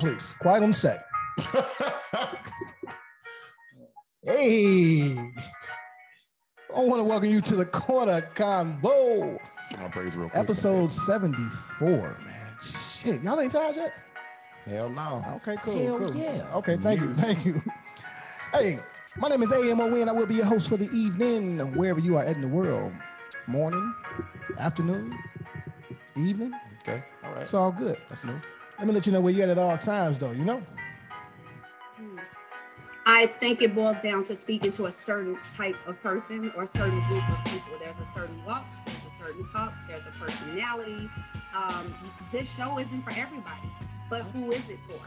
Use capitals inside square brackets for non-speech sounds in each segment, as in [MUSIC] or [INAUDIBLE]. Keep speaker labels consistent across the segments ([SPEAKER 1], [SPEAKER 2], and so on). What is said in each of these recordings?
[SPEAKER 1] please. Quiet on set. [LAUGHS] hey, I want to welcome you to the Corner Combo,
[SPEAKER 2] I'll praise real quick.
[SPEAKER 1] episode 74, man. Shit, y'all ain't tired yet?
[SPEAKER 2] Hell no.
[SPEAKER 1] Okay, cool.
[SPEAKER 2] Hell
[SPEAKER 1] cool.
[SPEAKER 2] yeah.
[SPEAKER 1] Okay, thank you.
[SPEAKER 2] Yes.
[SPEAKER 1] Thank you. Hey, my name is AMON. I will be your host for the evening, wherever you are in the world. Morning, afternoon, evening.
[SPEAKER 2] Okay. All right.
[SPEAKER 1] It's all good.
[SPEAKER 2] That's new.
[SPEAKER 1] Let me let you know where you're at at all times, though, you know?
[SPEAKER 3] I think it boils down to speaking to a certain type of person or a certain group of people. There's a certain walk, there's a certain talk, there's a personality. Um, this show isn't for everybody, but who is it for?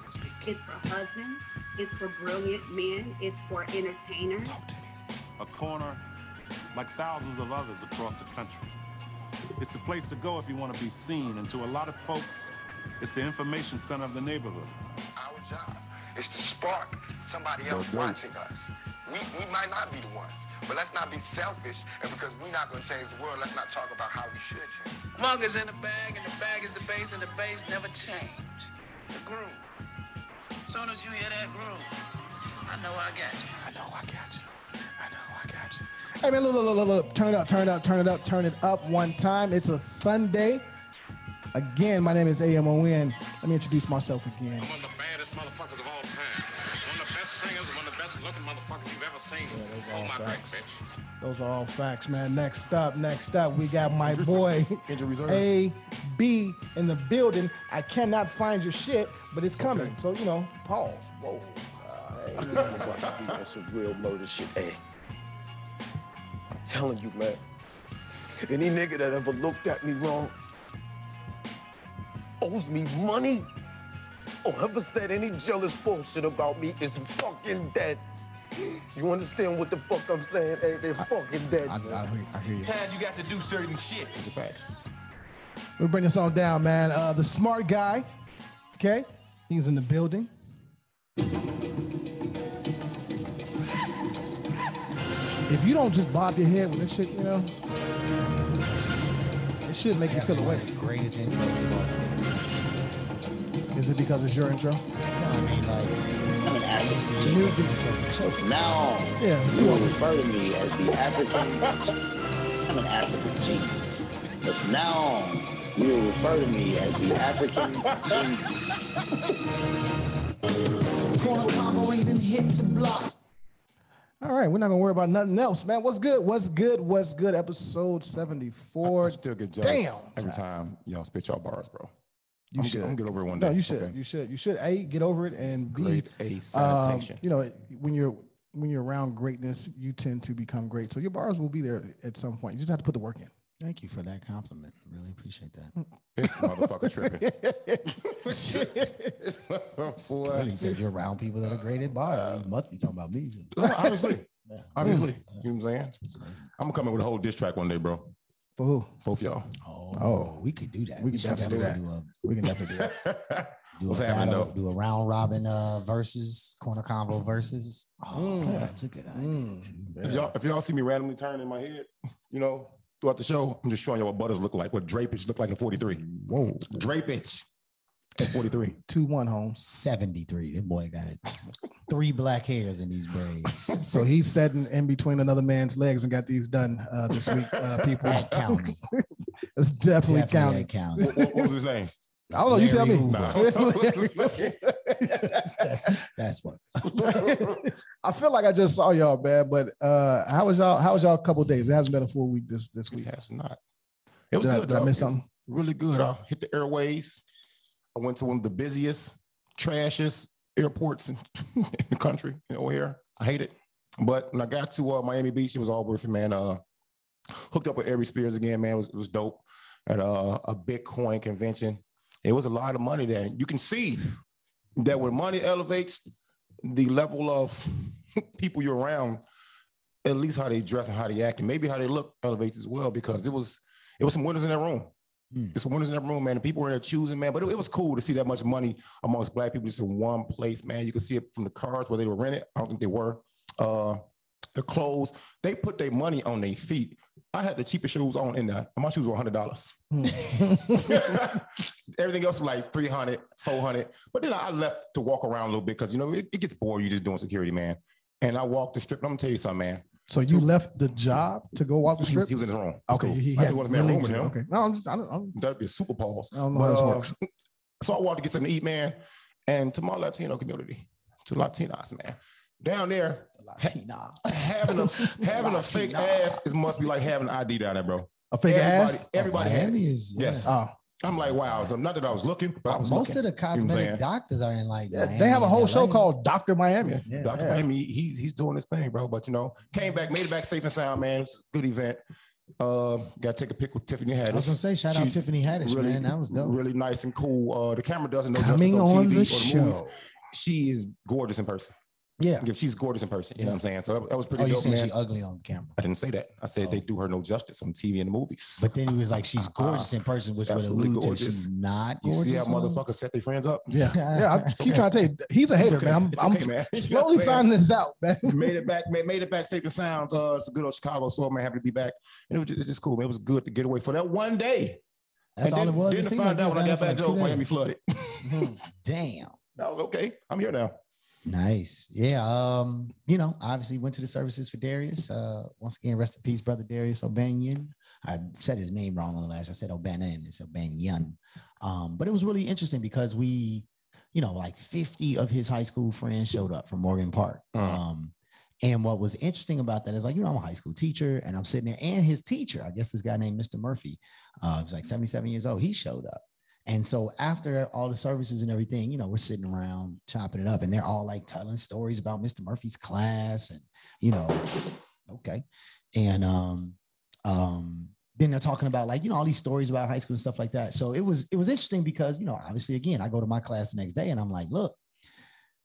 [SPEAKER 3] It's for husbands, it's for brilliant men, it's for entertainers.
[SPEAKER 4] a corner like thousands of others across the country. It's the place to go if you want to be seen, and to a lot of folks, it's the information center of the neighborhood.
[SPEAKER 5] Our job is to spark somebody else watching us. We, we might not be the ones, but let's not be selfish. And because we're not going to change the world, let's not talk about how we should change.
[SPEAKER 6] Mug is in the bag, and the bag is the bass, and the bass never change. The groove. Soon as you hear that groove, I know I got you.
[SPEAKER 2] I know I got you. I know I got you.
[SPEAKER 1] Hey, man, look, look, look, look, look. Turn it up, turn it up, turn it up, turn it up one time. It's a Sunday. Again, my name is AMON. Let me introduce myself again.
[SPEAKER 7] I'm one of the baddest motherfuckers of all time. One of the best singers, one of the best looking motherfuckers you've ever seen. oh my great bitch.
[SPEAKER 1] Those are all facts, man. Next up, next up, we got my boy
[SPEAKER 2] Injury reserve.
[SPEAKER 1] A B in the building. I cannot find your shit, but it's coming. So you know, pause. Whoa.
[SPEAKER 8] I'm about to be on some real murder shit, hey. I'm telling you, man. Any nigga that ever looked at me wrong owes me money or ever said any jealous bullshit about me is fucking dead. You understand what the fuck I'm saying? Hey, they're fucking dead.
[SPEAKER 2] I,
[SPEAKER 8] man.
[SPEAKER 2] I, hear, I hear you.
[SPEAKER 9] time you got to do certain shit.
[SPEAKER 2] Those are facts.
[SPEAKER 1] We bring this on down, man. Uh, the smart guy. Okay, he's in the building. If you don't just bob your head with this shit, you know, it should make you feel away.
[SPEAKER 10] greatest intros of all time.
[SPEAKER 1] Is it because it's your intro?
[SPEAKER 10] No, I mean like I'm an African
[SPEAKER 1] Music.
[SPEAKER 10] From now on,
[SPEAKER 1] Yeah.
[SPEAKER 10] you will refer to me as the African. I'm an African genius. But from now on, you will refer to me as the African genius. Corner combo even hit the block.
[SPEAKER 1] All right, we're not gonna worry about nothing else, man. What's good? What's good? What's good? Episode
[SPEAKER 2] I
[SPEAKER 1] seventy-four.
[SPEAKER 2] still get jealous
[SPEAKER 1] Damn.
[SPEAKER 2] every time y'all spit y'all bars, bro.
[SPEAKER 1] You
[SPEAKER 2] I'm
[SPEAKER 1] should.
[SPEAKER 2] Get, I'm gonna get over it one day.
[SPEAKER 1] no, you should.
[SPEAKER 2] Okay.
[SPEAKER 1] You
[SPEAKER 2] [LAUGHS]
[SPEAKER 1] should. You should. A get over it and B.
[SPEAKER 2] Grade A
[SPEAKER 1] um,
[SPEAKER 2] sanitation.
[SPEAKER 1] you know, when you're when you're around greatness, you tend to become great. So your bars will be there at some point. You just have to put the work in. [LAUGHS]
[SPEAKER 10] Thank you for that compliment. Really appreciate that.
[SPEAKER 2] this motherfucker
[SPEAKER 1] [LAUGHS]
[SPEAKER 2] tripping. [LAUGHS]
[SPEAKER 10] Really,
[SPEAKER 2] Boy.
[SPEAKER 10] he
[SPEAKER 1] [LAUGHS]
[SPEAKER 10] said you're around people that are great at bars. You must be talking about me.
[SPEAKER 2] No, obviously.
[SPEAKER 10] Yeah.
[SPEAKER 2] Obviously. You know what I'm saying? I'm gonna come in with a whole diss track one day, bro.
[SPEAKER 1] For who?
[SPEAKER 2] Both y'all.
[SPEAKER 10] Oh,
[SPEAKER 1] Oh.
[SPEAKER 10] we could do that.
[SPEAKER 1] We could
[SPEAKER 10] should
[SPEAKER 1] definitely do
[SPEAKER 10] definitely a- we can
[SPEAKER 2] [LAUGHS]
[SPEAKER 10] definitely do that. Do
[SPEAKER 2] What's
[SPEAKER 10] a
[SPEAKER 2] happening,
[SPEAKER 10] battle,
[SPEAKER 2] though?
[SPEAKER 10] do a round robin uh versus corner combo versus. Oh,
[SPEAKER 1] Mm.
[SPEAKER 10] that's a good idea.
[SPEAKER 1] Mm.
[SPEAKER 2] If y'all, if y'all see me randomly turn in my head, you know, throughout the show, I'm just showing you what butters look like, what drapage look like at 43.
[SPEAKER 10] Whoa,
[SPEAKER 2] Drapage at [LAUGHS] 43.
[SPEAKER 1] Two one homes.
[SPEAKER 10] seventy three. That boy got three black hairs in these
[SPEAKER 2] [LAUGHS]
[SPEAKER 10] braids.
[SPEAKER 1] So he's sitting in between another man's legs and got these done uh, this week,
[SPEAKER 2] [LAUGHS]
[SPEAKER 1] uh, people.
[SPEAKER 10] That county,
[SPEAKER 1] [LAUGHS] It's definitely,
[SPEAKER 10] definitely
[SPEAKER 1] counting.
[SPEAKER 10] that county.
[SPEAKER 2] what, what- what was his name?
[SPEAKER 1] I don't know. You tell
[SPEAKER 10] Larry
[SPEAKER 1] me.
[SPEAKER 10] that's, that's what.
[SPEAKER 1] [LAUGHS] I feel like I just saw y'all, man. But uh, how was y'all? How was y'all? couple days? It hasn't been a full week this this
[SPEAKER 2] We
[SPEAKER 1] week.
[SPEAKER 2] has not. It was
[SPEAKER 1] Did I,
[SPEAKER 2] good.
[SPEAKER 1] did I
[SPEAKER 2] dog.
[SPEAKER 1] miss
[SPEAKER 2] It was
[SPEAKER 1] something?
[SPEAKER 2] Really good. I hit the airways. I went to one of the busiest, trashiest airports in, [LAUGHS] in the country, in O'Hare. I hate it. But when I got to uh, Miami Beach, it was all worth it, man. Uh, hooked up with Avery Spears again, man. It was, it was dope at uh, a Bitcoin convention. It was a lot of money there. You can see that when money elevates, the level of [LAUGHS] people you're around, at least how they dress and how they act, and maybe how they look elevates as well. Because it was it was some winners in that room.
[SPEAKER 10] Hmm.
[SPEAKER 2] There's some winners in that room, man. The people were in there choosing, man. But it, it was cool to see that much money amongst black people just in one place, man. You could see it from the cars where they were rented. I don't think they were. Uh, the clothes. They put their money on their feet. I had the cheapest shoes on in there. My shoes were hundred dollars.
[SPEAKER 1] Hmm.
[SPEAKER 2] [LAUGHS]
[SPEAKER 1] [LAUGHS]
[SPEAKER 2] Everything else was like 300, 400. But then I left to walk around a little bit because you know it, it gets bored. You just doing security, man. And I walked the strip. And I'm gonna tell you something, man.
[SPEAKER 1] So you left the job to go walk the
[SPEAKER 2] He was,
[SPEAKER 1] strip?
[SPEAKER 2] he was in his room. It's
[SPEAKER 1] okay,
[SPEAKER 2] cool.
[SPEAKER 1] he
[SPEAKER 2] I
[SPEAKER 1] had
[SPEAKER 2] had one man room with
[SPEAKER 1] religion.
[SPEAKER 2] him.
[SPEAKER 1] Okay, no, I'm just I don't, I don't,
[SPEAKER 2] That'd be a super pause.
[SPEAKER 1] I don't know how this
[SPEAKER 2] But, uh,
[SPEAKER 1] works.
[SPEAKER 2] So I walked to get something to eat, man. And to my Latino community, to Latinas, man. Down there,
[SPEAKER 1] Latina.
[SPEAKER 2] having a having
[SPEAKER 1] [LAUGHS]
[SPEAKER 2] a fake ass is must be like having an ID down there, bro.
[SPEAKER 1] A fake
[SPEAKER 2] everybody-
[SPEAKER 1] ass.
[SPEAKER 2] everybody had
[SPEAKER 9] Miami is
[SPEAKER 2] Yes.
[SPEAKER 1] Oh,
[SPEAKER 2] I'm like, wow. So not that I was looking, but I was
[SPEAKER 9] most
[SPEAKER 2] looking.
[SPEAKER 9] of the
[SPEAKER 2] what I'm
[SPEAKER 9] cosmetic
[SPEAKER 2] saying?
[SPEAKER 9] doctors are in like
[SPEAKER 1] yeah, they
[SPEAKER 9] Miami
[SPEAKER 1] have a
[SPEAKER 9] and
[SPEAKER 1] whole show
[SPEAKER 9] LA.
[SPEAKER 1] called Doctor Miami.
[SPEAKER 9] Yeah.
[SPEAKER 2] Dr.
[SPEAKER 1] Yeah.
[SPEAKER 2] Miami, he's he's doing his thing, bro. But you know, came back, made it back safe and sound, man. It was a good event. Uh, got to take a pic with Tiffany Haddish.
[SPEAKER 9] I was gonna say, shout out
[SPEAKER 2] She-
[SPEAKER 9] Tiffany Haddish,
[SPEAKER 2] really,
[SPEAKER 9] man. That was dope.
[SPEAKER 2] Really nice and cool. Uh, the camera doesn't know justice
[SPEAKER 9] Coming
[SPEAKER 2] on, TV
[SPEAKER 9] on the
[SPEAKER 2] or the movies.
[SPEAKER 9] show.
[SPEAKER 2] She is gorgeous in person.
[SPEAKER 9] Yeah.
[SPEAKER 2] Yeah, she's gorgeous in person. You know what I'm saying? So that, that was pretty
[SPEAKER 9] Oh, you
[SPEAKER 2] dope,
[SPEAKER 9] saying
[SPEAKER 2] man.
[SPEAKER 9] she ugly on camera?
[SPEAKER 2] I didn't say that. I said they do her no justice on TV and the movies.
[SPEAKER 9] But then he was like, she's gorgeous in person, which would
[SPEAKER 2] Ah, Absolutely
[SPEAKER 9] allude to
[SPEAKER 2] gorgeous.
[SPEAKER 9] she's not
[SPEAKER 2] you
[SPEAKER 9] gorgeous.
[SPEAKER 2] see how
[SPEAKER 9] on-
[SPEAKER 2] motherfuckers set their friends up?
[SPEAKER 1] [LAUGHS] Yeah, yeah. I
[SPEAKER 2] It's
[SPEAKER 1] keep
[SPEAKER 2] okay.
[SPEAKER 1] trying to tell you, he's a
[SPEAKER 2] It's
[SPEAKER 1] hater,
[SPEAKER 2] okay.
[SPEAKER 1] man.
[SPEAKER 2] It's
[SPEAKER 1] I'm,
[SPEAKER 2] okay, man. [LAUGHS]
[SPEAKER 1] I'm
[SPEAKER 2] You know
[SPEAKER 1] slowly
[SPEAKER 2] what I'm saying?
[SPEAKER 1] finding this out, [LAUGHS] man.
[SPEAKER 2] made it back, made, made it back safe and sound. Uh, it's a good old Chicago soul, man. Happy to be back. And it was just, it's just cool, man. It was good to get away for that one day.
[SPEAKER 9] That's
[SPEAKER 2] and
[SPEAKER 9] all
[SPEAKER 2] then,
[SPEAKER 9] it was. It
[SPEAKER 2] Then to
[SPEAKER 9] seemed
[SPEAKER 2] find
[SPEAKER 9] like
[SPEAKER 2] out
[SPEAKER 9] it
[SPEAKER 2] when I got
[SPEAKER 9] was
[SPEAKER 2] back,
[SPEAKER 9] down
[SPEAKER 2] Joe,
[SPEAKER 9] for like
[SPEAKER 2] Miami
[SPEAKER 9] two
[SPEAKER 2] flooded. [LAUGHS]
[SPEAKER 9] days. Mhm. Damn.
[SPEAKER 2] I was okay. I'm here now.
[SPEAKER 9] Nice. Yeah. Um, you know, obviously went to the services for Darius. Uh, once again, rest in peace, brother Darius O'Banyan. I said his name wrong on the last. I said O'Bannon. It's O'Banyan. Um, but it was really interesting because we, you know, like 50 of his high school friends showed up from Morgan Park.
[SPEAKER 2] Mm.
[SPEAKER 9] Um, and what was interesting about that is like, you know, I'm a high school teacher and I'm sitting there and his teacher, I guess this guy named Mr. Murphy, uh, he was like 77 years old. He showed up. And so after all the services and everything, you know, we're sitting around chopping it up, and they're all like telling stories about Mr. Murphy's class, and you know, okay, and um, um, then they're talking about like you know all these stories about high school and stuff like that. So it was it was interesting because you know obviously again I go to my class the next day and I'm like, look,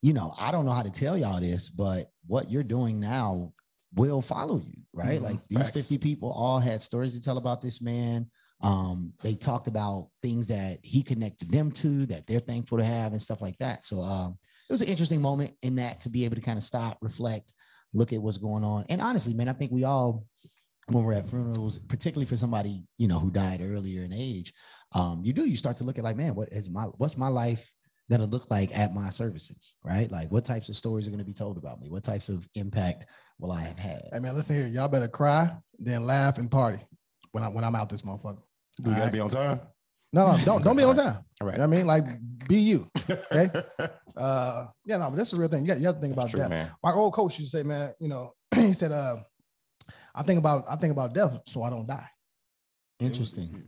[SPEAKER 9] you know, I don't know how to tell y'all this, but what you're doing now will follow you, right?
[SPEAKER 2] Mhm.
[SPEAKER 9] Like these
[SPEAKER 2] Facts.
[SPEAKER 9] 50 people all had stories to tell about this man um they talked about things that he connected them to that they're thankful to have and stuff like that so um it was an interesting moment in that to be able to kind of stop reflect look at what's going on and honestly man i think we all when we're at funerals particularly for somebody you know who died earlier in age um you do you start to look at like man what is my what's my life gonna look like at my services right like what types of stories are going to be told about me what types of impact will i have had
[SPEAKER 1] Hey man, listen here. Y'all better cry, then laugh and party when I when I'm out this motherfucker.
[SPEAKER 2] We gotta
[SPEAKER 1] Alright.
[SPEAKER 2] be on time.
[SPEAKER 1] No, no, don't don't [LAUGHS] be on time.
[SPEAKER 2] All
[SPEAKER 1] You
[SPEAKER 2] right. [LAUGHS]
[SPEAKER 1] know what I mean, like be you. Okay.
[SPEAKER 2] That's
[SPEAKER 1] Uh yeah, no, but that's the real thing. You got you gotta think about
[SPEAKER 2] true,
[SPEAKER 1] death.
[SPEAKER 2] man.
[SPEAKER 1] My old coach used to say, man, you know, [CLEARS THROAT] he said, uh, I think about I think about death so I don't die.
[SPEAKER 9] interesting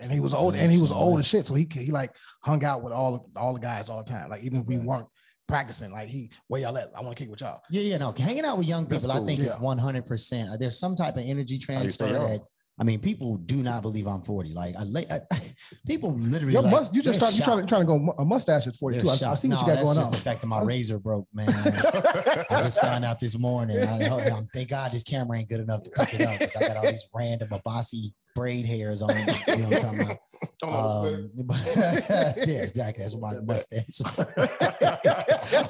[SPEAKER 1] And he was old, and he was old as shit. So he he like hung out with all all the guys all the time. Like even if we weren't practicing, like he where y'all at? I want to kick with y'all.
[SPEAKER 9] Yeah, yeah, no. Hanging out with young
[SPEAKER 2] That's
[SPEAKER 9] people,
[SPEAKER 2] cool,
[SPEAKER 9] I think
[SPEAKER 1] yeah.
[SPEAKER 9] it's one hundred percent. Uh, There's some type of energy
[SPEAKER 2] how you stay
[SPEAKER 9] transfer
[SPEAKER 2] young.
[SPEAKER 9] that. I mean, people do not believe I'm forty. Like, I, la- I [LAUGHS] people literally.
[SPEAKER 1] Your
[SPEAKER 9] like,
[SPEAKER 1] must, you just
[SPEAKER 9] they're
[SPEAKER 1] start you trying to
[SPEAKER 9] shocked.
[SPEAKER 1] trying to go mu- a mustache at
[SPEAKER 9] They're
[SPEAKER 1] 42. I, I
[SPEAKER 9] shocked.
[SPEAKER 1] see what
[SPEAKER 9] No,
[SPEAKER 1] you got
[SPEAKER 9] that's
[SPEAKER 1] going
[SPEAKER 9] just
[SPEAKER 1] on.
[SPEAKER 9] The fact that my razor broke,
[SPEAKER 1] [LAUGHS]
[SPEAKER 9] man. I just found out this morning. I, I, I'm- thank God this camera ain't good enough to pick it up. 'cause I got all these random Abasi braid hairs on. You know what I'm talking about?
[SPEAKER 2] Oh,
[SPEAKER 9] Um, but- [LAUGHS] yeah, exactly. That's what my mustache. [LAUGHS] is like.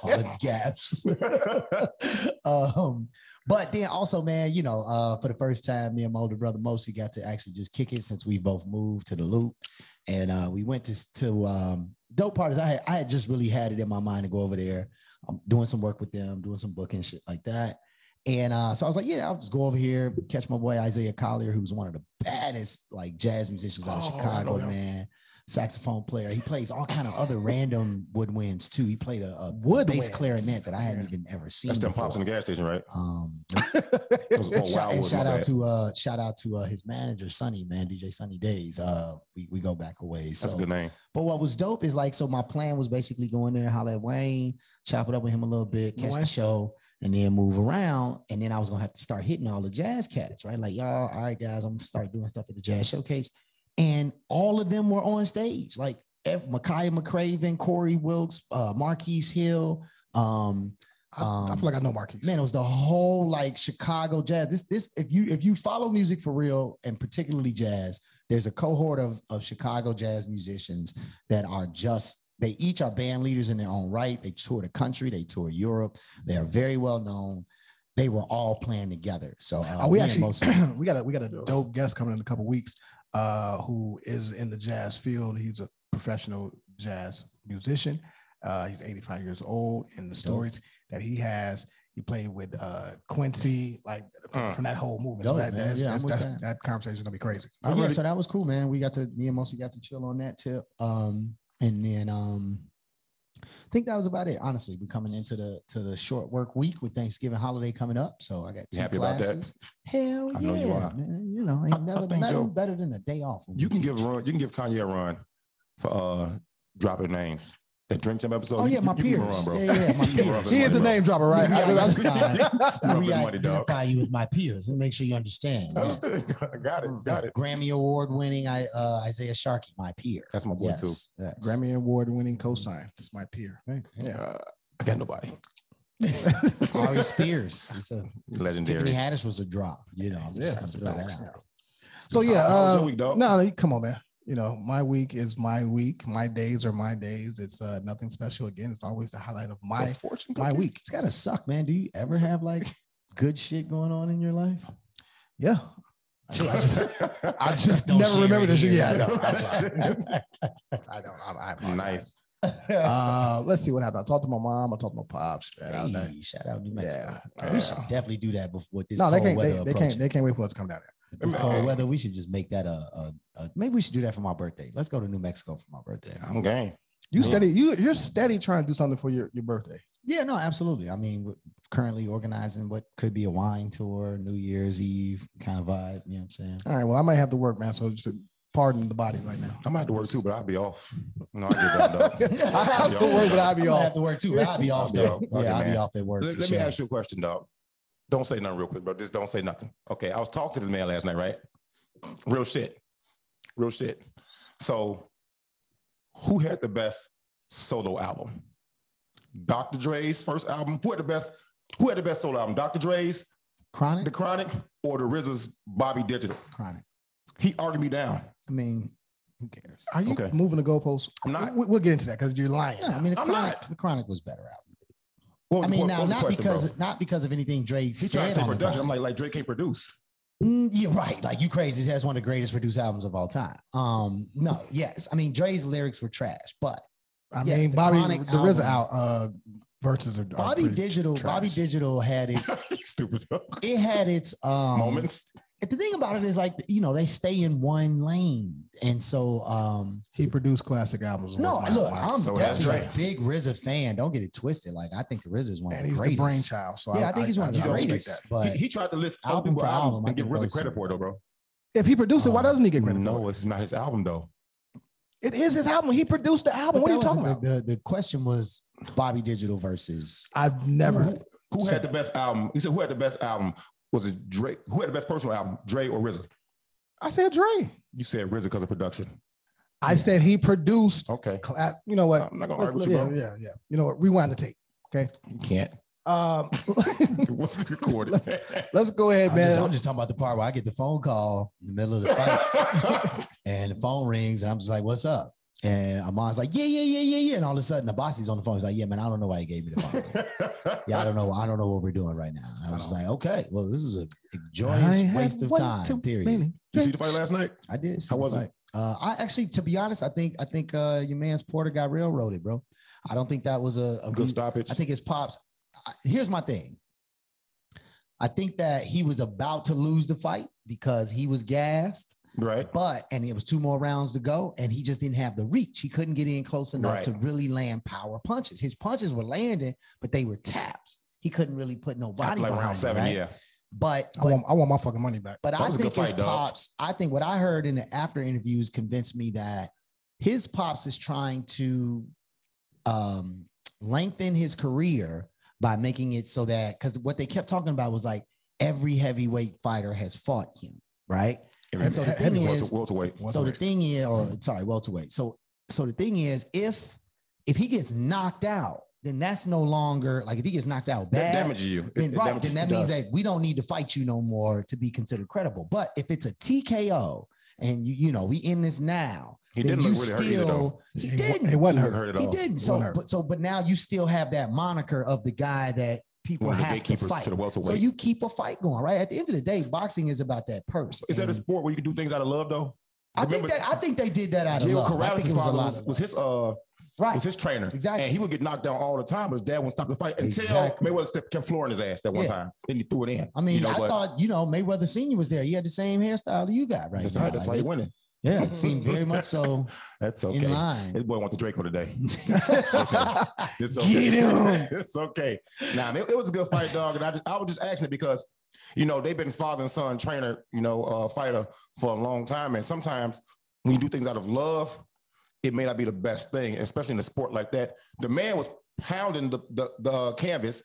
[SPEAKER 9] All the gaps. [LAUGHS] um, but then also, man, you know, uh, for the first time, me and my older brother mostly got to actually just kick it since we both moved to the loop, and uh, we went to to um, dope parties. I had, I had just really had it in my mind to go over there. I'm doing some work with them, doing some booking shit like that. And uh, so I was like, yeah, I'll just go over here, catch my boy Isaiah Collier, who's one of the baddest like jazz musicians out of
[SPEAKER 2] Oh, I know
[SPEAKER 9] Chicago,
[SPEAKER 2] him.
[SPEAKER 9] man. Saxophone player. He plays all kind of other random woodwinds too. He played a, a bass
[SPEAKER 1] Woodwinds.
[SPEAKER 9] clarinet that I hadn't even ever seen.
[SPEAKER 2] That's them
[SPEAKER 9] before.
[SPEAKER 2] pops in the gas station, right? [LAUGHS]
[SPEAKER 9] Um,
[SPEAKER 2] Those- oh,
[SPEAKER 1] [LAUGHS]
[SPEAKER 9] and shout,
[SPEAKER 2] Wildwood,
[SPEAKER 9] and
[SPEAKER 2] my
[SPEAKER 9] shout
[SPEAKER 2] bad.
[SPEAKER 9] out to uh, shout out to uh, his manager Sonny, man, DJ Sunny Days. Uh, we, we go back a ways.
[SPEAKER 2] That's
[SPEAKER 9] so
[SPEAKER 2] a good name.
[SPEAKER 9] but what was dope is like, so my plan was basically go in there, holler at Wayne, chop it up with him a little bit, catch
[SPEAKER 1] Wayne.
[SPEAKER 9] the show, and then move around. And then I was gonna have to start hitting all the jazz cats, right? Like, y'all, all right, guys, I'm gonna start doing stuff at the jazz showcase. And all of them were on stage, like ev- Micaiah McCraven, Corey Wilkes, uh, Marquise Hill, um,
[SPEAKER 1] I, I
[SPEAKER 9] Um,
[SPEAKER 1] feel like I know Marky.
[SPEAKER 9] man, it was the whole like Chicago jazz. This this if you if you follow music for real and particularly jazz, there's a cohort of of Chicago jazz musicians that are just they each are band leaders in their own right. They tour the country, they tour Europe. They are very well known. they were all playing together. So uh,
[SPEAKER 1] Oh, we
[SPEAKER 9] me and
[SPEAKER 1] actually
[SPEAKER 9] Mo Sarah-
[SPEAKER 1] [CLEARS THROAT] we got a we got a dope guest coming in a couple weeks uh, who is in the jazz field. He's a professional jazz musician. Uh, he's 85 years old, and the stories that he has, he played with uh, Quincy, like
[SPEAKER 9] Mm.
[SPEAKER 1] from that whole movement.
[SPEAKER 9] Dope,
[SPEAKER 1] so that,
[SPEAKER 9] man.
[SPEAKER 1] that's-
[SPEAKER 9] Yeah, I'm
[SPEAKER 1] that's-
[SPEAKER 9] with
[SPEAKER 1] that's- that conversation is gonna be crazy.
[SPEAKER 9] But yeah, so that was cool, man. We got to me and Mosi got to chill on that tip. Um, and then um I think that was about it. Honestly, we're coming into the to the short work week with Thanksgiving holiday coming up. So I got two
[SPEAKER 2] You happy about that?
[SPEAKER 9] classes. Hell yeah.
[SPEAKER 2] I know you are.
[SPEAKER 9] Man. You know, ain't never
[SPEAKER 2] think
[SPEAKER 9] nothing
[SPEAKER 2] so.
[SPEAKER 9] better than a day off. when
[SPEAKER 2] You can
[SPEAKER 9] teach. [LAUGHS]
[SPEAKER 2] give run. You can give Kanye a run for uh dropping names. That drink time episode.
[SPEAKER 9] Oh,
[SPEAKER 2] you-
[SPEAKER 9] yeah, my
[SPEAKER 2] you- you give him a run,
[SPEAKER 9] peers.
[SPEAKER 2] bro.
[SPEAKER 9] Yeah, yeah, my
[SPEAKER 2] [LAUGHS] You give him run for
[SPEAKER 1] He
[SPEAKER 2] his
[SPEAKER 1] is a
[SPEAKER 2] money, bro.
[SPEAKER 1] name dropper, right?
[SPEAKER 2] [LAUGHS]
[SPEAKER 9] Yeah,
[SPEAKER 1] I- I-
[SPEAKER 9] that's fine.
[SPEAKER 1] [LAUGHS]
[SPEAKER 2] Rub his
[SPEAKER 9] We
[SPEAKER 2] money, dog.
[SPEAKER 9] identify you with my peers and make sure you understand. Yeah.
[SPEAKER 2] [LAUGHS] got it. Got it.
[SPEAKER 9] Grammy Award winning I uh, Isaiah Sharkey, my peer.
[SPEAKER 2] That's my boy
[SPEAKER 9] yes,
[SPEAKER 2] too.
[SPEAKER 9] yes.
[SPEAKER 1] Grammy award winning cosign. This is my peer. Yeah.
[SPEAKER 2] Uh, I got nobody.
[SPEAKER 1] [LAUGHS]
[SPEAKER 9] Ari Spears. It's a,
[SPEAKER 2] Legendary.
[SPEAKER 9] Tiffany Haddish was a drop. You know, I'm just
[SPEAKER 1] Yeah,
[SPEAKER 9] gonna
[SPEAKER 1] that's
[SPEAKER 9] throw that
[SPEAKER 1] facts,
[SPEAKER 9] out.
[SPEAKER 1] So yeah,
[SPEAKER 2] How- how was your
[SPEAKER 1] uh,
[SPEAKER 2] week, dog?
[SPEAKER 1] no, you- come on, man. You know, my week is my week. My days are my days. It's uh, nothing special. Again, it's always the highlight of
[SPEAKER 2] So
[SPEAKER 1] my
[SPEAKER 2] fortune
[SPEAKER 1] my
[SPEAKER 2] cookie?
[SPEAKER 1] week.
[SPEAKER 9] It's gotta suck, man. Do you ever have like good shit going on in your life?
[SPEAKER 1] Yeah, I, I
[SPEAKER 2] [LAUGHS]
[SPEAKER 1] just [LAUGHS]
[SPEAKER 9] [LAUGHS]
[SPEAKER 1] I just never remember this. shit. Yeah, I know. I know. I, I, I,
[SPEAKER 2] nice.
[SPEAKER 1] Uh, let's see what happened. I talked to my mom. I talked to my pops. Man, I was like,
[SPEAKER 9] [LAUGHS] Hey, shout out New Mexico.
[SPEAKER 1] Yeah,
[SPEAKER 9] we
[SPEAKER 1] yeah.
[SPEAKER 9] should definitely do that before with this
[SPEAKER 1] no, they
[SPEAKER 9] cold
[SPEAKER 1] can't.
[SPEAKER 9] weather
[SPEAKER 1] They, they can't.
[SPEAKER 9] approaches.
[SPEAKER 1] They can't wait for us to come down here.
[SPEAKER 9] With this
[SPEAKER 2] Remember-
[SPEAKER 9] cold weather, we should just make that a, a, a maybe we should do that for my birthday. Let's go to New Mexico for my birthday.
[SPEAKER 2] I'm game.
[SPEAKER 1] You
[SPEAKER 2] Yeah.
[SPEAKER 1] steady. You you're steady trying to do something for your, your birthday.
[SPEAKER 9] Yeah, no, absolutely. I mean, we're currently organizing what could be a wine tour, New Year's Eve kind of vibe. You know what I'm saying?
[SPEAKER 1] All right. Well, I might have to work, man. So just pardon the body right now.
[SPEAKER 2] I might have to work too, but I'll be off. No, I
[SPEAKER 1] [LAUGHS]
[SPEAKER 2] get that dog.
[SPEAKER 1] I have to work, but I'll be
[SPEAKER 9] I'm gonna
[SPEAKER 1] off.
[SPEAKER 9] have to work too. I'll be off
[SPEAKER 2] I'll be
[SPEAKER 9] though.
[SPEAKER 2] off.
[SPEAKER 9] Yeah,
[SPEAKER 2] Okay,
[SPEAKER 9] I'll be
[SPEAKER 2] man.
[SPEAKER 9] off at work.
[SPEAKER 2] Let,
[SPEAKER 9] for
[SPEAKER 2] let me
[SPEAKER 9] sure.
[SPEAKER 2] ask you a question, dog. Don't say nothing real quick, bro. Just don't say nothing. Okay. I was talking to this man last night, right? Real shit. Real shit. So, who had the best solo album? Dr. Dre's first album. Who had the best? Who had the best solo album? Dr. Dre's,
[SPEAKER 9] Chronic,
[SPEAKER 2] The Chronic, or the RZA's Bobby Digital?
[SPEAKER 9] chronic.
[SPEAKER 2] He argued me down.
[SPEAKER 9] I mean, who cares?
[SPEAKER 1] Are you
[SPEAKER 2] Okay.
[SPEAKER 1] moving the goalposts?
[SPEAKER 2] I'm not.
[SPEAKER 1] We, will get into that because you're lying.
[SPEAKER 9] No, I mean, the
[SPEAKER 2] I'm
[SPEAKER 9] chronic,
[SPEAKER 2] not.
[SPEAKER 9] the chronic was better album.
[SPEAKER 2] What was
[SPEAKER 9] I
[SPEAKER 2] the-
[SPEAKER 9] mean,
[SPEAKER 2] what-
[SPEAKER 9] now
[SPEAKER 2] what was the
[SPEAKER 9] not
[SPEAKER 2] question,
[SPEAKER 9] because
[SPEAKER 2] bro?
[SPEAKER 9] not because of anything Drake
[SPEAKER 2] he tried to
[SPEAKER 9] said
[SPEAKER 2] say
[SPEAKER 9] on the
[SPEAKER 2] production. I'm
[SPEAKER 9] Chronic.
[SPEAKER 2] like, like Drake can't produce. [LAUGHS]
[SPEAKER 9] Mm, yeah, right. Like you crazy. That's one of the greatest produced albums of all time. Um, no, yes. I mean, Dre's lyrics were trash, but
[SPEAKER 1] I
[SPEAKER 9] Yes,
[SPEAKER 1] mean,
[SPEAKER 9] the
[SPEAKER 1] Bobby,
[SPEAKER 9] Chronic
[SPEAKER 1] the RZA
[SPEAKER 9] album.
[SPEAKER 1] out uh, verses are, are
[SPEAKER 9] Bobby
[SPEAKER 1] pretty
[SPEAKER 9] Digital, Bobby
[SPEAKER 1] trash.
[SPEAKER 9] Digital
[SPEAKER 2] [LAUGHS]
[SPEAKER 9] had its
[SPEAKER 2] Stupid
[SPEAKER 9] it had its um
[SPEAKER 2] moments.
[SPEAKER 9] And the thing about it is like you know, they stay in one lane. And so um
[SPEAKER 1] He produced classic albums.
[SPEAKER 9] No,
[SPEAKER 1] was my-
[SPEAKER 9] look,
[SPEAKER 1] my-
[SPEAKER 9] I'm
[SPEAKER 2] so that's
[SPEAKER 9] definitely
[SPEAKER 2] Drake.
[SPEAKER 9] a big RZA fan. Don't get it twisted. Like I think RZA is one of
[SPEAKER 1] and
[SPEAKER 9] the
[SPEAKER 1] he's
[SPEAKER 9] greatest.
[SPEAKER 1] the brainchild. So
[SPEAKER 9] yeah, I, think he's one of the
[SPEAKER 1] I respect
[SPEAKER 9] greatest.
[SPEAKER 1] that.
[SPEAKER 9] But
[SPEAKER 2] he, he tried to list other
[SPEAKER 9] album
[SPEAKER 2] people's
[SPEAKER 9] for
[SPEAKER 2] albums
[SPEAKER 9] album, I
[SPEAKER 2] and give
[SPEAKER 9] think
[SPEAKER 2] RZA
[SPEAKER 9] those
[SPEAKER 2] credit
[SPEAKER 9] are-
[SPEAKER 2] for it, though, bro.
[SPEAKER 1] If he produced it,
[SPEAKER 9] Uh,
[SPEAKER 1] why doesn't he get credit?
[SPEAKER 2] No,
[SPEAKER 1] for it?
[SPEAKER 2] it's not his album though.
[SPEAKER 1] it is his album. He produced the album. what
[SPEAKER 9] but
[SPEAKER 1] are you
[SPEAKER 9] that
[SPEAKER 1] talking
[SPEAKER 9] wasn't
[SPEAKER 1] about?
[SPEAKER 9] The, the the question was Bobby Digital versus
[SPEAKER 1] I've never.
[SPEAKER 2] Who, who had the best album? He said, "Who had the best album? Was it Drake? Who had the best personal album? Dre or RZA?"
[SPEAKER 1] I said Dre.
[SPEAKER 2] You said RZA because of production.
[SPEAKER 1] I said he produced.
[SPEAKER 2] Okay,
[SPEAKER 1] Class, you know what?
[SPEAKER 2] I'm not gonna
[SPEAKER 1] Let-
[SPEAKER 2] argue with
[SPEAKER 1] let-
[SPEAKER 2] you,
[SPEAKER 1] Yeah, yeah,
[SPEAKER 2] bro.
[SPEAKER 1] yeah. You know what? Rewind the tape.
[SPEAKER 2] You can't.
[SPEAKER 1] [LAUGHS] Um,
[SPEAKER 2] [LAUGHS] It wasn't recorded.
[SPEAKER 1] let's go ahead,
[SPEAKER 9] I'm just,
[SPEAKER 1] man.
[SPEAKER 9] I'm just talking about the part where I get the phone call in the middle
[SPEAKER 2] [LAUGHS]
[SPEAKER 9] of the
[SPEAKER 1] [LAUGHS]
[SPEAKER 9] fight and the phone rings and I'm just like, what's up? And Amon's like, yeah, yeah, yeah, yeah, yeah. And all of a sudden, the Bossy's on the phone. He's like, yeah, man, I don't know why he gave me the phone.
[SPEAKER 1] [LAUGHS]
[SPEAKER 9] yeah, I don't know. I don't know what we're doing right now. And I was just like, okay, well, this is a
[SPEAKER 1] I
[SPEAKER 9] joyous
[SPEAKER 1] had
[SPEAKER 9] waste of
[SPEAKER 1] one
[SPEAKER 9] time.
[SPEAKER 1] too
[SPEAKER 9] Period.
[SPEAKER 1] many
[SPEAKER 2] you see the
[SPEAKER 1] drinks.
[SPEAKER 2] fight last night?
[SPEAKER 9] I did. see
[SPEAKER 2] How
[SPEAKER 9] the
[SPEAKER 2] was it?
[SPEAKER 9] fight. Uh, I actually, to be honest, I think I think uh, your man's Porter got railroaded, bro. I don't think that was a, a
[SPEAKER 2] Good
[SPEAKER 9] re-
[SPEAKER 2] stoppage.
[SPEAKER 9] I think his pops. I, here's my thing. I think that he was about to lose the fight because he was gassed,
[SPEAKER 2] right.
[SPEAKER 9] but and it was two more rounds to go, and he just didn't have the reach. He couldn't get in close enough
[SPEAKER 2] Right.
[SPEAKER 9] to really land power punches. His punches were landing, but they were taps. He couldn't really put no body
[SPEAKER 2] like
[SPEAKER 9] behind
[SPEAKER 2] round
[SPEAKER 9] it,
[SPEAKER 2] seven,
[SPEAKER 9] right?
[SPEAKER 2] yeah.
[SPEAKER 9] But,
[SPEAKER 1] I
[SPEAKER 9] but
[SPEAKER 1] want, I want my fucking money back.
[SPEAKER 9] but
[SPEAKER 2] That
[SPEAKER 9] I
[SPEAKER 2] was a good
[SPEAKER 9] think his
[SPEAKER 2] fight, dog.
[SPEAKER 9] pops, I think what I heard in the after interviews convinced me that his pops is trying to um, lengthen his career by making it so that because what they kept talking about was like every heavyweight fighter has fought him, right? And so the thing
[SPEAKER 2] Welter-
[SPEAKER 9] is-
[SPEAKER 2] welterweight.
[SPEAKER 9] So the thing is, or sorry, welterweight. So so the thing is, if if he gets knocked out, then that's no longer like if he gets knocked out
[SPEAKER 2] that
[SPEAKER 9] bad,
[SPEAKER 2] damages you. It-
[SPEAKER 9] then
[SPEAKER 2] it
[SPEAKER 9] right,
[SPEAKER 2] damages
[SPEAKER 9] then that
[SPEAKER 2] you, it
[SPEAKER 9] means
[SPEAKER 2] does.
[SPEAKER 9] that we don't need to fight you no more to be considered credible. But if it's a TKO and you you know we end this now,
[SPEAKER 2] he
[SPEAKER 9] then
[SPEAKER 2] didn't
[SPEAKER 9] you
[SPEAKER 2] look really hurt either, though.
[SPEAKER 9] still he
[SPEAKER 1] He wa-
[SPEAKER 9] didn't
[SPEAKER 1] he wasn't
[SPEAKER 2] He
[SPEAKER 1] hurt.
[SPEAKER 2] hurt at
[SPEAKER 9] he
[SPEAKER 2] all.
[SPEAKER 9] didn't
[SPEAKER 1] He
[SPEAKER 9] so
[SPEAKER 1] wasn't hurt.
[SPEAKER 9] but so but now you still have that moniker of the guy that people
[SPEAKER 2] One of the
[SPEAKER 9] have to
[SPEAKER 2] gatekeepers
[SPEAKER 9] fight.
[SPEAKER 2] to the welterweight.
[SPEAKER 9] so you keep a fight going, right? At the end of the day, boxing is about that purse.
[SPEAKER 2] Is that a
[SPEAKER 9] And
[SPEAKER 2] sport where you can do things out of love though?
[SPEAKER 9] I think
[SPEAKER 2] remember-
[SPEAKER 9] that I think they did that out of
[SPEAKER 2] Gio
[SPEAKER 9] love. I
[SPEAKER 2] Corrales'
[SPEAKER 9] think it was a
[SPEAKER 2] father
[SPEAKER 9] lot.
[SPEAKER 2] was,
[SPEAKER 9] Of,
[SPEAKER 2] was his uh
[SPEAKER 9] right.
[SPEAKER 2] was his trainer.
[SPEAKER 9] Exactly.
[SPEAKER 2] And he would get knocked down all the time, but his dad wouldn't stop the fight until
[SPEAKER 9] Exactly.
[SPEAKER 2] Mayweather stepped, kept flooring his ass that one
[SPEAKER 9] Yeah.
[SPEAKER 2] time. Then he threw it in.
[SPEAKER 9] I mean,
[SPEAKER 2] you know,
[SPEAKER 9] I
[SPEAKER 2] but
[SPEAKER 9] thought you know Mayweather Senior was there. He had the same hairstyle that you got right
[SPEAKER 2] that's,
[SPEAKER 9] now.
[SPEAKER 2] how, that's why
[SPEAKER 9] Like,
[SPEAKER 2] he winning.
[SPEAKER 9] Yeah, it seemed very
[SPEAKER 2] [LAUGHS]
[SPEAKER 9] much so
[SPEAKER 2] That's okay.
[SPEAKER 9] in line.
[SPEAKER 2] This boy want the Draco
[SPEAKER 9] [LAUGHS]
[SPEAKER 2] today. It's okay.
[SPEAKER 9] Get him.
[SPEAKER 2] [LAUGHS] it's okay. Nah, man, it was a good fight, dog. And I just, I was just asking it because, you know, they've been father and son trainer, you know, uh, fighter for a long time. And sometimes when you do things out of love, it may not be the best thing, especially in a sport like that. The man was pounding the the, the canvas.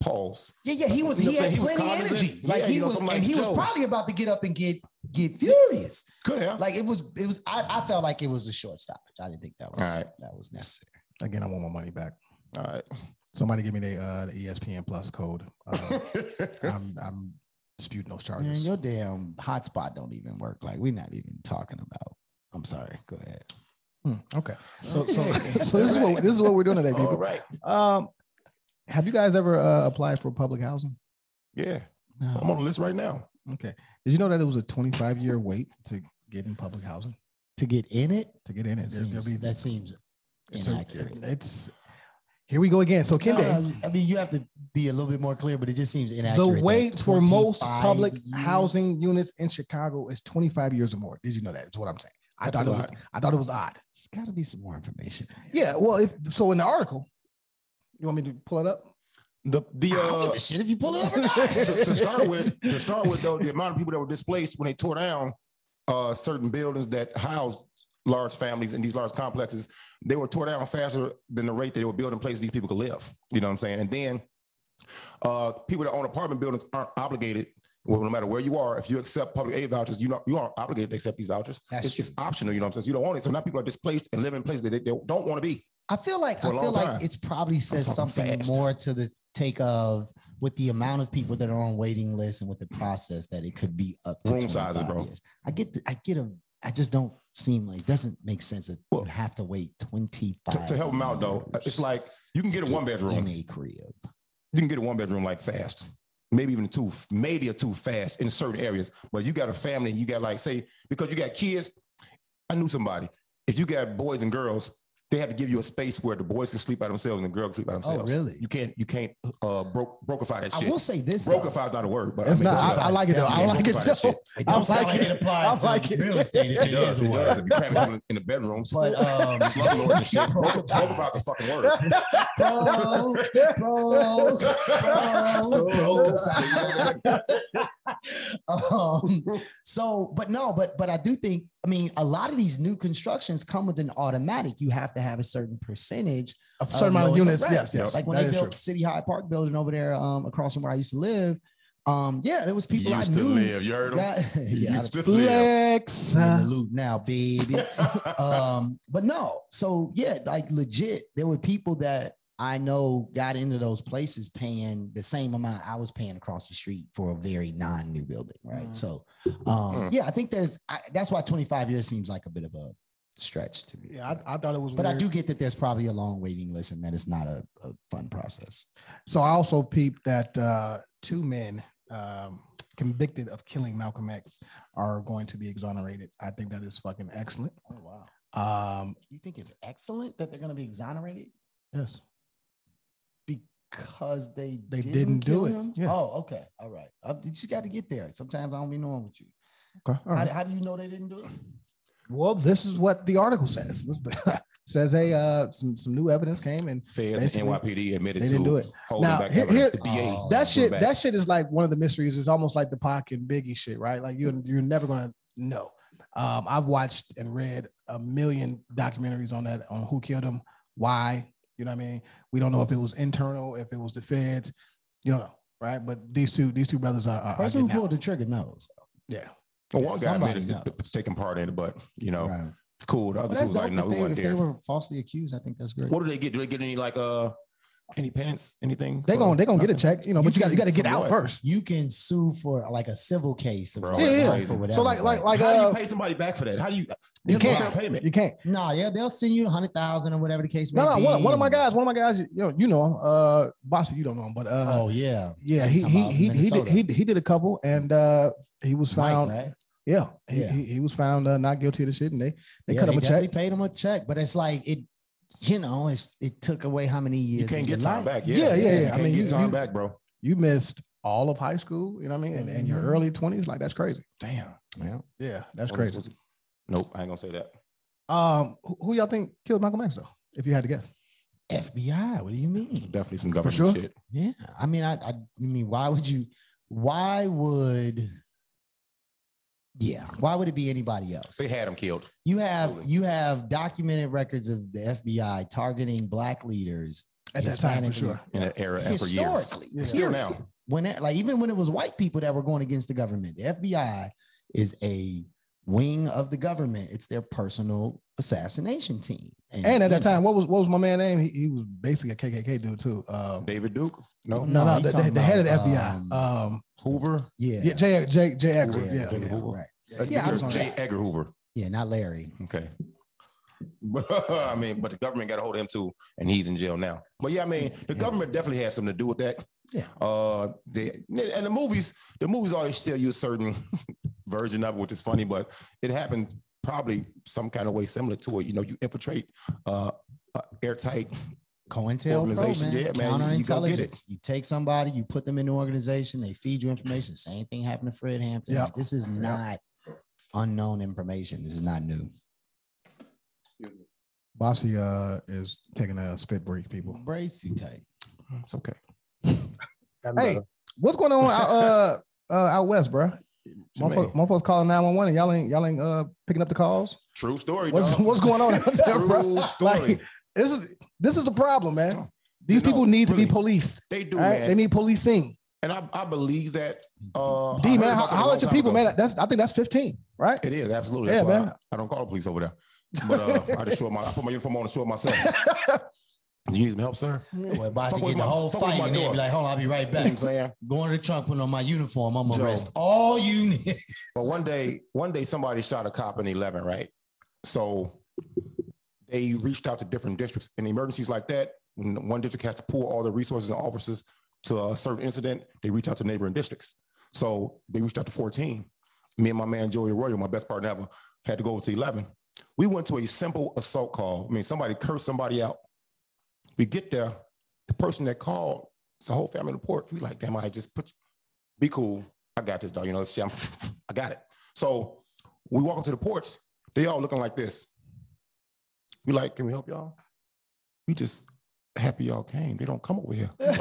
[SPEAKER 2] Pause.
[SPEAKER 9] Yeah, yeah, he was.
[SPEAKER 2] You know
[SPEAKER 9] He
[SPEAKER 2] what I'm
[SPEAKER 9] had
[SPEAKER 2] saying? He was
[SPEAKER 9] plenty of
[SPEAKER 2] cognizant.
[SPEAKER 9] energy. Like
[SPEAKER 2] Yeah,
[SPEAKER 9] he
[SPEAKER 2] you know,
[SPEAKER 9] was,
[SPEAKER 2] something like
[SPEAKER 9] and he was
[SPEAKER 2] Joe.
[SPEAKER 9] probably about to get up and get get furious.
[SPEAKER 2] Could have.
[SPEAKER 9] Like it was, it was. I, I felt like it was a short stoppage. I didn't think that was
[SPEAKER 2] All right.
[SPEAKER 9] that was necessary.
[SPEAKER 1] Again, I want my money back.
[SPEAKER 2] All right.
[SPEAKER 1] Somebody give me the, uh, the ESPN Plus code.
[SPEAKER 9] [LAUGHS]
[SPEAKER 1] [LAUGHS] Uh, I'm, I'm disputing those
[SPEAKER 9] Man,
[SPEAKER 1] charges.
[SPEAKER 9] your damn hotspot don't even work. Like we're not even talking about. I'm sorry. Go ahead.
[SPEAKER 1] Hmm, okay. So, [LAUGHS] so, so this is what this is what we're doing today,
[SPEAKER 2] [LAUGHS] All
[SPEAKER 1] people.
[SPEAKER 2] right.
[SPEAKER 1] Um, have you guys ever uh, applied for public housing?
[SPEAKER 2] Yeah. I'm
[SPEAKER 9] No.
[SPEAKER 2] on the list right now.
[SPEAKER 1] Okay. Did you know that it was a 25 year wait to get in public housing
[SPEAKER 9] To get in it,
[SPEAKER 1] to get in it?
[SPEAKER 9] that
[SPEAKER 1] There- there'll
[SPEAKER 9] seems,
[SPEAKER 1] be-
[SPEAKER 9] that seems
[SPEAKER 1] it's, a-
[SPEAKER 9] inaccurate.
[SPEAKER 1] it's here we go again. So Kende,
[SPEAKER 9] No, I mean, you have to be a little bit more clear, but it just seems
[SPEAKER 1] the
[SPEAKER 9] inaccurate. that
[SPEAKER 1] wait for most
[SPEAKER 9] 25
[SPEAKER 1] public
[SPEAKER 9] years-
[SPEAKER 1] housing units in Chicago is 25 years or more. Did you know that? That's what I'm saying. I
[SPEAKER 2] That's
[SPEAKER 1] thought
[SPEAKER 2] a
[SPEAKER 1] it was,
[SPEAKER 2] lot.
[SPEAKER 1] I thought it was odd.
[SPEAKER 9] It's got to be some more information. in here.
[SPEAKER 1] Yeah. Well, if so, in the article, you want me to pull it up?
[SPEAKER 2] The the
[SPEAKER 9] I don't
[SPEAKER 2] uh,
[SPEAKER 9] give a shit if you pull it up or
[SPEAKER 2] [LAUGHS]
[SPEAKER 9] not.
[SPEAKER 2] to, to
[SPEAKER 9] [LAUGHS]
[SPEAKER 2] start with, to start with though, the amount of people that were displaced when they tore down uh, certain buildings that housed large families in these large complexes, they were tore down faster than the rate that they were building places these people could live. You know what I'm saying? And then uh, people that own apartment buildings aren't obligated. Well, no matter where you are, if you accept public aid vouchers, you not you aren't obligated to accept these vouchers.
[SPEAKER 9] That's
[SPEAKER 2] it's, it's optional. You know what I'm saying? You don't want it, so now people are displaced and live in places that they, they don't want to be.
[SPEAKER 9] I feel like I
[SPEAKER 2] for a long
[SPEAKER 9] feel
[SPEAKER 2] time.
[SPEAKER 9] like it's probably says
[SPEAKER 2] talking
[SPEAKER 9] something
[SPEAKER 2] fast.
[SPEAKER 9] more to the take of with the amount of people that are on waiting lists and with the process that it could be up to
[SPEAKER 2] Room sizes,
[SPEAKER 9] 25
[SPEAKER 2] bro.
[SPEAKER 9] years. I get the, I get a I just don't seem like it doesn't make sense that
[SPEAKER 2] Well,
[SPEAKER 9] you have to wait 25
[SPEAKER 2] To, to help them out though,
[SPEAKER 9] years
[SPEAKER 2] it's like you can get a
[SPEAKER 9] to
[SPEAKER 2] one bedroom.
[SPEAKER 9] in a crib.
[SPEAKER 2] you can get a one bedroom like fast, maybe even two, maybe a two fast in certain areas. But you got a family, you got like say because you got kids. I knew somebody. If you got boys and girls, they have to give you a space where the boys can sleep by themselves and the girls can sleep by
[SPEAKER 9] Oh,
[SPEAKER 2] themselves.
[SPEAKER 9] really?
[SPEAKER 2] You can't you can't uh broke brokeify that
[SPEAKER 9] I
[SPEAKER 2] shit.
[SPEAKER 9] will say this though.
[SPEAKER 2] Brokeify is not a word, but
[SPEAKER 1] It's
[SPEAKER 2] I mean,
[SPEAKER 1] not.
[SPEAKER 2] but you
[SPEAKER 1] I, I
[SPEAKER 2] know,
[SPEAKER 1] like it though. I
[SPEAKER 2] you
[SPEAKER 1] like
[SPEAKER 2] can't
[SPEAKER 1] it
[SPEAKER 2] brokeify that
[SPEAKER 1] though.
[SPEAKER 2] shit.
[SPEAKER 9] It
[SPEAKER 1] I
[SPEAKER 9] don't
[SPEAKER 1] like
[SPEAKER 9] sound like
[SPEAKER 1] it.
[SPEAKER 9] it applies
[SPEAKER 1] I like
[SPEAKER 9] to
[SPEAKER 1] it.
[SPEAKER 9] real estate. It,
[SPEAKER 1] [LAUGHS]
[SPEAKER 2] It does. It does. If you cram
[SPEAKER 9] Right.
[SPEAKER 2] people in the bedroom,
[SPEAKER 9] But um,
[SPEAKER 2] slumlords
[SPEAKER 9] [LAUGHS]
[SPEAKER 2] and shit. Broke- Brokeify is a fucking word.
[SPEAKER 9] bro,
[SPEAKER 2] So
[SPEAKER 9] [LAUGHS] bro, bro. um, so, but no, but but I do think. I mean, a lot of these new constructions come with an automatic. You have to have a certain percentage.
[SPEAKER 1] A certain amount of
[SPEAKER 9] low-
[SPEAKER 1] units.
[SPEAKER 9] Right.
[SPEAKER 1] Yes, yes.
[SPEAKER 9] Like when
[SPEAKER 1] that
[SPEAKER 9] they
[SPEAKER 1] is
[SPEAKER 9] built
[SPEAKER 1] true.
[SPEAKER 9] City High Park building over there, um, across from where I used to live. Um, yeah, there was people I
[SPEAKER 2] used to
[SPEAKER 9] knew.
[SPEAKER 2] live. You heard him.
[SPEAKER 9] that- [LAUGHS] yeah,
[SPEAKER 2] used
[SPEAKER 9] I-
[SPEAKER 2] to live.
[SPEAKER 9] we in the loop now, baby [LAUGHS] um, but no, so yeah, like legit, there were people that I know got into those places paying the same amount I was paying across the street for a very non-new building, right?
[SPEAKER 1] Mm.
[SPEAKER 9] So, um,
[SPEAKER 2] Mm.
[SPEAKER 9] yeah, I think there's I, that's why 25 years seems like a bit of a stretch to me.
[SPEAKER 1] Yeah, I, I thought it was.
[SPEAKER 9] but I
[SPEAKER 1] weird.
[SPEAKER 9] do get that there's probably a long waiting list and that it's not a, a fun process.
[SPEAKER 1] So I also peeped that uh, two men um, convicted of killing Malcolm X are going to be exonerated. I think that is fucking excellent.
[SPEAKER 9] Oh wow,
[SPEAKER 1] Um,
[SPEAKER 9] you think it's excellent that they're going to be exonerated
[SPEAKER 1] yes,
[SPEAKER 9] because they
[SPEAKER 1] They didn't do
[SPEAKER 9] kill
[SPEAKER 1] it.
[SPEAKER 9] him?
[SPEAKER 1] Yeah.
[SPEAKER 9] Oh, okay, all right. I, you just got to get there. Sometimes I don't be knowing with you.
[SPEAKER 1] okay, all
[SPEAKER 9] How,
[SPEAKER 1] right.
[SPEAKER 9] how do you know they didn't do it?
[SPEAKER 1] Well, this is what the article says. [LAUGHS] says hey, uh, some some new evidence came, and
[SPEAKER 2] Feds and NYPD admitted
[SPEAKER 1] they
[SPEAKER 2] to
[SPEAKER 1] didn't do it.
[SPEAKER 2] holding
[SPEAKER 1] Now,
[SPEAKER 2] back
[SPEAKER 1] here- here-
[SPEAKER 2] evidence. the DA
[SPEAKER 9] Oh.
[SPEAKER 1] That
[SPEAKER 2] was
[SPEAKER 1] shit,
[SPEAKER 2] back.
[SPEAKER 1] that shit is like one of the mysteries. It's almost like the Pac and Biggie shit, right? Like you, you're never gonna know. Um, I've watched and read a million documentaries on that, on who killed him, why. You know what I mean? We don't know if it was internal, if it was the feds. You don't know, right? But these two, these two brothers are, are, are
[SPEAKER 9] Person who
[SPEAKER 1] getting out.
[SPEAKER 9] pulled the trigger knows.
[SPEAKER 1] Yeah,
[SPEAKER 2] Well, one guy
[SPEAKER 9] Somebody
[SPEAKER 2] admitted
[SPEAKER 9] knows.
[SPEAKER 2] to taking part in it, Oh. but you know,
[SPEAKER 9] Right.
[SPEAKER 2] it's cool. The
[SPEAKER 9] But
[SPEAKER 2] other two
[SPEAKER 9] that's
[SPEAKER 2] was like,
[SPEAKER 9] dope
[SPEAKER 2] no,
[SPEAKER 9] if
[SPEAKER 2] we
[SPEAKER 9] they,
[SPEAKER 2] weren't
[SPEAKER 9] if they
[SPEAKER 2] there.
[SPEAKER 9] were falsely accused. I think that's great.
[SPEAKER 2] What do they get? Do they get any like uh Any pants? Anything?
[SPEAKER 1] They gonna they gonna get a check, you know. But you got you got to get
[SPEAKER 2] For
[SPEAKER 1] out
[SPEAKER 2] what?
[SPEAKER 1] first.
[SPEAKER 9] You can sue for like a civil case,
[SPEAKER 2] Bro,
[SPEAKER 9] or
[SPEAKER 2] that's
[SPEAKER 1] Yeah,
[SPEAKER 2] crazy.
[SPEAKER 9] for whatever.
[SPEAKER 1] So like like like
[SPEAKER 2] How do you
[SPEAKER 1] uh,
[SPEAKER 2] pay somebody back for that? How do you?
[SPEAKER 1] you
[SPEAKER 2] There's no
[SPEAKER 1] can't
[SPEAKER 2] payment.
[SPEAKER 1] you can't.
[SPEAKER 9] no, yeah, they'll send you a hundred thousand or whatever the case may
[SPEAKER 1] No, no.
[SPEAKER 9] be.
[SPEAKER 1] One, one of my
[SPEAKER 9] and-
[SPEAKER 1] guys, one of my guys, you know, you know, him, uh, Bossy, you don't know him, but uh,
[SPEAKER 9] oh yeah,
[SPEAKER 1] yeah,
[SPEAKER 9] you
[SPEAKER 1] he
[SPEAKER 9] talking
[SPEAKER 1] he
[SPEAKER 9] about
[SPEAKER 1] he he did,
[SPEAKER 9] Minnesota.
[SPEAKER 1] he he did a couple, and uh, he was found.
[SPEAKER 9] Mike, right?
[SPEAKER 1] Yeah, he,
[SPEAKER 9] Yeah.
[SPEAKER 1] He, he was found uh, not guilty of the shit, and they they
[SPEAKER 9] Yeah,
[SPEAKER 1] cut him a
[SPEAKER 9] definitely
[SPEAKER 1] check.
[SPEAKER 9] paid him a check, but it's like it, you know, it's it took away how many years
[SPEAKER 2] You can't
[SPEAKER 9] of
[SPEAKER 2] get
[SPEAKER 9] your
[SPEAKER 2] time
[SPEAKER 9] life.
[SPEAKER 2] back.
[SPEAKER 1] Yeah, yeah,
[SPEAKER 2] Yeah,
[SPEAKER 1] yeah.
[SPEAKER 2] You
[SPEAKER 1] I
[SPEAKER 2] can't
[SPEAKER 1] mean, you-
[SPEAKER 2] get
[SPEAKER 1] you-
[SPEAKER 2] time back, bro.
[SPEAKER 1] You missed all of high school. You know what I mean? And, and your
[SPEAKER 9] Mhm.
[SPEAKER 1] early twenties, like that's crazy.
[SPEAKER 2] Damn,
[SPEAKER 9] Yeah.
[SPEAKER 1] Yeah, that's crazy.
[SPEAKER 2] Nope, I ain't gonna say that.
[SPEAKER 1] Um, who, who y'all think killed Michael X though? If you had to guess,
[SPEAKER 9] FBI. What do you mean?
[SPEAKER 2] Definitely some government
[SPEAKER 1] sure.
[SPEAKER 2] shit.
[SPEAKER 9] Yeah, I mean, I, I, I mean, why would you? Why would? Yeah, why would it be anybody else?
[SPEAKER 2] They had him killed.
[SPEAKER 9] You have
[SPEAKER 2] Absolutely.
[SPEAKER 9] you have documented records of the FBI targeting black leaders
[SPEAKER 1] at that time for
[SPEAKER 9] Hispanic-
[SPEAKER 1] sure.
[SPEAKER 2] in that era and for years.
[SPEAKER 9] historically.
[SPEAKER 1] Yeah.
[SPEAKER 2] Still now.
[SPEAKER 9] when it, like even when it was white people that were going against the government, the FBI is a wing of the government. It's their personal assassination team.
[SPEAKER 1] And at
[SPEAKER 9] you
[SPEAKER 1] that
[SPEAKER 9] know,
[SPEAKER 1] time, what was what was my man name? He, he was basically a KKK dude too. Um,
[SPEAKER 2] David Duke? No.
[SPEAKER 1] no, no,
[SPEAKER 9] you
[SPEAKER 1] the, the,
[SPEAKER 9] talking
[SPEAKER 1] the head of the
[SPEAKER 9] about,
[SPEAKER 1] FBI. Um,
[SPEAKER 2] Hoover?
[SPEAKER 9] yeah,
[SPEAKER 1] yeah, J. J. J. Edgar.
[SPEAKER 9] yeah,
[SPEAKER 1] Yeah,
[SPEAKER 9] yeah,
[SPEAKER 2] Jacob Hoover.
[SPEAKER 9] right.
[SPEAKER 2] Let's
[SPEAKER 9] Yeah,
[SPEAKER 2] be
[SPEAKER 9] I
[SPEAKER 2] clear,
[SPEAKER 9] was on
[SPEAKER 2] J.
[SPEAKER 9] that.
[SPEAKER 2] Edgar Hoover.
[SPEAKER 9] Yeah, not Larry.
[SPEAKER 2] Okay. But [LAUGHS] I mean, but the government got a hold of him too, and he's in jail now. But yeah, I mean, the
[SPEAKER 9] Yeah.
[SPEAKER 2] government definitely had something to do with that.
[SPEAKER 9] Yeah.
[SPEAKER 2] Uh, they and the movies, the movies always tell you a certain [LAUGHS] version of it, which is funny, but it happened probably some kind of way similar to it. You know, you infiltrate uh, uh airtight
[SPEAKER 9] COINTELPRO,
[SPEAKER 2] Organization,
[SPEAKER 9] man.
[SPEAKER 2] yeah, man, you- you go
[SPEAKER 9] Counterintelligence.
[SPEAKER 2] get
[SPEAKER 9] You,
[SPEAKER 2] it.
[SPEAKER 9] take somebody, you put them in the organization, they feed you information. Same thing happened to Fred Hampton.
[SPEAKER 1] Yeah.
[SPEAKER 9] Like, this is not unknown information. This is not new.
[SPEAKER 1] Bossy uh, is taking a spit break, people.
[SPEAKER 9] Brace you tight.
[SPEAKER 2] It's okay.
[SPEAKER 1] Mm, Hey, what's going on out uh, uh out west, bro?
[SPEAKER 2] man.
[SPEAKER 1] Motherfuckers calling nine one one, and y'all ain't y'all ain't uh picking up the calls.
[SPEAKER 2] True story.
[SPEAKER 1] What's
[SPEAKER 2] dog.
[SPEAKER 1] what's going on out there,
[SPEAKER 2] True
[SPEAKER 1] bro? [LAUGHS]
[SPEAKER 2] story.
[SPEAKER 1] Like, this is this is a problem, man. These
[SPEAKER 2] No,
[SPEAKER 1] people need to
[SPEAKER 2] Oh, really.
[SPEAKER 1] be policed.
[SPEAKER 2] They do,
[SPEAKER 1] all right?
[SPEAKER 2] man.
[SPEAKER 1] They need policing.
[SPEAKER 2] and I, I believe that. Uh, I
[SPEAKER 1] D
[SPEAKER 2] heard
[SPEAKER 1] man,
[SPEAKER 2] about
[SPEAKER 1] how,
[SPEAKER 2] this a
[SPEAKER 1] how
[SPEAKER 2] long
[SPEAKER 1] at your
[SPEAKER 2] time
[SPEAKER 1] people,
[SPEAKER 2] ago.
[SPEAKER 1] man? That's I think that's fifteen, right?
[SPEAKER 2] It is absolutely. That's
[SPEAKER 1] Yeah,
[SPEAKER 2] why
[SPEAKER 1] man.
[SPEAKER 2] I, I don't call the police over there. But uh, I just show my. I put my uniform on and
[SPEAKER 1] [LAUGHS]
[SPEAKER 2] show myself. you need some help, sir? You know
[SPEAKER 9] Boy, boss,
[SPEAKER 2] Fuck
[SPEAKER 9] get
[SPEAKER 2] with
[SPEAKER 9] in the
[SPEAKER 2] my-
[SPEAKER 9] whole
[SPEAKER 2] fuck with
[SPEAKER 9] fight
[SPEAKER 2] my
[SPEAKER 9] and they
[SPEAKER 2] door. Mm.
[SPEAKER 9] be like, hold on, I'll be right
[SPEAKER 2] what I'm
[SPEAKER 9] back.
[SPEAKER 2] saying.
[SPEAKER 9] Going to the trunk, putting on my uniform. I'm gonna
[SPEAKER 2] Joe.
[SPEAKER 9] arrest all you niggas.
[SPEAKER 2] [LAUGHS] But one day, one day, somebody shot a cop in eleven, right? So they reached out to different districts in emergencies like that. When one district has to pool all their resources and officers to a certain incident, they reach out to neighboring districts. So they reached out to 14. Me and my man Joey Arroyo, my best partner ever, had to go over to 11. We went to a simple assault call. I mean, somebody cursed somebody out. We get there, the person that called, it's a whole family report. We like, damn, I just put, be cool. I got this, dog. You know, shit, I'm, [LAUGHS] I got it. So we walk up to the porch. They all looking like this. We like, can we help y'all? We just happy y'all came. They don't come over here.
[SPEAKER 1] [LAUGHS]
[SPEAKER 2] We like,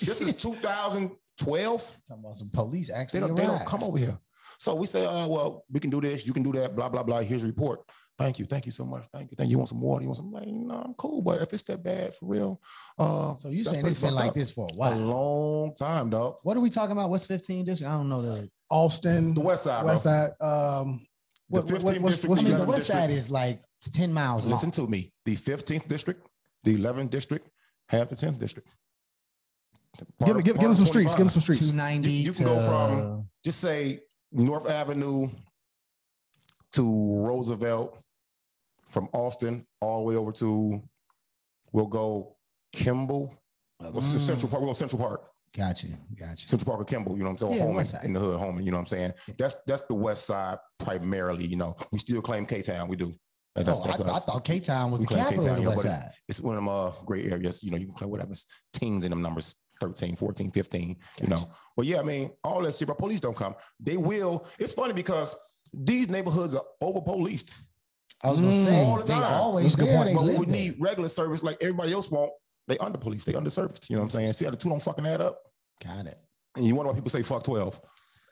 [SPEAKER 2] this
[SPEAKER 9] [LAUGHS]
[SPEAKER 2] is 2012.
[SPEAKER 9] talking about some police
[SPEAKER 2] They
[SPEAKER 9] actually.
[SPEAKER 2] don't, they don't
[SPEAKER 9] arrived.
[SPEAKER 2] come over here. So we say, oh, well, we can do this, you can do that, blah, blah, blah. Here's a report. Thank you. Thank you so much. Thank you. Thank you. You want some water? You want some? Like, no, I'm cool. But if it's that bad for real, uh,
[SPEAKER 9] So you
[SPEAKER 2] that's
[SPEAKER 9] saying
[SPEAKER 2] pretty
[SPEAKER 9] it's been
[SPEAKER 2] fucked
[SPEAKER 9] like
[SPEAKER 2] up.
[SPEAKER 9] this for a
[SPEAKER 2] a
[SPEAKER 9] while.
[SPEAKER 2] long time, dog.
[SPEAKER 9] What are we talking about? What's 15 district? I don't know the
[SPEAKER 1] Austin,
[SPEAKER 2] The West Side,
[SPEAKER 1] West
[SPEAKER 2] bro.
[SPEAKER 1] Side. Um, what,
[SPEAKER 2] the
[SPEAKER 1] what, what,
[SPEAKER 2] 15th
[SPEAKER 1] what's,
[SPEAKER 2] district.
[SPEAKER 1] what's
[SPEAKER 9] I mean, the
[SPEAKER 2] 11th
[SPEAKER 9] west
[SPEAKER 2] district.
[SPEAKER 9] side is like 10 miles long.
[SPEAKER 2] Listen to me. The 15th district, the 11th district, half the 10th district.
[SPEAKER 1] give me give, give him some streets. Give him some streets.
[SPEAKER 9] 290
[SPEAKER 2] You- you
[SPEAKER 9] to,
[SPEAKER 2] can go from- Just say North Avenue to Roosevelt, from Austin all the way over to, we'll go Kimball. What's the
[SPEAKER 9] Mm.
[SPEAKER 2] Central Park? We'll go Central Park.
[SPEAKER 9] Got you. Got you.
[SPEAKER 2] Central Park or Kimball, you know what I'm saying?
[SPEAKER 9] Yeah,
[SPEAKER 2] Or Holman,
[SPEAKER 9] west side.
[SPEAKER 2] in the hood, Holman, you know what I'm saying? That's that's the west side primarily, you know. We still claim K Town, we do. That- That's,
[SPEAKER 9] Oh,
[SPEAKER 2] that's
[SPEAKER 9] I, I
[SPEAKER 2] us.
[SPEAKER 9] thought K Town was
[SPEAKER 2] We
[SPEAKER 9] the
[SPEAKER 2] claim
[SPEAKER 9] capital
[SPEAKER 2] K-Town,
[SPEAKER 9] of the
[SPEAKER 2] yeah,
[SPEAKER 9] west
[SPEAKER 2] but
[SPEAKER 9] side.
[SPEAKER 2] it's one of them uh, great areas, you know, you can claim whatever's teens in them numbers, 13, 14, 15, you know. But yeah, I mean, all that shit, but police don't come. They will. It's funny because these neighborhoods are over policed.
[SPEAKER 9] I was gonna
[SPEAKER 1] Mm.
[SPEAKER 9] say
[SPEAKER 2] All the
[SPEAKER 9] they
[SPEAKER 2] time.
[SPEAKER 9] always
[SPEAKER 1] That's a good
[SPEAKER 9] there.
[SPEAKER 1] point.
[SPEAKER 9] They
[SPEAKER 2] But
[SPEAKER 9] live
[SPEAKER 2] we
[SPEAKER 9] there.
[SPEAKER 2] need regular service like everybody else want. They under police, they underserved. You know what I'm saying? See how the two don't fucking add up?
[SPEAKER 9] Got it.
[SPEAKER 2] And you wonder why people say fuck 12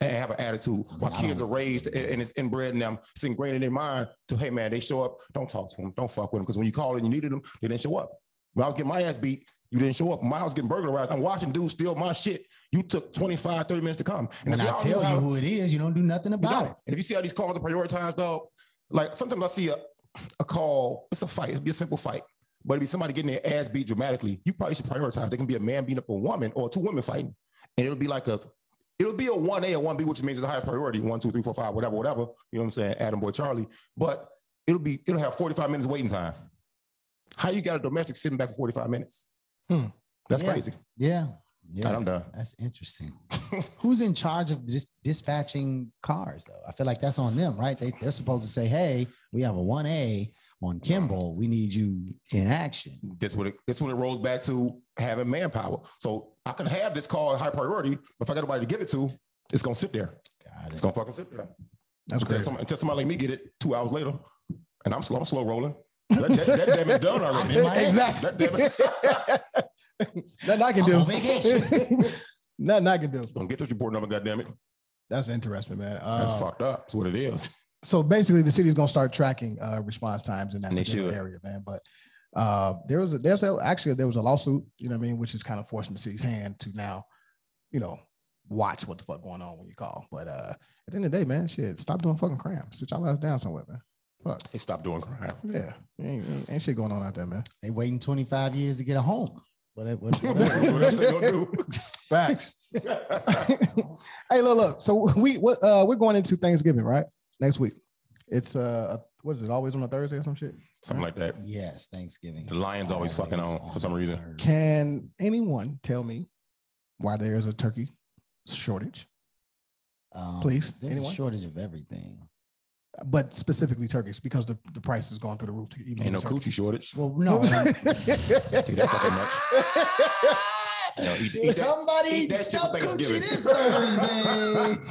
[SPEAKER 2] and have an attitude. Why
[SPEAKER 9] I
[SPEAKER 2] kids are
[SPEAKER 9] don't-
[SPEAKER 2] raised and and it's inbred in them. It's ingrained in their mind to, hey, man, they show up. Don't talk to them. Don't fuck with them. Because when you called and you needed them, they didn't show up. When I was getting my ass beat, you didn't show up. My house getting burglarized. I'm watching dudes steal my shit. You took 25, 30 minutes to come. And
[SPEAKER 9] When
[SPEAKER 2] if
[SPEAKER 9] I
[SPEAKER 2] y'all
[SPEAKER 9] tell
[SPEAKER 2] knew how-
[SPEAKER 9] you who it is, you don't do nothing
[SPEAKER 2] you
[SPEAKER 9] about
[SPEAKER 2] don't.
[SPEAKER 9] it.
[SPEAKER 2] And if you see how these calls are prioritized, dog, like sometimes I see a, a call, it's a fight, it'd be a simple fight. But if it's somebody getting their ass beat dramatically, you probably should prioritize. There can be a man beating up a woman or two women fighting, and it'll be like a it'll be a one A or one B, which means it's the highest priority one, two, three, four, five, whatever, whatever. You know what I'm saying? Adam Boy Charlie, but it'll be it'll have 45 minutes waiting time. How you got a domestic sitting back for 45 minutes?
[SPEAKER 9] Hmm.
[SPEAKER 2] That's
[SPEAKER 9] Yeah.
[SPEAKER 2] crazy.
[SPEAKER 9] Yeah.
[SPEAKER 2] Yeah.
[SPEAKER 9] Yeah.
[SPEAKER 2] I'm done.
[SPEAKER 9] That's
[SPEAKER 2] [LAUGHS]
[SPEAKER 9] interesting. Who's in charge of dis- dispatching cars, though? I feel like that's on them, right? They, they're supposed to say, hey, we have a 1A on Kimball. We need you in action.
[SPEAKER 2] This what it, this what it rolls back to having manpower. So I can have this call at high priority, but if I got nobody to give it to, it's gonna sit there.
[SPEAKER 9] Got
[SPEAKER 2] It's
[SPEAKER 9] it.
[SPEAKER 2] gonna fucking sit there.
[SPEAKER 1] That's
[SPEAKER 2] until,
[SPEAKER 1] crazy.
[SPEAKER 2] some, until somebody like me get it two hours later, and I'm slow, I'm slow rolling. That, that, that damn it done already.
[SPEAKER 9] [LAUGHS]
[SPEAKER 1] Exactly.
[SPEAKER 2] That damn it.
[SPEAKER 1] [LAUGHS]
[SPEAKER 2] [LAUGHS]
[SPEAKER 1] Nothing I can
[SPEAKER 9] I'm
[SPEAKER 1] do.
[SPEAKER 9] on vacation.
[SPEAKER 1] [LAUGHS] Nothing I can do.
[SPEAKER 2] Don't get this report number, goddamn it.
[SPEAKER 1] That's interesting, man. Uh,
[SPEAKER 9] Oh.
[SPEAKER 2] That's fucked up. That's what it is.
[SPEAKER 1] so basically the city's gonna start tracking uh, response times in that
[SPEAKER 2] And they
[SPEAKER 1] particular
[SPEAKER 2] should.
[SPEAKER 1] area, man. But uh, there was a, there's a, actually there was a lawsuit, you know what I mean, which is kind of forcing the city's hand to now, you know, watch what the fuck going on when you call. But uh, at the end of the day, man, shit, stop doing fucking crime. Sit y'all ass down somewhere, man. Fuck
[SPEAKER 2] They stop doing
[SPEAKER 9] [LAUGHS]
[SPEAKER 2] crime. [LAUGHS]
[SPEAKER 1] yeah, ain't, ain't- ain't shit going on out there, man.
[SPEAKER 9] they waiting 25 years to get a home. What, what, what
[SPEAKER 2] That's [LAUGHS] what else they gonna do.
[SPEAKER 1] Facts. [LAUGHS] hey, look, look. So we what uh we're going into Thanksgiving, right? Next week. It's uh what is it? Always on a Thursday or some shit.
[SPEAKER 2] Something like that.
[SPEAKER 9] Yes, Thanksgiving.
[SPEAKER 2] The lion's always fucking on for some reason.
[SPEAKER 9] Thursday.
[SPEAKER 1] Can anyone tell me why there is a turkey shortage,
[SPEAKER 9] Um,
[SPEAKER 1] Please,
[SPEAKER 9] There's
[SPEAKER 1] anyone?
[SPEAKER 9] a shortage of everything.
[SPEAKER 2] [LAUGHS]
[SPEAKER 9] [LAUGHS]
[SPEAKER 1] but specifically turkeys because the, the price has gone through the roof to even
[SPEAKER 2] Ain't no
[SPEAKER 1] the turkey.
[SPEAKER 2] coochie shortage.
[SPEAKER 9] Well,
[SPEAKER 2] [LAUGHS]
[SPEAKER 9] no.
[SPEAKER 2] Do that fucking
[SPEAKER 9] [LAUGHS]
[SPEAKER 2] much. You know, eat- eat that-
[SPEAKER 9] Somebody
[SPEAKER 2] eat that shit for
[SPEAKER 9] stop
[SPEAKER 2] Thanksgiving.
[SPEAKER 9] coochie this
[SPEAKER 2] [LAUGHS]
[SPEAKER 9] Thursday.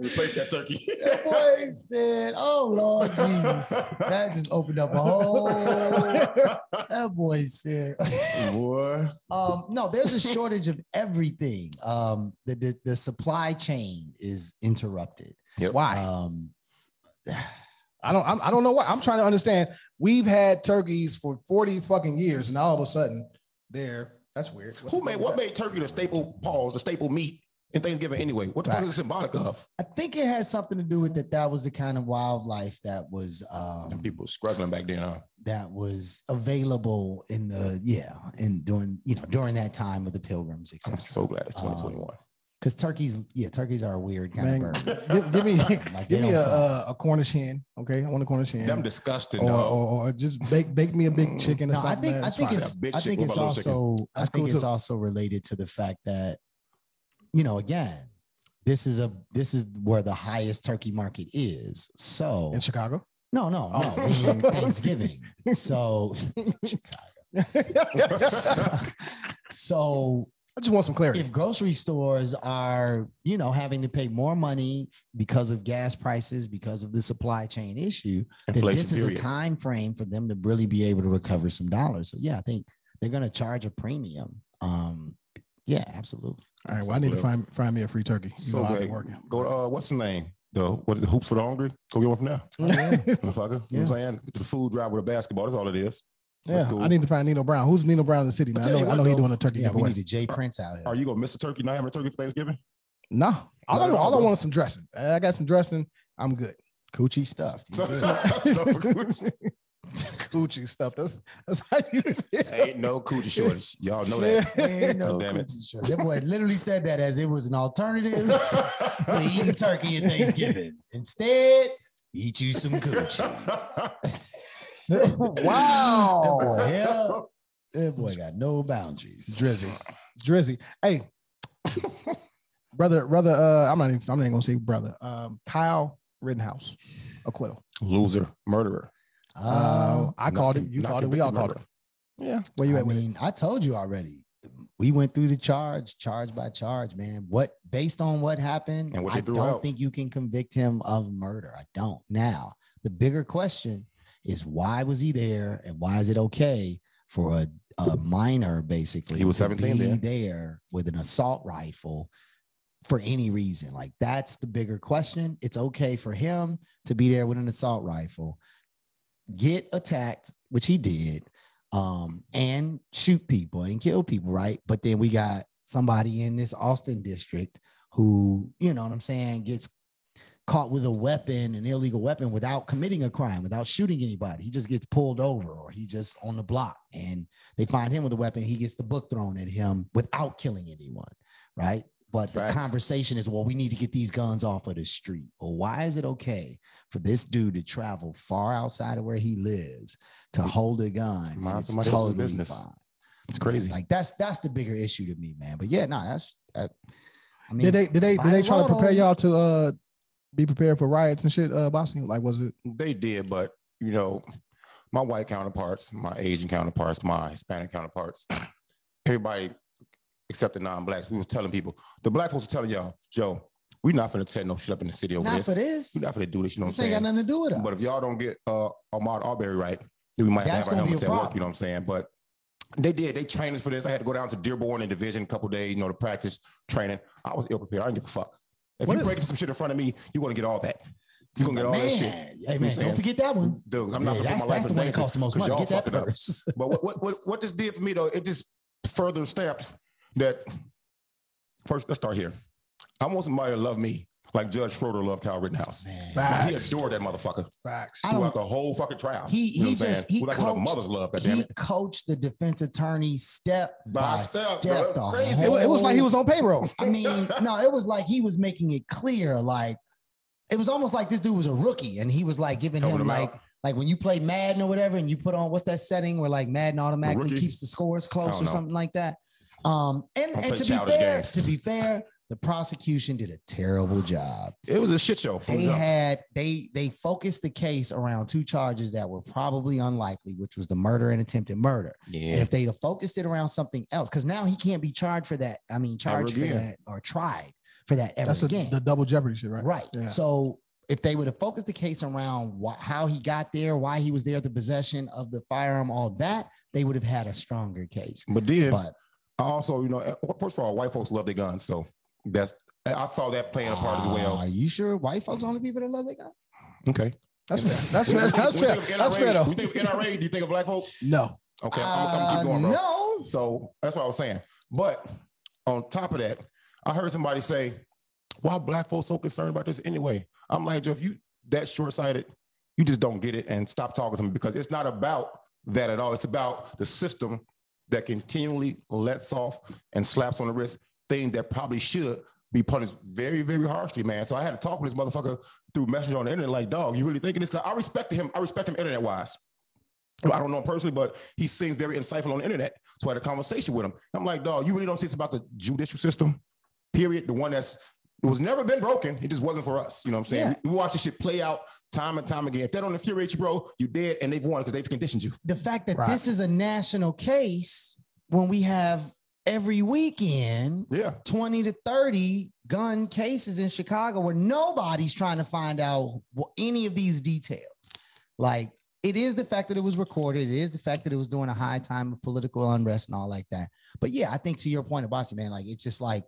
[SPEAKER 2] Replace
[SPEAKER 1] [LAUGHS]
[SPEAKER 2] that turkey.
[SPEAKER 9] That boy said, "Oh
[SPEAKER 2] [LAUGHS]
[SPEAKER 9] Lord Jesus!" That just opened up a whole. That boy said,
[SPEAKER 2] Boy.
[SPEAKER 9] um, "No, there's a shortage of everything. Um, the, the the supply chain is interrupted.
[SPEAKER 1] Why?
[SPEAKER 9] Um,
[SPEAKER 1] [LAUGHS] I don't I'm, I don't know why. I'm trying to understand. We've had turkeys for 40 fucking years, and all of a sudden they're that's weird.
[SPEAKER 2] Who made what made turkey the staple pause, the staple meat in Thanksgiving anyway? What the fuck is it symbolic of?
[SPEAKER 9] I think it has something to do with that. That was the kind of wildlife that was um,
[SPEAKER 2] And people struggling back then, huh?
[SPEAKER 9] that was available in the yeah, and during you know during that time of the pilgrims,
[SPEAKER 2] I'm
[SPEAKER 9] etc.
[SPEAKER 2] so glad
[SPEAKER 1] Uh,
[SPEAKER 2] it's 2021.
[SPEAKER 9] Because turkeys, yeah, turkeys are a weird kind
[SPEAKER 1] Man,
[SPEAKER 2] [LAUGHS]
[SPEAKER 9] of bird.
[SPEAKER 1] give, give
[SPEAKER 9] [LAUGHS]
[SPEAKER 1] me [LAUGHS]
[SPEAKER 9] Like, they
[SPEAKER 1] give me
[SPEAKER 9] don't
[SPEAKER 1] a, uh,
[SPEAKER 9] fly.
[SPEAKER 1] a, a Cornish hen. Okay, I want a Cornish hen.
[SPEAKER 2] Them disgusting.
[SPEAKER 1] or,
[SPEAKER 2] dog.
[SPEAKER 1] or, or just bake bake me a big chicken or
[SPEAKER 9] Mm. No, I
[SPEAKER 1] something.
[SPEAKER 9] think
[SPEAKER 1] man.
[SPEAKER 9] I think
[SPEAKER 1] fine.
[SPEAKER 9] it's
[SPEAKER 2] That big
[SPEAKER 9] I
[SPEAKER 2] chick
[SPEAKER 9] think
[SPEAKER 2] with
[SPEAKER 9] it's
[SPEAKER 2] my little chicken.
[SPEAKER 9] also I
[SPEAKER 1] That's
[SPEAKER 9] think
[SPEAKER 1] cool,
[SPEAKER 9] it's
[SPEAKER 1] too.
[SPEAKER 9] also related to the fact that you know again this is a this is where the highest turkey market is. So
[SPEAKER 1] in Chicago.
[SPEAKER 9] no no no
[SPEAKER 1] Oh. [LAUGHS]
[SPEAKER 9] meaning Thanksgiving. So [LAUGHS]
[SPEAKER 1] [LAUGHS] I
[SPEAKER 9] so
[SPEAKER 1] just want some
[SPEAKER 2] [LAUGHS]
[SPEAKER 1] clarity.
[SPEAKER 9] if grocery stores are you know having to pay more money because of gas prices because of the supply chain issue then
[SPEAKER 2] Inflation
[SPEAKER 9] this is
[SPEAKER 2] period.
[SPEAKER 9] a time frame for them to really be able to recover some dollars so yeah i think they're going to charge a premium um yeah absolutely
[SPEAKER 1] All right, well, I need to find find me a free turkey. You
[SPEAKER 2] so
[SPEAKER 1] know, I've
[SPEAKER 2] great.
[SPEAKER 1] been working. [LAUGHS]
[SPEAKER 2] Go to uh, what's the name? The what is the hoops for the hungry? Go get one from there. Motherfucker. You know what I'm saying? Get the food drive with a basketball. That's all it is.
[SPEAKER 1] yeah,
[SPEAKER 2] That's cool.
[SPEAKER 1] I need to find Nino Brown. Who's Nino Brown in the city, man? I
[SPEAKER 2] tell
[SPEAKER 1] know,
[SPEAKER 2] you
[SPEAKER 1] I
[SPEAKER 2] what,
[SPEAKER 1] know he's
[SPEAKER 2] though.
[SPEAKER 1] doing a turkey
[SPEAKER 9] yeah we
[SPEAKER 1] giveaway.
[SPEAKER 9] need a j prince out here
[SPEAKER 2] Are you gonna miss a turkey not having a turkey for Thanksgiving?
[SPEAKER 1] Nah, all, I,
[SPEAKER 2] Not at all,
[SPEAKER 1] all I
[SPEAKER 2] bro.
[SPEAKER 1] want is some dressing. I got some dressing. I'm good.
[SPEAKER 9] coochie stuff
[SPEAKER 2] [LAUGHS] So-
[SPEAKER 1] [LAUGHS]
[SPEAKER 2] [LAUGHS]
[SPEAKER 1] Gucci stuff. That's that's how you. Feel.
[SPEAKER 2] ain't no coochie shortage. Y'all know
[SPEAKER 1] [LAUGHS]
[SPEAKER 2] that.
[SPEAKER 9] [LAUGHS] Ain't no
[SPEAKER 2] Damn it.
[SPEAKER 9] coochie shortage. that boy literally said that as it was an alternative [LAUGHS] to eating turkey at Thanksgiving. Instead, eat you some [LAUGHS] coochie. That
[SPEAKER 1] wow,
[SPEAKER 9] boy, hell, that boy got no boundaries.
[SPEAKER 1] Drizzy, Drizzy. Hey, brother, brother. Uh, I'm not. Even, I'm not even gonna say brother. Um, Kyle Rittenhouse, acquittal.
[SPEAKER 2] Loser, murderer.
[SPEAKER 1] Uh,
[SPEAKER 9] Uh,
[SPEAKER 1] I
[SPEAKER 2] Not
[SPEAKER 1] called it.
[SPEAKER 2] con-
[SPEAKER 1] You
[SPEAKER 2] not
[SPEAKER 1] called it. We all
[SPEAKER 2] convicted
[SPEAKER 1] called it.
[SPEAKER 2] murderer. Yeah.
[SPEAKER 1] Where you
[SPEAKER 9] I
[SPEAKER 1] at with it?
[SPEAKER 9] mean, I told you already. We went through the charge, charge by charge, man. What based on what happened,
[SPEAKER 2] And what they
[SPEAKER 9] I
[SPEAKER 2] threw
[SPEAKER 9] don't
[SPEAKER 2] out.
[SPEAKER 9] think you can convict him of murder. I don't. Now, the bigger question is why was he there, and why is it okay for a, a minor basically
[SPEAKER 2] He was
[SPEAKER 9] to
[SPEAKER 2] 17
[SPEAKER 9] be
[SPEAKER 2] then.
[SPEAKER 9] there with an assault rifle for any reason? Like that's the bigger question. It's okay for him to be there with an assault rifle, get attacked, which he did um, and shoot people and kill people, right? But then we got somebody in this Austin district who, you know what I'm saying, gets caught with a weapon, an illegal weapon, without committing a crime, without shooting anybody. He just gets pulled over or he just on the block and they find him with a weapon. He gets the book thrown at him without killing anyone, right? But the
[SPEAKER 2] Facts.
[SPEAKER 9] conversation is, well, we need to get these guns off of the street. Well, why is it okay for this dude to travel far outside of where he lives to hold a gun? and
[SPEAKER 2] Mind
[SPEAKER 9] it's
[SPEAKER 2] somebody else's business. It's crazy.
[SPEAKER 9] Like that's that's the bigger issue to me, man. But yeah, no, that's that, I mean,
[SPEAKER 1] did they did they did they
[SPEAKER 9] Violent
[SPEAKER 1] try to prepare
[SPEAKER 9] Road.
[SPEAKER 1] y'all to uh be prepared for riots and shit? Uh, boxing like was it?
[SPEAKER 2] They did, but you know, my white counterparts, my Asian counterparts, my Hispanic counterparts, [CLEARS THROAT] everybody except the non-blacks, we was telling people, the black folks were telling y'all, Joe, we not finna tear no shit up in the city over
[SPEAKER 9] not
[SPEAKER 2] this.
[SPEAKER 9] for this.
[SPEAKER 2] We not finna do this, you know what
[SPEAKER 9] this
[SPEAKER 2] I'm
[SPEAKER 9] ain't got
[SPEAKER 2] saying?
[SPEAKER 9] nothing to do with us.
[SPEAKER 2] But if y'all don't get uh Ahmad Arbery right, then we might
[SPEAKER 9] That's
[SPEAKER 2] have to have
[SPEAKER 9] gonna
[SPEAKER 2] our
[SPEAKER 9] be
[SPEAKER 2] helmets
[SPEAKER 9] a
[SPEAKER 2] at work,
[SPEAKER 9] problem.
[SPEAKER 2] you know what I'm saying? But they did. They trained us for this. I had to go down to Dearborn and Division a couple days, you know, to practice training. I was ill prepared. I didn't give a fuck. If
[SPEAKER 1] What
[SPEAKER 2] you
[SPEAKER 1] if-
[SPEAKER 2] break some shit in front of me, you're gonna get all that. You're gonna get all
[SPEAKER 9] man,
[SPEAKER 2] that shit. You know
[SPEAKER 9] hey
[SPEAKER 2] what
[SPEAKER 9] man,
[SPEAKER 2] I'm saying?
[SPEAKER 9] don't forget that one.
[SPEAKER 2] Dude, I'm not
[SPEAKER 9] Yeah,
[SPEAKER 2] gonna
[SPEAKER 9] that's
[SPEAKER 2] put my life
[SPEAKER 9] that's
[SPEAKER 2] in
[SPEAKER 9] the one that costs the most
[SPEAKER 2] because
[SPEAKER 9] money.
[SPEAKER 2] y'all
[SPEAKER 9] Get that
[SPEAKER 2] fucking up.
[SPEAKER 9] first.
[SPEAKER 2] [LAUGHS] But what, what what what this did for me though, it just further stamped that first let's start here. I want somebody to love me like Judge Schroeder loved Kyle Rittenhouse.
[SPEAKER 9] Man.
[SPEAKER 2] Like, he
[SPEAKER 1] Facts,
[SPEAKER 2] adored that motherfucker
[SPEAKER 1] facts.
[SPEAKER 9] I
[SPEAKER 2] throughout
[SPEAKER 9] don't.
[SPEAKER 2] the whole fucking trial.
[SPEAKER 9] He
[SPEAKER 2] You know
[SPEAKER 9] he
[SPEAKER 2] what I'm
[SPEAKER 9] just
[SPEAKER 2] saying?
[SPEAKER 9] he
[SPEAKER 2] like what a mother's
[SPEAKER 9] coached.
[SPEAKER 2] love, goddamn
[SPEAKER 9] He
[SPEAKER 2] it.
[SPEAKER 9] coached the defense attorney step by,
[SPEAKER 2] By
[SPEAKER 9] step.
[SPEAKER 2] step, bro.
[SPEAKER 9] the
[SPEAKER 2] Crazy.
[SPEAKER 1] It, wa- it was like he
[SPEAKER 9] whole-
[SPEAKER 1] was on payroll.
[SPEAKER 2] [LAUGHS]
[SPEAKER 9] I mean, no, it was like he was making it clear, like it was almost like this dude was a rookie, and he was like giving
[SPEAKER 2] Helping
[SPEAKER 9] him,
[SPEAKER 2] him
[SPEAKER 9] like
[SPEAKER 2] out.
[SPEAKER 9] like when you play Madden or whatever, and you put on what's that setting where like Madden automatically
[SPEAKER 2] Rookie?
[SPEAKER 9] keeps the scores close
[SPEAKER 2] don't
[SPEAKER 9] or
[SPEAKER 2] know.
[SPEAKER 9] something like that. Um, and,
[SPEAKER 2] Don't
[SPEAKER 9] and
[SPEAKER 2] play
[SPEAKER 9] to be
[SPEAKER 2] childish
[SPEAKER 9] fair,
[SPEAKER 2] games.
[SPEAKER 9] to be fair, the prosecution did a terrible job
[SPEAKER 2] It was a shit show. from
[SPEAKER 9] they
[SPEAKER 2] jump.
[SPEAKER 9] had they they focused the case around two charges that were probably unlikely, which was the murder and attempted murder. And
[SPEAKER 2] yeah.
[SPEAKER 9] if they'd have focused it around something else, because now he can't be charged for that. I mean, charged for
[SPEAKER 2] again.
[SPEAKER 9] that or tried for that ever
[SPEAKER 1] That's the,
[SPEAKER 9] again.
[SPEAKER 1] the double jeopardy shit, right?
[SPEAKER 9] right.
[SPEAKER 1] Yeah.
[SPEAKER 9] So if they would have focused the case around wh- how he got there, why he was there, the possession of the firearm, all that, they would have had a stronger case.
[SPEAKER 2] But then
[SPEAKER 9] But
[SPEAKER 2] I also, you know, first of all, white folks love their guns. So that's I saw that playing a part as
[SPEAKER 1] Ah,
[SPEAKER 9] Are
[SPEAKER 2] well.
[SPEAKER 9] uh, you sure white folks are the only people that love their guns?
[SPEAKER 2] Okay.
[SPEAKER 1] That's fair.
[SPEAKER 2] [LAUGHS]
[SPEAKER 1] That's fair. That's fair. That's fair
[SPEAKER 2] We
[SPEAKER 1] though.
[SPEAKER 2] think of NRA. Do you think of black folks?
[SPEAKER 1] No.
[SPEAKER 2] Okay, I'm, I'm gonna
[SPEAKER 9] Uh,
[SPEAKER 2] keep going, bro.
[SPEAKER 9] No.
[SPEAKER 2] So that's what I was saying. But on top of that, I heard somebody say, "Why black folks so concerned about this anyway?" I'm like, Joe, if you that short sighted, you just don't get it, and stop talking to me because it's not about that at all. It's about the system that continually lets off and slaps on the wrist things that probably should be punished very, very harshly, man. So I had to talk with this motherfucker through messenger on the internet, like, dog, you really thinking this? 'Cause I respect him. I respect him internet wise. I don't know him personally, but he seems very insightful on the internet. So I had a conversation with him. I'm like, dog, you really don't see this about the judicial system, period. The one that's it was never been broken. It just wasn't for us. You know what I'm saying?
[SPEAKER 9] Yeah.
[SPEAKER 2] We, we watch this shit play out time and time again. If that don't infuriate you, bro, you dead and they've won because they've conditioned you.
[SPEAKER 9] the fact that
[SPEAKER 1] Right.
[SPEAKER 9] this is a national case when we have every weekend
[SPEAKER 2] Yeah.
[SPEAKER 9] 20 to 30 gun cases in Chicago where nobody's trying to find out wh- any of these details. Like, it is the fact that it was recorded. It is the fact that it was during a high time of political unrest and all like that. But yeah, I think to your point, Abasi, man, like, it's just like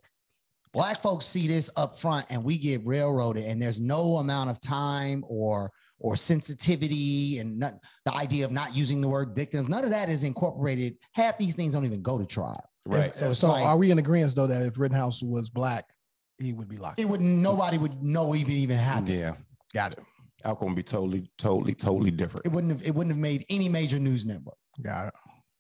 [SPEAKER 9] black folks see this up front and we get railroaded, and there's no amount of time or or sensitivity and not, the idea of not using the word victims. None of that is incorporated. Half these things don't even go to trial.
[SPEAKER 2] Right.
[SPEAKER 1] So,
[SPEAKER 9] it's like-
[SPEAKER 1] are we in agreement though that if Rittenhouse was black, he would be locked?
[SPEAKER 9] It
[SPEAKER 1] up?
[SPEAKER 9] would nobody would know even even happened.
[SPEAKER 2] Yeah.
[SPEAKER 1] Got it.
[SPEAKER 2] Outcome would be totally, totally, totally different.
[SPEAKER 9] It wouldn't have. It wouldn't have made any major news network.
[SPEAKER 1] Got it.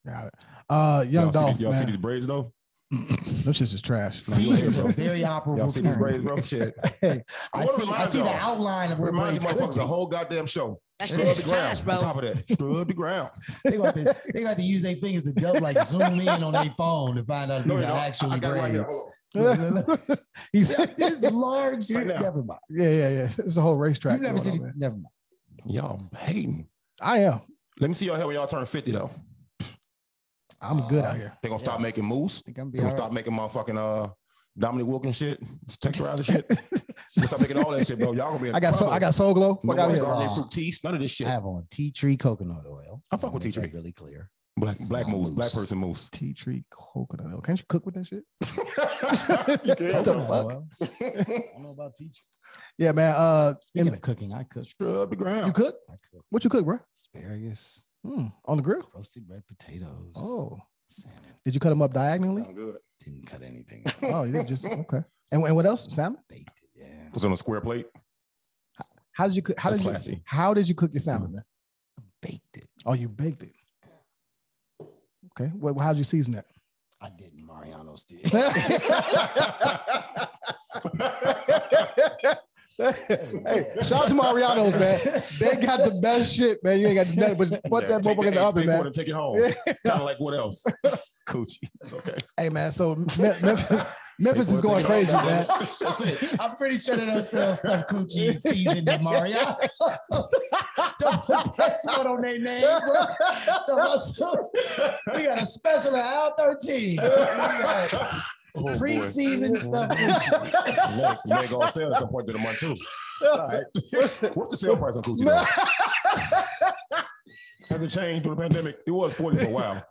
[SPEAKER 1] Got it. Uh, young
[SPEAKER 2] y'all see,
[SPEAKER 1] Dolph,
[SPEAKER 2] these- y'all see these
[SPEAKER 1] man.
[SPEAKER 2] braids though?
[SPEAKER 1] Them shits is trash.
[SPEAKER 9] See, is
[SPEAKER 1] [LAUGHS]
[SPEAKER 9] a very
[SPEAKER 2] [LAUGHS] Y'all
[SPEAKER 9] operable
[SPEAKER 2] see these braids,
[SPEAKER 9] term.
[SPEAKER 2] bro? [LAUGHS] Shit.
[SPEAKER 9] I
[SPEAKER 2] wanna
[SPEAKER 9] see. I
[SPEAKER 2] remind
[SPEAKER 9] see the
[SPEAKER 2] y'all-
[SPEAKER 9] outline of where
[SPEAKER 2] Remind
[SPEAKER 9] braids
[SPEAKER 2] you,
[SPEAKER 9] could
[SPEAKER 2] motherfuckers,
[SPEAKER 9] be.
[SPEAKER 2] the whole goddamn show.
[SPEAKER 11] That shit
[SPEAKER 2] Scrub
[SPEAKER 11] is
[SPEAKER 2] the
[SPEAKER 11] trash,
[SPEAKER 2] ground.
[SPEAKER 11] bro.
[SPEAKER 2] On top of that, scrub the ground.
[SPEAKER 9] They got to, they got to use their fingers to
[SPEAKER 2] [LAUGHS]
[SPEAKER 9] dub, like zoom in on their phone to find out if
[SPEAKER 2] No,
[SPEAKER 9] these
[SPEAKER 2] you know,
[SPEAKER 9] are
[SPEAKER 2] I- I
[SPEAKER 9] actually
[SPEAKER 2] got it right here.
[SPEAKER 9] braids. [LAUGHS]
[SPEAKER 1] He's, yeah, [LAUGHS]
[SPEAKER 2] [LAUGHS]
[SPEAKER 9] It's large.
[SPEAKER 2] Right now.
[SPEAKER 9] never mind.
[SPEAKER 1] yeah, yeah. It's a whole racetrack.
[SPEAKER 9] You've never
[SPEAKER 1] going
[SPEAKER 9] seen.
[SPEAKER 1] on, man.
[SPEAKER 9] it. Never mind.
[SPEAKER 2] Y'all hating.
[SPEAKER 1] I am.
[SPEAKER 2] Let me see y'all here when y'all turn 50 though.
[SPEAKER 9] Oh,
[SPEAKER 1] I'm good out here.
[SPEAKER 2] They gonna stop making moose.
[SPEAKER 9] I think I'm
[SPEAKER 2] They
[SPEAKER 9] being.
[SPEAKER 2] gonna stop making motherfucking uh Dominic Wilkins shit, texturizing
[SPEAKER 1] [LAUGHS]
[SPEAKER 2] shit.
[SPEAKER 9] [LAUGHS]
[SPEAKER 2] They gonna stop making all that shit, bro. Y'all gonna be in
[SPEAKER 1] I got so
[SPEAKER 2] trouble.
[SPEAKER 1] I got Soul Glow.
[SPEAKER 2] No
[SPEAKER 1] Fuck out
[SPEAKER 2] one's
[SPEAKER 1] here.
[SPEAKER 9] [LAUGHS] here.
[SPEAKER 2] already fructis, None of this shit.
[SPEAKER 9] I have on tea tree coconut oil.
[SPEAKER 2] I fuck with
[SPEAKER 9] Make
[SPEAKER 2] tea
[SPEAKER 9] that
[SPEAKER 2] tree.
[SPEAKER 9] Really clear.
[SPEAKER 2] Black
[SPEAKER 9] It's
[SPEAKER 2] black
[SPEAKER 9] not
[SPEAKER 2] moose, black
[SPEAKER 9] moose.
[SPEAKER 1] [LAUGHS]
[SPEAKER 2] person moose. [LAUGHS]
[SPEAKER 1] Tea tree coconut oil. Can't you cook with that shit? [LAUGHS]
[SPEAKER 2] You can't,
[SPEAKER 1] What the
[SPEAKER 2] bro.
[SPEAKER 1] fuck?
[SPEAKER 9] oil. I don't know about tea tree.
[SPEAKER 1] Yeah, man. Uh,
[SPEAKER 9] Speaking
[SPEAKER 1] in-
[SPEAKER 9] of [LAUGHS] cooking, I cook.
[SPEAKER 2] Scrub the
[SPEAKER 1] you
[SPEAKER 2] ground.
[SPEAKER 1] cook?
[SPEAKER 9] I cook
[SPEAKER 1] What you cook, bro?
[SPEAKER 9] asparagus,
[SPEAKER 1] Mm, on the grill.
[SPEAKER 9] roasted red potatoes.
[SPEAKER 1] Oh,
[SPEAKER 9] salmon.
[SPEAKER 1] did you cut them up diagonally?
[SPEAKER 2] [LAUGHS] Sound good.
[SPEAKER 11] [LAUGHS]
[SPEAKER 9] Didn't cut anything.
[SPEAKER 1] Oh, you just okay. And, and what else? Salmon.
[SPEAKER 9] Baked it. Yeah.
[SPEAKER 2] Puts it on a square plate. [LAUGHS]
[SPEAKER 1] How did you cook? How
[SPEAKER 2] That's
[SPEAKER 1] did you?
[SPEAKER 2] classy. Mm.
[SPEAKER 1] How did you cook your salmon, man?
[SPEAKER 9] Baked it.
[SPEAKER 1] Oh, you baked it. Okay. Well, how would you season that?
[SPEAKER 9] I didn't. Mariano's did.
[SPEAKER 1] hey, shout out to Mariano's, man. [LAUGHS] They got the best shit, man. You ain't got nothing but just put that
[SPEAKER 2] take
[SPEAKER 1] motherfucker in the
[SPEAKER 2] eight
[SPEAKER 1] oven,
[SPEAKER 2] plate
[SPEAKER 1] man.
[SPEAKER 2] order, Take it home. Kind of like what else? Coochie. It's okay.
[SPEAKER 1] Hey, man. So Me- Memphis, Memphis is
[SPEAKER 2] Take order,
[SPEAKER 1] going
[SPEAKER 2] take it
[SPEAKER 1] crazy,
[SPEAKER 2] home.
[SPEAKER 1] man.
[SPEAKER 2] That's it.
[SPEAKER 9] I'm pretty sure they don't sell stuff coochie and seasoned at [LAUGHS] Mariano's. don't put that spot on their name, bro. Talk about some- we got a special at aisle 13. We got
[SPEAKER 2] Oh, boy.
[SPEAKER 9] pre-seasoned stuff.
[SPEAKER 2] Leg, leg on sale at some point during the month too. All right. What's the sale price on Gucci? now?
[SPEAKER 1] [LAUGHS]
[SPEAKER 2] Hasn't changed during the pandemic. It was 40 for a while.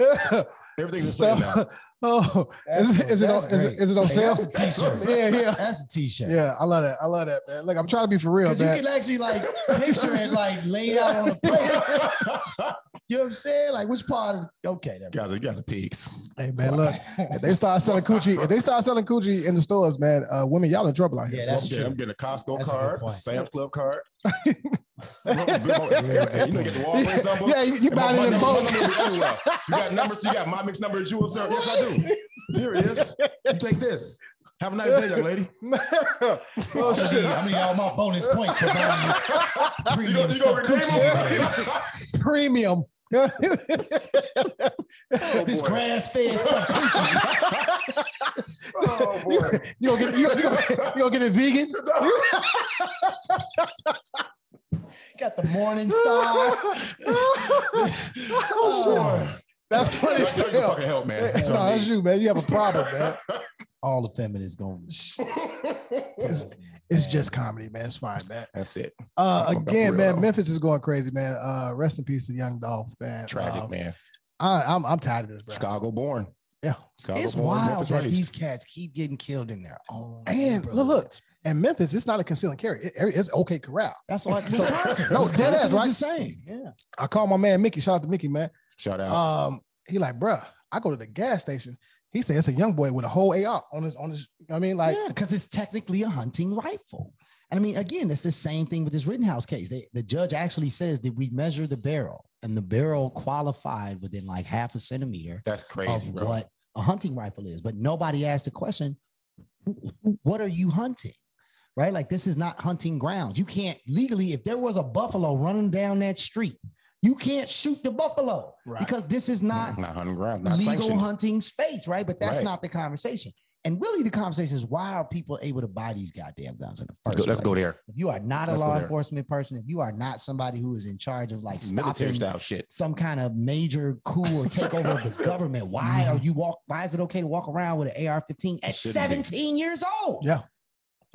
[SPEAKER 2] Everything's the same now.
[SPEAKER 1] So- [LAUGHS] oh, is,
[SPEAKER 9] That's-
[SPEAKER 1] is it on,
[SPEAKER 9] that's
[SPEAKER 1] is, it-
[SPEAKER 9] great.
[SPEAKER 1] is it on
[SPEAKER 9] Hey,
[SPEAKER 1] sale?
[SPEAKER 9] That's a t-shirt.
[SPEAKER 1] [LAUGHS] Yeah, yeah,
[SPEAKER 9] That's a t-shirt.
[SPEAKER 1] yeah. I love that. I love that, man. Look, I'm trying to be for real,
[SPEAKER 9] Because you
[SPEAKER 1] man.
[SPEAKER 9] can actually like picture it like laid out
[SPEAKER 1] [LAUGHS]
[SPEAKER 9] on a plate. you know what I'm saying? Like which part of okay, there we
[SPEAKER 2] You [LAUGHS] guys are you guys are pigs.
[SPEAKER 1] Hey, man, [LAUGHS] look, if they start selling coochie, if they start selling coochie in the stores, man, uh, women, y'all in trouble out here.
[SPEAKER 9] Yeah, that's
[SPEAKER 2] I'm, getting, I'm
[SPEAKER 9] true.
[SPEAKER 2] getting a Costco
[SPEAKER 9] That's a good
[SPEAKER 2] card,
[SPEAKER 9] point.
[SPEAKER 2] Sam's
[SPEAKER 1] [LAUGHS]
[SPEAKER 2] Club card. you know, get the
[SPEAKER 1] [LAUGHS]
[SPEAKER 2] Walgreens number.
[SPEAKER 1] yeah, you, you
[SPEAKER 2] And my
[SPEAKER 1] buying it
[SPEAKER 2] number-
[SPEAKER 1] in
[SPEAKER 2] my
[SPEAKER 1] both.
[SPEAKER 2] number is everywhere. You got numbers. You got my mixed number at you, sir. Yes, I do. Here it is. You take this. Have a nice day, young lady.
[SPEAKER 9] go. I need, I need all my bonus points for buying this
[SPEAKER 2] You gonna, you gonna
[SPEAKER 9] premium stuff
[SPEAKER 2] redeem
[SPEAKER 9] coochie, bro.
[SPEAKER 2] them?
[SPEAKER 1] premium.
[SPEAKER 8] Oh,
[SPEAKER 9] this grass
[SPEAKER 1] [LAUGHS]
[SPEAKER 9] fed stuff coochie.
[SPEAKER 2] Oh boy. [LAUGHS]
[SPEAKER 1] You gonna get you gonna, you gonna, you gonna get it vegan?
[SPEAKER 9] Got the
[SPEAKER 1] [LAUGHS]
[SPEAKER 9] morning star.
[SPEAKER 1] Oh,
[SPEAKER 9] Oh,
[SPEAKER 1] That's funny.
[SPEAKER 2] That's
[SPEAKER 1] as
[SPEAKER 2] that's your
[SPEAKER 1] hell.
[SPEAKER 2] fucking help,
[SPEAKER 1] No,
[SPEAKER 2] man. That's what I
[SPEAKER 1] that's
[SPEAKER 2] need.
[SPEAKER 1] you, man. You have a problem, man.
[SPEAKER 9] all the feminists going.
[SPEAKER 1] It's just comedy, man. It's fine, man.
[SPEAKER 2] That's it.
[SPEAKER 1] Uh,
[SPEAKER 2] Fuck up
[SPEAKER 1] again,
[SPEAKER 2] real
[SPEAKER 1] man,
[SPEAKER 2] though.
[SPEAKER 1] Memphis is going crazy, man. Uh, rest in peace to Young Dolph, man.
[SPEAKER 2] Tragic,
[SPEAKER 1] Uh,
[SPEAKER 2] man.
[SPEAKER 1] I, I'm I'm tired of this, bro.
[SPEAKER 2] Chicago born.
[SPEAKER 1] Yeah.
[SPEAKER 2] Chicago
[SPEAKER 9] It's
[SPEAKER 2] born,
[SPEAKER 9] wild
[SPEAKER 2] Memphis
[SPEAKER 9] that
[SPEAKER 2] raised.
[SPEAKER 9] these cats keep getting killed in their own.
[SPEAKER 1] And look, look, and Memphis, it's not a conceal and carry. It- it's okay corral.
[SPEAKER 9] that's what Wisconsin.
[SPEAKER 1] No,
[SPEAKER 9] Wisconsin
[SPEAKER 1] dead ass,
[SPEAKER 9] is
[SPEAKER 1] right?
[SPEAKER 9] the same. Yeah.
[SPEAKER 1] I called my man Mickey. Shout out to Mickey, man.
[SPEAKER 2] Shout out.
[SPEAKER 1] Um, he like, bruh, I go to the gas station. He said it's a young boy with a whole AR on his on his. you know what I mean, like,
[SPEAKER 9] yeah, because it's technically a hunting rifle. And I mean, again, it's the same thing with this Rittenhouse case. They, the judge actually says, "Did we measure the barrel?" And the barrel qualified within like half a centimeter
[SPEAKER 2] That's crazy,
[SPEAKER 9] of
[SPEAKER 2] bro.
[SPEAKER 9] what a hunting rifle is. But nobody asked the question, "Wh- wh- "What are you hunting?" Right? Like this is not hunting grounds. You can't legally. If there was a buffalo running down that street, you can't shoot the buffalo
[SPEAKER 1] Right.
[SPEAKER 9] because this is not
[SPEAKER 2] Not hunting ground, not
[SPEAKER 9] legal
[SPEAKER 2] sanctioned.
[SPEAKER 9] hunting space, right? But that's
[SPEAKER 2] Right.
[SPEAKER 9] not the conversation. And really, the conversation is why are people able to buy these goddamn guns in the
[SPEAKER 2] Let's
[SPEAKER 9] first
[SPEAKER 2] go- let's
[SPEAKER 9] place?
[SPEAKER 2] go there.
[SPEAKER 9] If you are not a
[SPEAKER 2] let's go
[SPEAKER 9] law
[SPEAKER 2] there.
[SPEAKER 9] enforcement person, if you are not somebody who is in charge of like
[SPEAKER 2] This is military
[SPEAKER 9] stopping
[SPEAKER 2] style shit.
[SPEAKER 9] some kind of major coup or takeover of
[SPEAKER 2] [LAUGHS]
[SPEAKER 9] the government, why are you walk? Why is it okay to walk around with an AR-15 at
[SPEAKER 2] Mm-hmm. Shouldn't be.
[SPEAKER 9] 17 years old?
[SPEAKER 1] Yeah.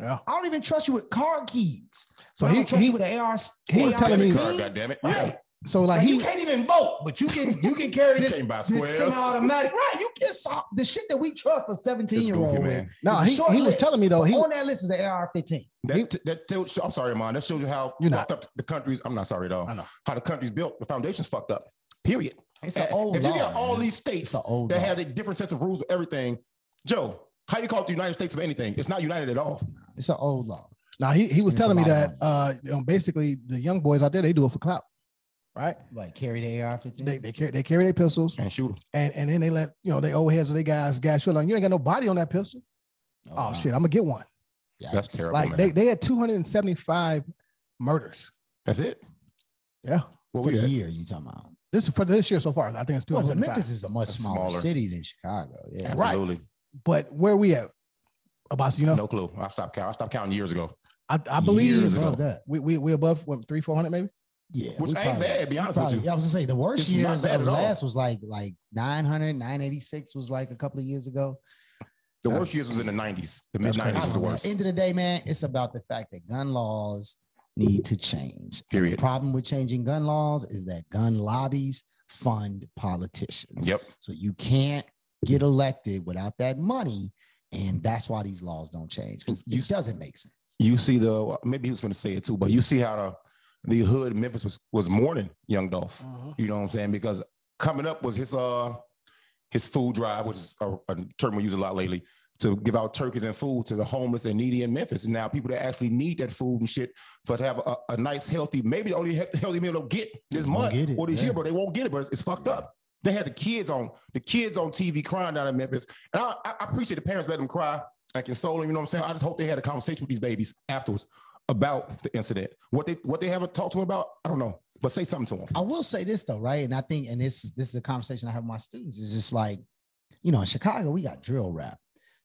[SPEAKER 1] Yeah.
[SPEAKER 9] I don't even trust you with car keys.
[SPEAKER 1] so
[SPEAKER 9] I don't
[SPEAKER 1] he
[SPEAKER 9] trust you
[SPEAKER 1] he
[SPEAKER 9] with an AR.
[SPEAKER 1] he was telling me-
[SPEAKER 2] Card, God damn it. Yeah.
[SPEAKER 9] Right.
[SPEAKER 1] so like
[SPEAKER 9] Like, you
[SPEAKER 1] he
[SPEAKER 9] can't even vote, but you can you can carry
[SPEAKER 2] [LAUGHS] You
[SPEAKER 9] this
[SPEAKER 2] can't buy
[SPEAKER 9] this
[SPEAKER 2] squares. [LAUGHS]
[SPEAKER 9] semi-automatic, right? You get some, the shit that we trust a
[SPEAKER 2] It's goofy,
[SPEAKER 9] 17-year-old with.
[SPEAKER 2] man.
[SPEAKER 1] no
[SPEAKER 9] it's a
[SPEAKER 1] he,
[SPEAKER 9] short
[SPEAKER 1] he was
[SPEAKER 9] list.
[SPEAKER 1] telling me though he
[SPEAKER 9] On that list is an AR-15.
[SPEAKER 2] That, that tells, I'm sorry, man. That shows you how
[SPEAKER 1] You're
[SPEAKER 2] fucked up the country's. I'm not sorry at all.
[SPEAKER 1] I know.
[SPEAKER 2] How the country's built. The foundation's fucked up. Period.
[SPEAKER 9] It's an
[SPEAKER 2] And
[SPEAKER 9] old
[SPEAKER 2] if
[SPEAKER 9] law.
[SPEAKER 2] you got all
[SPEAKER 9] man.
[SPEAKER 2] these
[SPEAKER 9] it's
[SPEAKER 2] states
[SPEAKER 9] an old
[SPEAKER 2] that
[SPEAKER 9] law.
[SPEAKER 2] have a different sets of rules of everything, Joe, how you call it the United States of anything? It's not united at all.
[SPEAKER 9] It's an old law.
[SPEAKER 1] now he, he was
[SPEAKER 9] It's
[SPEAKER 1] telling
[SPEAKER 9] a
[SPEAKER 1] me
[SPEAKER 9] lot
[SPEAKER 1] that
[SPEAKER 9] of
[SPEAKER 1] uh you know, basically the young boys out there they do it for clout, right?
[SPEAKER 9] Like carry the AR-15.
[SPEAKER 1] They they carry they carry their pistols
[SPEAKER 2] And shoot 'em.
[SPEAKER 1] and and then they let you know they old heads or they guys gas you like you ain't got no body on that pistol.
[SPEAKER 9] oh,
[SPEAKER 1] Oh
[SPEAKER 9] wow.
[SPEAKER 1] shit, I'm gonna get one.
[SPEAKER 9] Yikes.
[SPEAKER 2] That's terrible.
[SPEAKER 1] Like
[SPEAKER 2] man.
[SPEAKER 1] they, they had 275 murders.
[SPEAKER 2] That's it.
[SPEAKER 1] Yeah,
[SPEAKER 2] What
[SPEAKER 9] For
[SPEAKER 2] we
[SPEAKER 9] the
[SPEAKER 2] had.
[SPEAKER 9] year you talking about?
[SPEAKER 1] this is for this year so far. I think it's
[SPEAKER 9] Well, but
[SPEAKER 1] 275.
[SPEAKER 9] Memphis is a much
[SPEAKER 2] That's
[SPEAKER 9] smaller,
[SPEAKER 2] smaller.
[SPEAKER 9] city than Chicago. Yeah.
[SPEAKER 1] Right.
[SPEAKER 2] Absolutely.
[SPEAKER 1] but where we at? About you know,
[SPEAKER 2] No clue. I stopped counting. I stopped counting years ago.
[SPEAKER 1] I, I believe
[SPEAKER 2] Years ago.
[SPEAKER 9] Above that.
[SPEAKER 1] we we we above what three four hundred maybe.
[SPEAKER 9] Yeah.
[SPEAKER 2] Which
[SPEAKER 9] we
[SPEAKER 2] ain't
[SPEAKER 9] probably-
[SPEAKER 2] bad, to be honest
[SPEAKER 9] Probably,
[SPEAKER 2] with you.
[SPEAKER 9] I was gonna say the worst
[SPEAKER 2] It's not
[SPEAKER 9] years
[SPEAKER 2] bad
[SPEAKER 9] of
[SPEAKER 2] at all.
[SPEAKER 9] last was like like 900, 986 was like a couple of years ago.
[SPEAKER 2] The worst years was in the 90s. The mid
[SPEAKER 1] That's crazy.
[SPEAKER 2] 90s was the
[SPEAKER 9] At
[SPEAKER 2] worst.
[SPEAKER 9] End of the day, man, it's about the fact that gun laws need to change. And
[SPEAKER 2] Period.
[SPEAKER 9] The problem with changing gun laws is that gun lobbies fund politicians.
[SPEAKER 2] Yep.
[SPEAKER 9] So you can't get elected without that money. And that's why these laws don't change. 'cause
[SPEAKER 2] You-
[SPEAKER 9] It doesn't make sense.
[SPEAKER 2] You see the well, maybe he was going to say it too, but you see how the the hood Memphis was was mourning Young Dolph.
[SPEAKER 9] Mm-hmm.
[SPEAKER 2] You know what I'm saying? Because coming up was his uh his food drive, which is a, a term we use a lot lately. to give out turkeys and food to the homeless and needy in Memphis. And now people that actually need that food and shit for to have a, a nice, healthy, maybe the only he- healthy meal they'll get this
[SPEAKER 9] Won't
[SPEAKER 2] month
[SPEAKER 9] get it,
[SPEAKER 2] or this
[SPEAKER 9] yeah.
[SPEAKER 2] year, but they won't get it, but it's, it's fucked up. They had the kids on the kids on TV crying down in Memphis. And I, I I appreciate the parents let them cry and console them. You know what I'm saying? I just hope they had a conversation with these babies afterwards about the incident. What they what they haven't talked to them about, I don't know. But say something to them.
[SPEAKER 9] I will say this though, right? And I think, and this this is a conversation I have with my students. It's just like, you know, in Chicago, we got drill rap.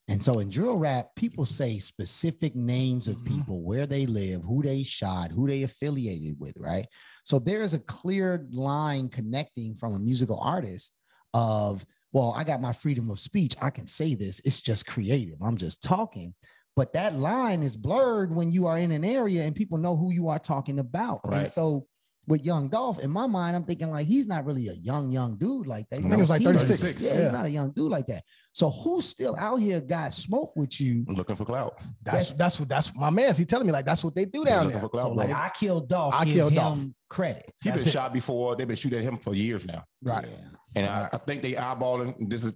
[SPEAKER 9] And so in drill rap, people say specific names of people, where they live, who they shot, who they affiliated with, right? So there is a clear line connecting from a musical artist of, well, I got my freedom of speech. I can say this. It's just creative. I'm just talking. But that line is blurred when you are in an area and people know who you are talking about. And
[SPEAKER 2] Right.
[SPEAKER 9] so with Young Dolph, in my mind, I'm thinking like he's not really a young, young dude like that. He's
[SPEAKER 1] I think
[SPEAKER 9] not
[SPEAKER 1] he was like
[SPEAKER 9] a teenager.
[SPEAKER 1] 36.
[SPEAKER 9] Yeah,
[SPEAKER 1] Yeah.
[SPEAKER 9] he's not a young dude like that. So who's still out here got smoke with you?
[SPEAKER 2] Looking for clout.
[SPEAKER 1] That's that's what that's my man's. He telling me like that's what they do down
[SPEAKER 2] Looking
[SPEAKER 1] there.
[SPEAKER 2] for
[SPEAKER 9] So
[SPEAKER 2] clout.
[SPEAKER 9] like
[SPEAKER 2] bro.
[SPEAKER 9] I killed Dolph.
[SPEAKER 1] I
[SPEAKER 9] I
[SPEAKER 1] Kill
[SPEAKER 9] killed
[SPEAKER 1] Dolf.
[SPEAKER 9] him credit.
[SPEAKER 2] He been
[SPEAKER 1] That's it.
[SPEAKER 2] shot before. They've been shooting at him for years now.
[SPEAKER 1] Right.
[SPEAKER 9] Yeah.
[SPEAKER 2] And I, I think they eyeballing. This is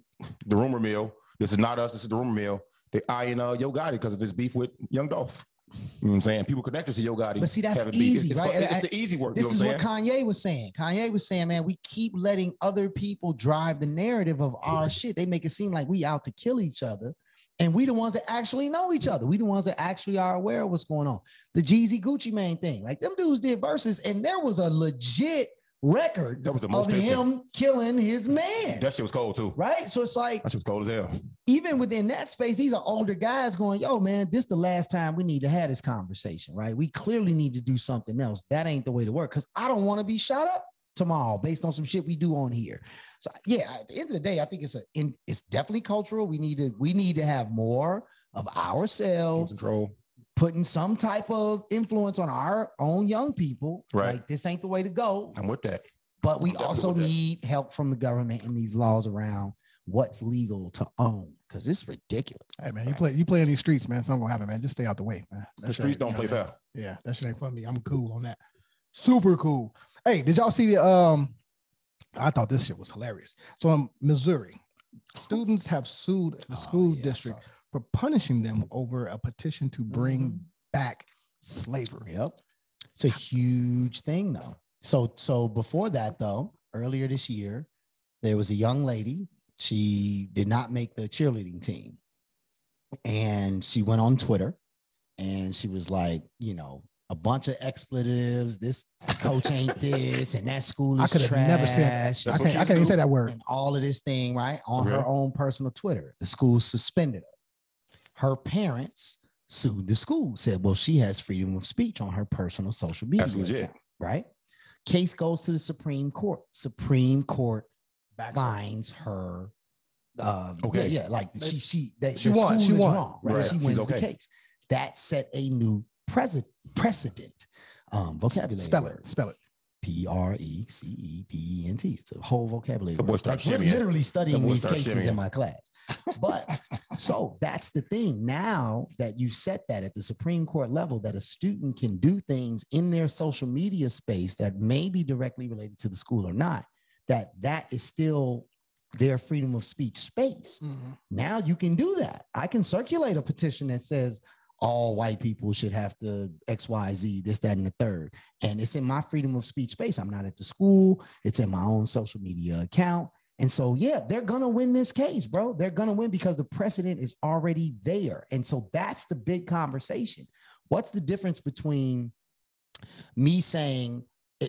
[SPEAKER 2] the rumor mill. This is not us. This is the rumor mill. They eyeing uh, Yo Gotti because of his beef with Young Dolph. You know what I'm saying? People connected to Yo Gotti.
[SPEAKER 9] But see, that's
[SPEAKER 2] having beef. It's-
[SPEAKER 9] easy,
[SPEAKER 2] it's,
[SPEAKER 9] right?
[SPEAKER 2] fu- It's,
[SPEAKER 9] And I-
[SPEAKER 2] the easy work.
[SPEAKER 9] This
[SPEAKER 2] you
[SPEAKER 9] is
[SPEAKER 2] know
[SPEAKER 9] what
[SPEAKER 2] what I'm saying?
[SPEAKER 9] Kanye was saying. Kanye was saying, man, we keep letting other people drive the narrative of our shit. They make it seem like we out to kill each other. And we the ones that actually know each other. We the ones that actually are aware of what's going on. The Jeezy Gucci Mane thing. Like them dudes did verses, and there was a legit record
[SPEAKER 2] That was the
[SPEAKER 9] of
[SPEAKER 2] most tension.
[SPEAKER 9] him killing his man.
[SPEAKER 2] That shit was cold too.
[SPEAKER 9] right. So it's like
[SPEAKER 2] That shit was cold as hell.
[SPEAKER 9] even within that space, these are older guys going, yo, man, this the last time we need to have this conversation, right? We clearly need to do something else. That ain't the way to work because I don't want to be shot up tomorrow based on some shit we do on here. So yeah, at the end of the day, I think it's a in, it's definitely cultural. We need to we need to have more of ourselves
[SPEAKER 2] Control.
[SPEAKER 9] putting some type of influence on our own young people.
[SPEAKER 2] Right.
[SPEAKER 9] Like this ain't the way to go
[SPEAKER 2] I'm with that.
[SPEAKER 9] but we
[SPEAKER 2] Definitely
[SPEAKER 9] also
[SPEAKER 2] with that.
[SPEAKER 9] need help from the government in these laws around what's legal to own because it's ridiculous.
[SPEAKER 1] Hey man, you play you play in these streets, man. Something gonna happen, man. Just stay out the way, man. That
[SPEAKER 2] The
[SPEAKER 1] shit
[SPEAKER 2] streets
[SPEAKER 1] ain't-
[SPEAKER 2] don't
[SPEAKER 1] you
[SPEAKER 2] play
[SPEAKER 1] know,
[SPEAKER 2] fair.
[SPEAKER 1] Yeah, that shit ain't for me. I'm cool on that. Super cool. Hey, did y'all see the um I thought this shit was hilarious. So in Missouri, students have sued
[SPEAKER 9] Oh,
[SPEAKER 1] the school district for punishing them over a petition to bring
[SPEAKER 9] Mm-hmm.
[SPEAKER 1] back slavery.
[SPEAKER 9] Yep. It's a huge thing though. So so before that though, earlier this year, there was a young lady. She did not make the cheerleading team. And she went on Twitter and she was like, you know, a bunch of expletives. This
[SPEAKER 1] [LAUGHS]
[SPEAKER 9] coach ain't this, and that school
[SPEAKER 1] I
[SPEAKER 9] is
[SPEAKER 1] could have
[SPEAKER 9] trash.
[SPEAKER 1] never said that. I
[SPEAKER 2] That's what
[SPEAKER 1] can't, I
[SPEAKER 2] kids
[SPEAKER 1] can't even
[SPEAKER 2] do.
[SPEAKER 1] say that word.
[SPEAKER 9] and all of this thing, right? On her
[SPEAKER 2] Okay.
[SPEAKER 9] own personal Twitter. The school suspended her. Her parents sued the school, said, well, she has freedom of speech on her personal social media.
[SPEAKER 2] That's legit.
[SPEAKER 9] account, right? Case goes to the Supreme Court. Supreme Court
[SPEAKER 1] Back
[SPEAKER 9] finds her. Uh,
[SPEAKER 2] Okay.
[SPEAKER 9] okay. Yeah, like she she that
[SPEAKER 1] She
[SPEAKER 9] the
[SPEAKER 1] won,
[SPEAKER 9] school
[SPEAKER 1] she
[SPEAKER 9] is
[SPEAKER 1] won.
[SPEAKER 9] wrong, right?
[SPEAKER 2] Right,
[SPEAKER 9] She
[SPEAKER 2] she's
[SPEAKER 9] wins
[SPEAKER 2] okay.
[SPEAKER 9] the case. That set a new precedent. Precedent. Um, vocabulary.
[SPEAKER 1] Spell
[SPEAKER 9] word.
[SPEAKER 1] it. Spell it.
[SPEAKER 9] P R E C E D E N T. It's a whole vocabulary.
[SPEAKER 2] The boy
[SPEAKER 9] word.
[SPEAKER 2] starts
[SPEAKER 9] Like, we're
[SPEAKER 2] shimmying.
[SPEAKER 9] literally studying
[SPEAKER 2] The boy
[SPEAKER 9] these
[SPEAKER 2] starts
[SPEAKER 9] cases in
[SPEAKER 2] shimmying.
[SPEAKER 9] my class.
[SPEAKER 2] [LAUGHS]
[SPEAKER 9] But so that's the thing. Now that you've set that at the Supreme Court level, that a student can do things in their social media space that may be directly related to the school or not, that that is still their freedom of speech space now you can do that. I can circulate a petition that says all white people should have to XYZ, this, that, and the third. And it's in my freedom of speech space. I'm not at the school, it's in my own social media account. And so, yeah, they're going to win this case, bro. They're going to win because the precedent is already there. And so that's the big conversation. What's the difference between me saying,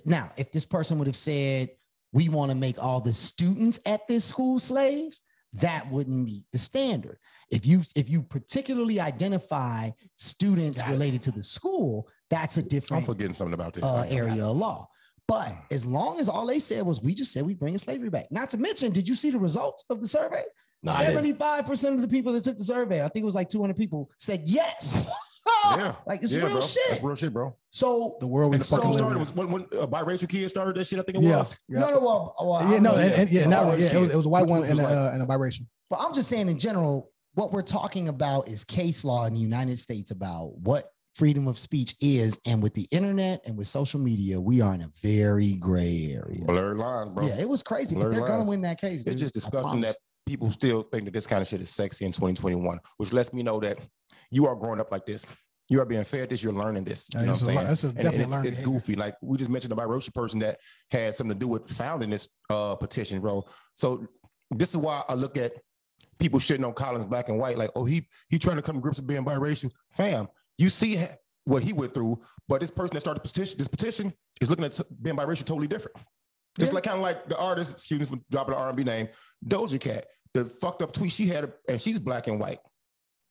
[SPEAKER 9] now, if this person would have said, we want to make all the students at this school slaves, that wouldn't meet the standard. If you if you particularly identify students
[SPEAKER 1] Got it.
[SPEAKER 9] related to the school, that's a
[SPEAKER 2] I'm
[SPEAKER 9] different
[SPEAKER 2] forgetting something about this.
[SPEAKER 9] uh, area of law. But
[SPEAKER 2] Mm.
[SPEAKER 9] as long as all they said was we just said we bringing slavery back. Not to mention, did you see the results of the survey?
[SPEAKER 2] No, I didn't.
[SPEAKER 9] Seventy-five percent of the people that took the survey, I think it was like two hundred people, said yes.
[SPEAKER 2] yeah.
[SPEAKER 9] [LAUGHS] Like it's
[SPEAKER 2] yeah,
[SPEAKER 9] real
[SPEAKER 2] bro.
[SPEAKER 9] shit.
[SPEAKER 2] That's real shit, bro.
[SPEAKER 9] So
[SPEAKER 1] The world we
[SPEAKER 2] And the
[SPEAKER 1] fucking
[SPEAKER 2] fucking
[SPEAKER 1] live
[SPEAKER 2] started
[SPEAKER 1] in.
[SPEAKER 2] was when, when uh, biracial kids started that shit. I think it
[SPEAKER 1] Yeah.
[SPEAKER 2] was.
[SPEAKER 1] Yeah.
[SPEAKER 9] no, no, well, well,
[SPEAKER 1] yeah,
[SPEAKER 9] I'm-
[SPEAKER 1] no,
[SPEAKER 2] Oh, yeah.
[SPEAKER 1] and, and- yeah,
[SPEAKER 2] The
[SPEAKER 1] not,
[SPEAKER 2] orange
[SPEAKER 1] yeah, it, was,
[SPEAKER 2] kid,
[SPEAKER 1] it was a white
[SPEAKER 2] which
[SPEAKER 1] one
[SPEAKER 2] was
[SPEAKER 1] and, a
[SPEAKER 2] like-
[SPEAKER 1] uh, and a biracial.
[SPEAKER 9] But I'm just saying in general, what we're talking about is case law in the United States about what freedom of speech is. And with the internet and with social media, we are in a very gray area.
[SPEAKER 2] Blurred lines, bro.
[SPEAKER 9] Yeah, it was crazy, but
[SPEAKER 2] Blurred
[SPEAKER 9] they're gonna
[SPEAKER 2] lines.
[SPEAKER 9] win that case.
[SPEAKER 2] It's just
[SPEAKER 9] dude. I
[SPEAKER 2] disgusting
[SPEAKER 9] promise.
[SPEAKER 2] that people still think that this kind of shit is sexy in 2021, which lets me know that you are growing up like this. You are being fed this. You're learning this. You
[SPEAKER 1] Yeah,
[SPEAKER 2] know what I'm
[SPEAKER 1] it's a
[SPEAKER 2] saying?
[SPEAKER 1] lear- it's a
[SPEAKER 2] And-
[SPEAKER 1] definite
[SPEAKER 2] and
[SPEAKER 1] learned
[SPEAKER 2] it's, it's
[SPEAKER 1] behavior.
[SPEAKER 2] goofy. Like we just mentioned the biracial person that had something to do with founding this uh, petition, bro. So this is why I look at people shitting on Collins black and white, like, oh, he he trying to come to grips with being biracial. Fam, you see ha- what he went through, but this person that started petition, this petition is looking at t- being biracial totally different. It's like kind of like the artist, excuse me for dropping the R&B name, Doja Cat. The fucked up tweet she had, and she's black and white.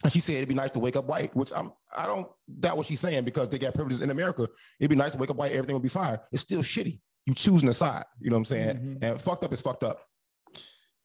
[SPEAKER 2] And she said it'd be nice to wake up white, which I'm I don't doubt what she's saying because they got privileges in America. It'd be nice to wake up white, everything would be fine. It's still shitty. You choosing a side, you know what I'm saying? And fucked up is fucked up.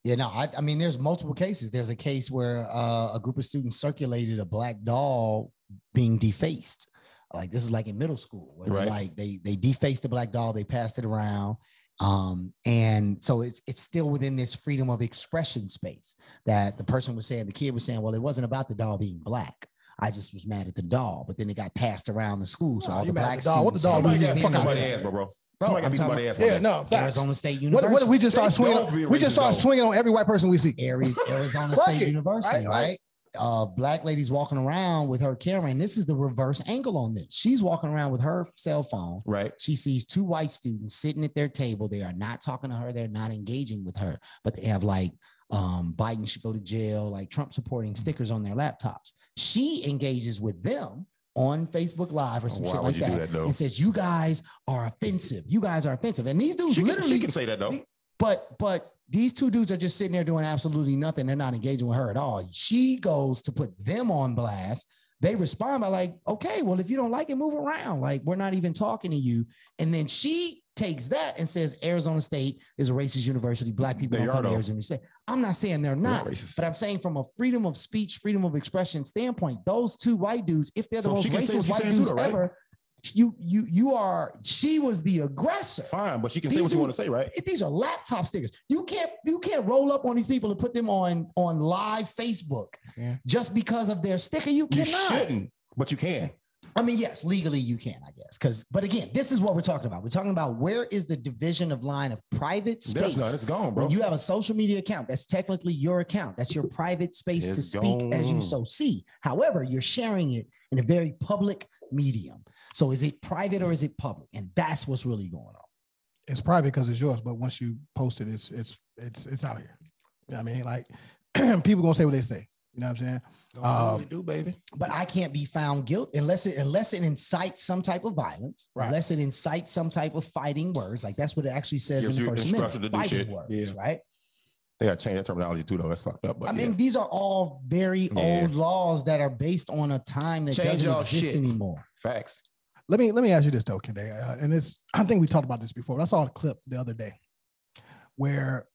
[SPEAKER 9] Yeah, no, I, I mean, there's multiple cases. There's a case where uh, a group of students circulated a black doll being defaced. Like this is like in middle school, where they,
[SPEAKER 2] Right.
[SPEAKER 9] like they they defaced the black doll, they passed it around, um, and so it's it's still within this freedom of expression space that the person was saying, the kid was saying, well, it wasn't about the doll being black. I just was mad at the doll, but then it got passed around the school. So
[SPEAKER 1] Nah,
[SPEAKER 9] all
[SPEAKER 1] you
[SPEAKER 9] the
[SPEAKER 1] mad at
[SPEAKER 9] black
[SPEAKER 1] the doll. What the doll
[SPEAKER 9] students-
[SPEAKER 2] Somebody
[SPEAKER 1] just
[SPEAKER 2] got
[SPEAKER 1] beat
[SPEAKER 2] fucked
[SPEAKER 1] somebody's
[SPEAKER 2] somebody's ass,
[SPEAKER 1] ass.
[SPEAKER 2] bro, bro. Somebody got
[SPEAKER 9] I'm
[SPEAKER 2] beat
[SPEAKER 9] talking-
[SPEAKER 2] somebody's ass.
[SPEAKER 1] Yeah,
[SPEAKER 2] one day.
[SPEAKER 1] no, facts.
[SPEAKER 9] Arizona State
[SPEAKER 1] What,
[SPEAKER 9] University.
[SPEAKER 1] what if we just start
[SPEAKER 2] They
[SPEAKER 1] swinging?
[SPEAKER 2] don't be
[SPEAKER 1] we just
[SPEAKER 2] racist,
[SPEAKER 1] start
[SPEAKER 2] though.
[SPEAKER 1] swinging on every white person we see. [LAUGHS]
[SPEAKER 9] Aries, Arizona
[SPEAKER 1] Fuck
[SPEAKER 9] State
[SPEAKER 1] it.
[SPEAKER 9] University,
[SPEAKER 1] Right,
[SPEAKER 9] right?
[SPEAKER 1] right.
[SPEAKER 9] Uh, black ladies walking around with her camera, and this is the reverse angle on this. She's walking around with her cell phone.
[SPEAKER 2] Right.
[SPEAKER 9] She sees two white students sitting at their table. They are not talking to her. They're not engaging with her, but they have like um, Biden should go to jail, like Trump
[SPEAKER 1] Mm.
[SPEAKER 9] supporting stickers on their laptops. She engages with them on Facebook Live or some
[SPEAKER 2] Why
[SPEAKER 9] shit
[SPEAKER 2] would
[SPEAKER 9] like
[SPEAKER 2] Oh, you do that,
[SPEAKER 9] that,
[SPEAKER 2] though?
[SPEAKER 9] and says, "You guys are offensive. You guys are offensive." And these dudes
[SPEAKER 2] She can,
[SPEAKER 9] literally
[SPEAKER 2] she can say that though.
[SPEAKER 9] but but these two dudes are just sitting there doing absolutely nothing. They're not engaging with her at all. She goes to put them on blast. They respond by like, okay, well, if you don't like it, move around. Like, we're not even talking to you. And then she takes that and says Arizona State is a racist university. Black people
[SPEAKER 2] They
[SPEAKER 9] don't
[SPEAKER 2] are,
[SPEAKER 9] come to
[SPEAKER 2] though.
[SPEAKER 9] Arizona State. I'm not saying they're not,
[SPEAKER 2] racist.
[SPEAKER 9] but I'm saying from a freedom of speech, freedom of expression standpoint, those two white dudes, if they're the
[SPEAKER 2] So
[SPEAKER 9] most
[SPEAKER 2] she can say what
[SPEAKER 9] racist
[SPEAKER 2] she's
[SPEAKER 9] white
[SPEAKER 2] saying too,
[SPEAKER 9] dudes
[SPEAKER 2] though, right?
[SPEAKER 9] ever, you you you are. She was the aggressor
[SPEAKER 2] Fine, but she can say
[SPEAKER 9] These
[SPEAKER 2] what you want to
[SPEAKER 9] dudes-
[SPEAKER 2] say, right?
[SPEAKER 9] if these are laptop stickers. You can't you can't roll up on these people and put them on on live Facebook
[SPEAKER 1] Yeah.
[SPEAKER 9] just because of their sticker. You
[SPEAKER 2] You
[SPEAKER 9] cannot.
[SPEAKER 2] shouldn't, but you can.
[SPEAKER 9] I mean, yes, legally you can, I guess. Because but again, this is what we're talking about. We're talking about where is the division of line of private
[SPEAKER 2] There's
[SPEAKER 9] space.
[SPEAKER 2] none. It's gone, bro.
[SPEAKER 9] When you have a social media account, that's technically your account. That's your private space to
[SPEAKER 2] It's
[SPEAKER 9] speak as you
[SPEAKER 2] gone.
[SPEAKER 9] so see. However, you're sharing it in a very public medium. So is it private or is it public? And that's what's really going on.
[SPEAKER 1] It's private because it's yours, but once you post it, it's it's it's it's out here. You know what I mean, like [CLEARS THROAT] people gonna say what they say. You know what I'm saying?
[SPEAKER 2] Don't know what
[SPEAKER 1] um,
[SPEAKER 2] we do, baby.
[SPEAKER 9] but I can't be found guilt unless it unless it incites some type of violence,
[SPEAKER 1] Right.
[SPEAKER 9] unless it incites some type of fighting words. Like that's what it actually says
[SPEAKER 2] Gives
[SPEAKER 9] in
[SPEAKER 2] you
[SPEAKER 9] the first
[SPEAKER 2] instruction
[SPEAKER 9] amendment.
[SPEAKER 2] to do
[SPEAKER 9] fighting
[SPEAKER 2] shit.
[SPEAKER 9] words,
[SPEAKER 2] Yeah.
[SPEAKER 9] right?
[SPEAKER 2] They gotta change that terminology too, though. That's fucked up. But
[SPEAKER 9] I
[SPEAKER 2] yeah.
[SPEAKER 9] mean, these are all very
[SPEAKER 2] Yeah.
[SPEAKER 9] old laws that are based on a time that
[SPEAKER 2] Change
[SPEAKER 9] doesn't
[SPEAKER 2] y'all
[SPEAKER 9] exist
[SPEAKER 2] shit.
[SPEAKER 9] anymore.
[SPEAKER 2] facts.
[SPEAKER 1] Let me let me ask you this though, Kende, uh, and it's I think we talked about this before. but I saw a clip the other day where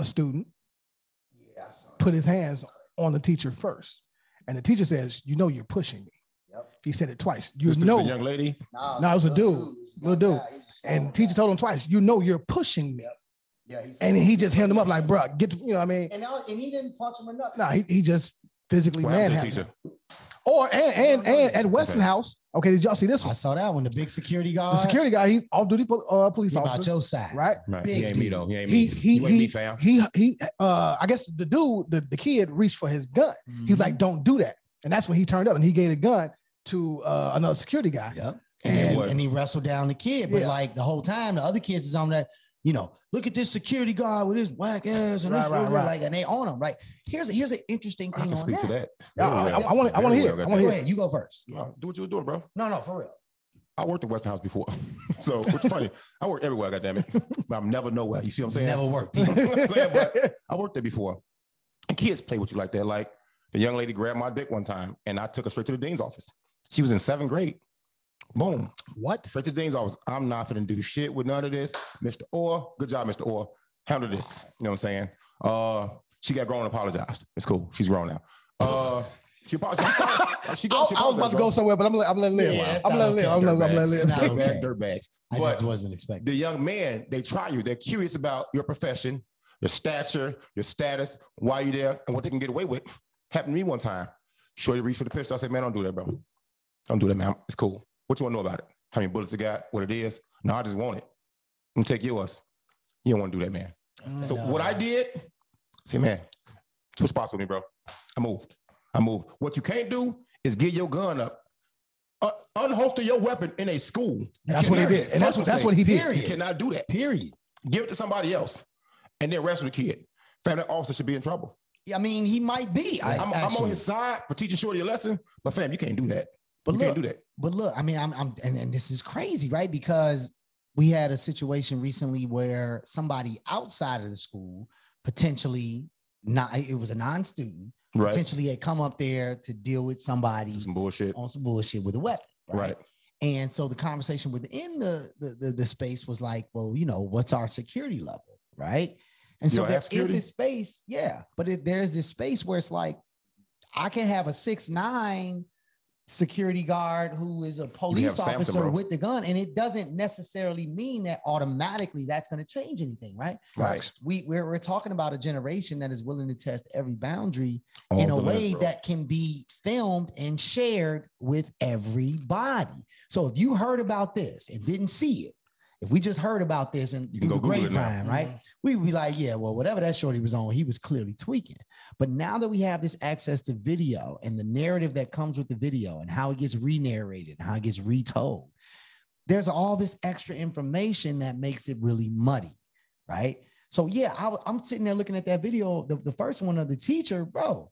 [SPEAKER 1] a student put his hands on the teacher first, and the teacher says, "You know, you're pushing me." He said it twice. You
[SPEAKER 2] This dude's a
[SPEAKER 1] know,
[SPEAKER 2] young lady.
[SPEAKER 1] No, it was a dude. Little dude. and the teacher told him twice. You know, you're pushing me,
[SPEAKER 9] yeah, he's,
[SPEAKER 1] and he just held him up like, "Bruh, get," the-" you know what I mean?
[SPEAKER 9] and, now, and he didn't punch him enough.
[SPEAKER 1] No, he, he just physically
[SPEAKER 2] What happened to the
[SPEAKER 1] manhandled. him.
[SPEAKER 2] teacher?
[SPEAKER 1] Or and and and at Westinghouse. Okay, did y'all see this
[SPEAKER 9] I
[SPEAKER 1] one?
[SPEAKER 9] saw that one. The big security guard.
[SPEAKER 1] The security guy, he's off duty uh, police
[SPEAKER 9] Uh, He about
[SPEAKER 1] officer,
[SPEAKER 9] your side,
[SPEAKER 1] right?
[SPEAKER 2] Right.
[SPEAKER 9] Big
[SPEAKER 2] He ain't me
[SPEAKER 9] dude.
[SPEAKER 2] though. He ain't
[SPEAKER 1] he
[SPEAKER 2] me.
[SPEAKER 1] he
[SPEAKER 2] you ain't me,
[SPEAKER 1] he,
[SPEAKER 2] fam.
[SPEAKER 1] he he uh I guess the dude the, the kid reached for his gun.
[SPEAKER 9] Mm-hmm.
[SPEAKER 1] He's like, don't do that. And that's when he turned up and he gave a gun to uh another security guy.
[SPEAKER 9] Yep. And, then-
[SPEAKER 1] And
[SPEAKER 2] what?
[SPEAKER 9] and he wrestled down the kid, but
[SPEAKER 1] Yeah.
[SPEAKER 9] like the whole time, the other kids is on that. You know, look at this security guard with his whack ass and this
[SPEAKER 1] Right, right,
[SPEAKER 9] right,
[SPEAKER 1] right.
[SPEAKER 9] like, and they on him. Right here's a, here's an interesting
[SPEAKER 2] I
[SPEAKER 9] thing
[SPEAKER 2] can
[SPEAKER 9] on
[SPEAKER 2] speak
[SPEAKER 9] that.
[SPEAKER 2] to that.
[SPEAKER 1] Yeah, I- I- I wanna- I wanna
[SPEAKER 2] Very
[SPEAKER 1] hear it.
[SPEAKER 2] well,
[SPEAKER 1] I wanna
[SPEAKER 2] got that.
[SPEAKER 9] Go
[SPEAKER 1] hear
[SPEAKER 9] ahead, you go first.
[SPEAKER 2] Oh, Do what you was doing, bro.
[SPEAKER 9] No, no, for real.
[SPEAKER 2] I worked at Weston House before. [LAUGHS] So it's funny. I work everywhere, goddamn it. But I'm never nowhere. [LAUGHS] You see what I'm saying?
[SPEAKER 9] Never worked. [LAUGHS]
[SPEAKER 2] I'm saying,
[SPEAKER 1] [LAUGHS]
[SPEAKER 2] but I worked there before. And kids play with you like that. Like the young lady grabbed my dick one time and I took her straight to the dean's office. She was in seventh grade. Boom.
[SPEAKER 1] What?
[SPEAKER 2] Straight to the dean's office. I'm not finna do shit with none of this. Mr. Orr, good job, Mr. Orr. Handle this. You know what I'm saying? Uh, she got grown and apologized. It's cool. She's grown now. Uh,
[SPEAKER 1] [LAUGHS]
[SPEAKER 2] she apologized. She
[SPEAKER 1] I,
[SPEAKER 2] got- she
[SPEAKER 1] I was about
[SPEAKER 2] apologized,
[SPEAKER 1] to
[SPEAKER 2] bro.
[SPEAKER 1] go somewhere, but I'm gonna- I'm gonna let it live.
[SPEAKER 9] Yeah, it's
[SPEAKER 1] I'm
[SPEAKER 9] not
[SPEAKER 1] gonna let it live.
[SPEAKER 9] okay.
[SPEAKER 1] I'm gonna I'm gonna let it
[SPEAKER 9] Dirtbags.
[SPEAKER 1] live. [LAUGHS]
[SPEAKER 9] Not okay.
[SPEAKER 2] Dirtbag, [LAUGHS] dirtbags.
[SPEAKER 9] I
[SPEAKER 2] But
[SPEAKER 9] just wasn't expecting.
[SPEAKER 2] the young man, they try you. They're curious about your profession, your stature, your status, why you there, and what they can get away with. Happened to me one time. Shorty reached for the pistol. I said, man, don't do that, bro. Don't do that, man. It's cool. What you want to know about it? How many bullets it got? What it is? No, I just want it.
[SPEAKER 9] Uh,
[SPEAKER 2] I'm gonna take yours. You don't want to do that, man. So
[SPEAKER 9] No.
[SPEAKER 2] what I did, say, man, Switch spots with me, bro. I moved. I moved. What you can't do is get your gun up, uh, unholster your weapon in a school. You
[SPEAKER 1] That's what he
[SPEAKER 2] cannot.
[SPEAKER 1] did. And that's what- that's
[SPEAKER 2] I'm
[SPEAKER 1] what he did.
[SPEAKER 2] saying. You cannot do that.
[SPEAKER 9] Period.
[SPEAKER 2] Give it to somebody else, and then wrestle the kid. Family officer should be in trouble.
[SPEAKER 9] I mean, he might be. I,
[SPEAKER 2] I, am I'm on
[SPEAKER 9] actually.
[SPEAKER 2] his side for teaching Shorty a lesson, but fam, you can't do that.
[SPEAKER 9] But
[SPEAKER 2] you
[SPEAKER 9] look,
[SPEAKER 2] can't do that.
[SPEAKER 9] But look, I mean, I'm, I'm and, and this is crazy, right? Because we had a situation recently where somebody outside of the school potentially not it was a non-student
[SPEAKER 2] Right.
[SPEAKER 9] potentially had come up there to deal with somebody
[SPEAKER 2] Some bullshit.
[SPEAKER 9] on some bullshit with a weapon
[SPEAKER 2] Right.
[SPEAKER 9] and so the conversation within the the, the the space was like well you know what's our security level right and so
[SPEAKER 2] Your
[SPEAKER 9] there
[SPEAKER 2] app
[SPEAKER 9] is
[SPEAKER 2] security?
[SPEAKER 9] this space yeah but it, there's this space where it's like i can have a six nine security guard who is a police
[SPEAKER 2] Samson,
[SPEAKER 9] officer
[SPEAKER 2] bro.
[SPEAKER 9] with the gun and it doesn't necessarily mean that automatically that's going to change anything right
[SPEAKER 2] Right.
[SPEAKER 9] we we're, we're talking about a generation that is willing to test every boundary
[SPEAKER 2] All
[SPEAKER 9] in a
[SPEAKER 2] the way,
[SPEAKER 9] way
[SPEAKER 2] bro.
[SPEAKER 9] that can be filmed and shared with everybody. So if you heard about this and didn't see it, if we just heard about this and
[SPEAKER 2] You
[SPEAKER 9] through
[SPEAKER 2] can
[SPEAKER 9] the
[SPEAKER 2] go Google it now.
[SPEAKER 9] grapevine, right? We would be like, yeah, well, whatever that shorty was on, he was clearly tweaking. But now that we have this access to video and the narrative that comes with the video and how it gets re-narrated and how it gets retold, there's all this extra information that makes it really muddy, right? So yeah, I, w- I'm sitting there looking at that video, the, the first one of the teacher, bro.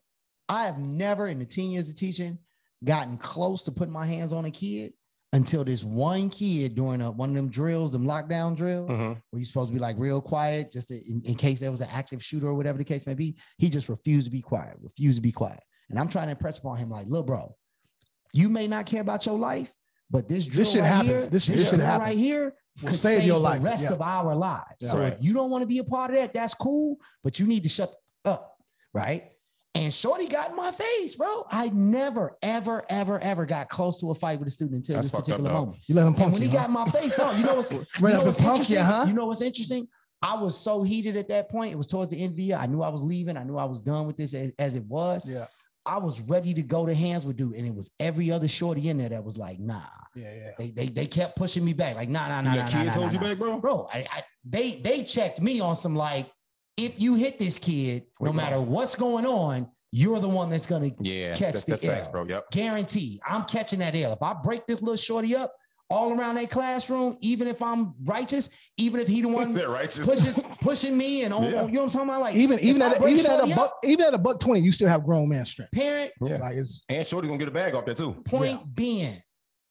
[SPEAKER 9] I have never in the 10 years of teaching gotten close to putting my hands on a kid until this one kid during a, one of them drills, them lockdown drills,
[SPEAKER 1] Hmm.
[SPEAKER 2] Mhm.
[SPEAKER 9] where you're supposed to be like real quiet, just in, in case there was an active shooter or whatever the case may be. He just refused to be quiet, refused to be quiet. And I'm trying to impress upon him, like, look, bro, you may not care about your life, but this drill
[SPEAKER 1] shit
[SPEAKER 9] right
[SPEAKER 1] happens.
[SPEAKER 9] Here,
[SPEAKER 1] This- this shit
[SPEAKER 9] drill right
[SPEAKER 1] happens.
[SPEAKER 9] here will
[SPEAKER 1] Could
[SPEAKER 9] save,
[SPEAKER 1] save your
[SPEAKER 9] the
[SPEAKER 1] life.
[SPEAKER 9] rest
[SPEAKER 1] Yeah.
[SPEAKER 9] of our lives.
[SPEAKER 1] Yeah.
[SPEAKER 9] So
[SPEAKER 2] Right.
[SPEAKER 9] if you don't want to be a part of that, that's cool, but you need to shut up, right? And Shorty got in my face, bro. I never, ever, ever, ever got close to a fight with a student until
[SPEAKER 2] That's
[SPEAKER 9] this
[SPEAKER 2] fucked up,
[SPEAKER 9] particular
[SPEAKER 2] dog.
[SPEAKER 9] moment.
[SPEAKER 1] You let him
[SPEAKER 9] And
[SPEAKER 1] punk
[SPEAKER 9] when
[SPEAKER 1] you,
[SPEAKER 9] he
[SPEAKER 1] huh?
[SPEAKER 9] got in my face, dog, you know what's, you
[SPEAKER 1] [LAUGHS] Right
[SPEAKER 9] know
[SPEAKER 1] up
[SPEAKER 9] what's
[SPEAKER 1] and punk you,
[SPEAKER 9] interesting?
[SPEAKER 1] huh?
[SPEAKER 9] You know what's interesting? I was so heated at that point. It was towards the end of the year. I knew I was leaving. I knew I was done with this as, as it was.
[SPEAKER 1] Yeah,
[SPEAKER 9] I was ready to go to hands with dude, and it was every other shorty in there that was like, "Nah."
[SPEAKER 1] yeah, yeah.
[SPEAKER 9] They they, they kept pushing me back, like, "Nah, nah, nah,
[SPEAKER 2] you
[SPEAKER 9] nah,
[SPEAKER 2] let
[SPEAKER 9] nah,
[SPEAKER 2] kids
[SPEAKER 9] nah,
[SPEAKER 2] hold
[SPEAKER 9] nah,
[SPEAKER 2] you back, bro.
[SPEAKER 9] bro." I, I they they checked me on some like, if you hit this kid,
[SPEAKER 2] Wait,
[SPEAKER 9] no
[SPEAKER 2] no.
[SPEAKER 9] matter what's going on, you're the one that's gonna
[SPEAKER 2] Yeah,
[SPEAKER 9] Catch
[SPEAKER 2] that's,
[SPEAKER 9] the
[SPEAKER 2] that's facts,
[SPEAKER 9] L.
[SPEAKER 2] bro. Yep.
[SPEAKER 9] guarantee. I'm catching that L. If I break this little shorty up all around that classroom, even if I'm righteous, even if he
[SPEAKER 2] [LAUGHS]
[SPEAKER 9] the one
[SPEAKER 2] That righteous.
[SPEAKER 9] pushes pushing me and on,
[SPEAKER 2] Yeah.
[SPEAKER 9] you know what I'm talking about, like
[SPEAKER 1] Even
[SPEAKER 9] if
[SPEAKER 1] even
[SPEAKER 9] I
[SPEAKER 1] at a,
[SPEAKER 9] break
[SPEAKER 1] even at a
[SPEAKER 9] shorty up,
[SPEAKER 1] buck even at a buck twenty, you still have grown man strength.
[SPEAKER 9] parent
[SPEAKER 2] Yeah.
[SPEAKER 1] Like it's
[SPEAKER 2] And Shorty gonna get a bag off there too.
[SPEAKER 9] Point being,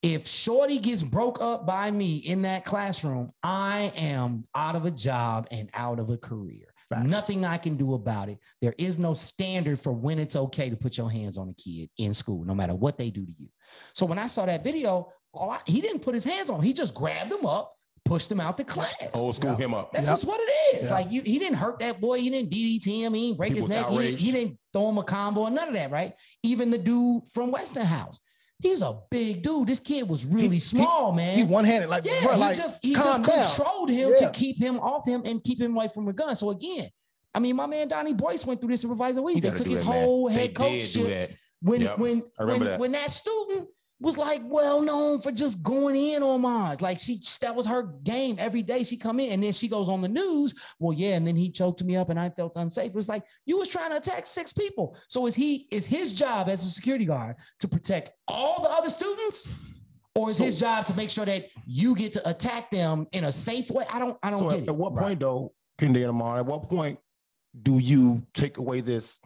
[SPEAKER 9] if Shorty gets broke up by me in that classroom, I am out of a job and out of a career.
[SPEAKER 1] Facts.
[SPEAKER 9] Nothing I can do about it. There is no standard for when it's okay to put your hands on a kid in school, no matter what they do to you. So when I saw that video, all I- he didn't put his hands on. him. He just grabbed him up, pushed him out the class.
[SPEAKER 2] Old school
[SPEAKER 1] Yeah.
[SPEAKER 2] him up.
[SPEAKER 9] That's
[SPEAKER 1] Yep.
[SPEAKER 9] just what it is.
[SPEAKER 1] Yep.
[SPEAKER 9] Like you, he didn't hurt that boy. He didn't DDT him. He didn't break
[SPEAKER 2] He
[SPEAKER 9] his
[SPEAKER 2] was
[SPEAKER 9] neck. He didn't,
[SPEAKER 2] outraged.
[SPEAKER 9] he didn't throw him a combo or none of that, right? Even the dude from Western House, he was a big dude. This kid was really
[SPEAKER 1] he-
[SPEAKER 9] small, man.
[SPEAKER 1] he one handed like
[SPEAKER 9] yeah,
[SPEAKER 1] bro,
[SPEAKER 9] he
[SPEAKER 1] like
[SPEAKER 9] just he
[SPEAKER 1] calm
[SPEAKER 9] just
[SPEAKER 1] down.
[SPEAKER 9] controlled him
[SPEAKER 1] Yeah.
[SPEAKER 9] to keep him off him and keep him away from a gun. So again, I mean, my man Donnie Boyce went through this supervisor week.
[SPEAKER 2] You
[SPEAKER 9] They
[SPEAKER 2] gotta
[SPEAKER 9] took
[SPEAKER 2] do
[SPEAKER 9] his
[SPEAKER 2] that, man.
[SPEAKER 9] whole
[SPEAKER 2] They
[SPEAKER 9] head coach
[SPEAKER 2] did do
[SPEAKER 9] shit
[SPEAKER 2] that.
[SPEAKER 9] when
[SPEAKER 2] Yep.
[SPEAKER 9] when
[SPEAKER 2] I
[SPEAKER 9] when,
[SPEAKER 2] remember that.
[SPEAKER 9] when that student was like well known for just going in on Mars. Like she that was her game every day. She come in and then she goes on the news. Well, yeah, and then he choked me up and I felt unsafe. It was like you was trying to attack six people. So is he is his job as a security guard to protect all the other students? Or is his job to make sure that you get to attack them in a safe way? I don't I don't
[SPEAKER 2] so
[SPEAKER 9] get
[SPEAKER 2] at,
[SPEAKER 9] it.
[SPEAKER 2] at what point though, Kendra Amon, at what point do you take away this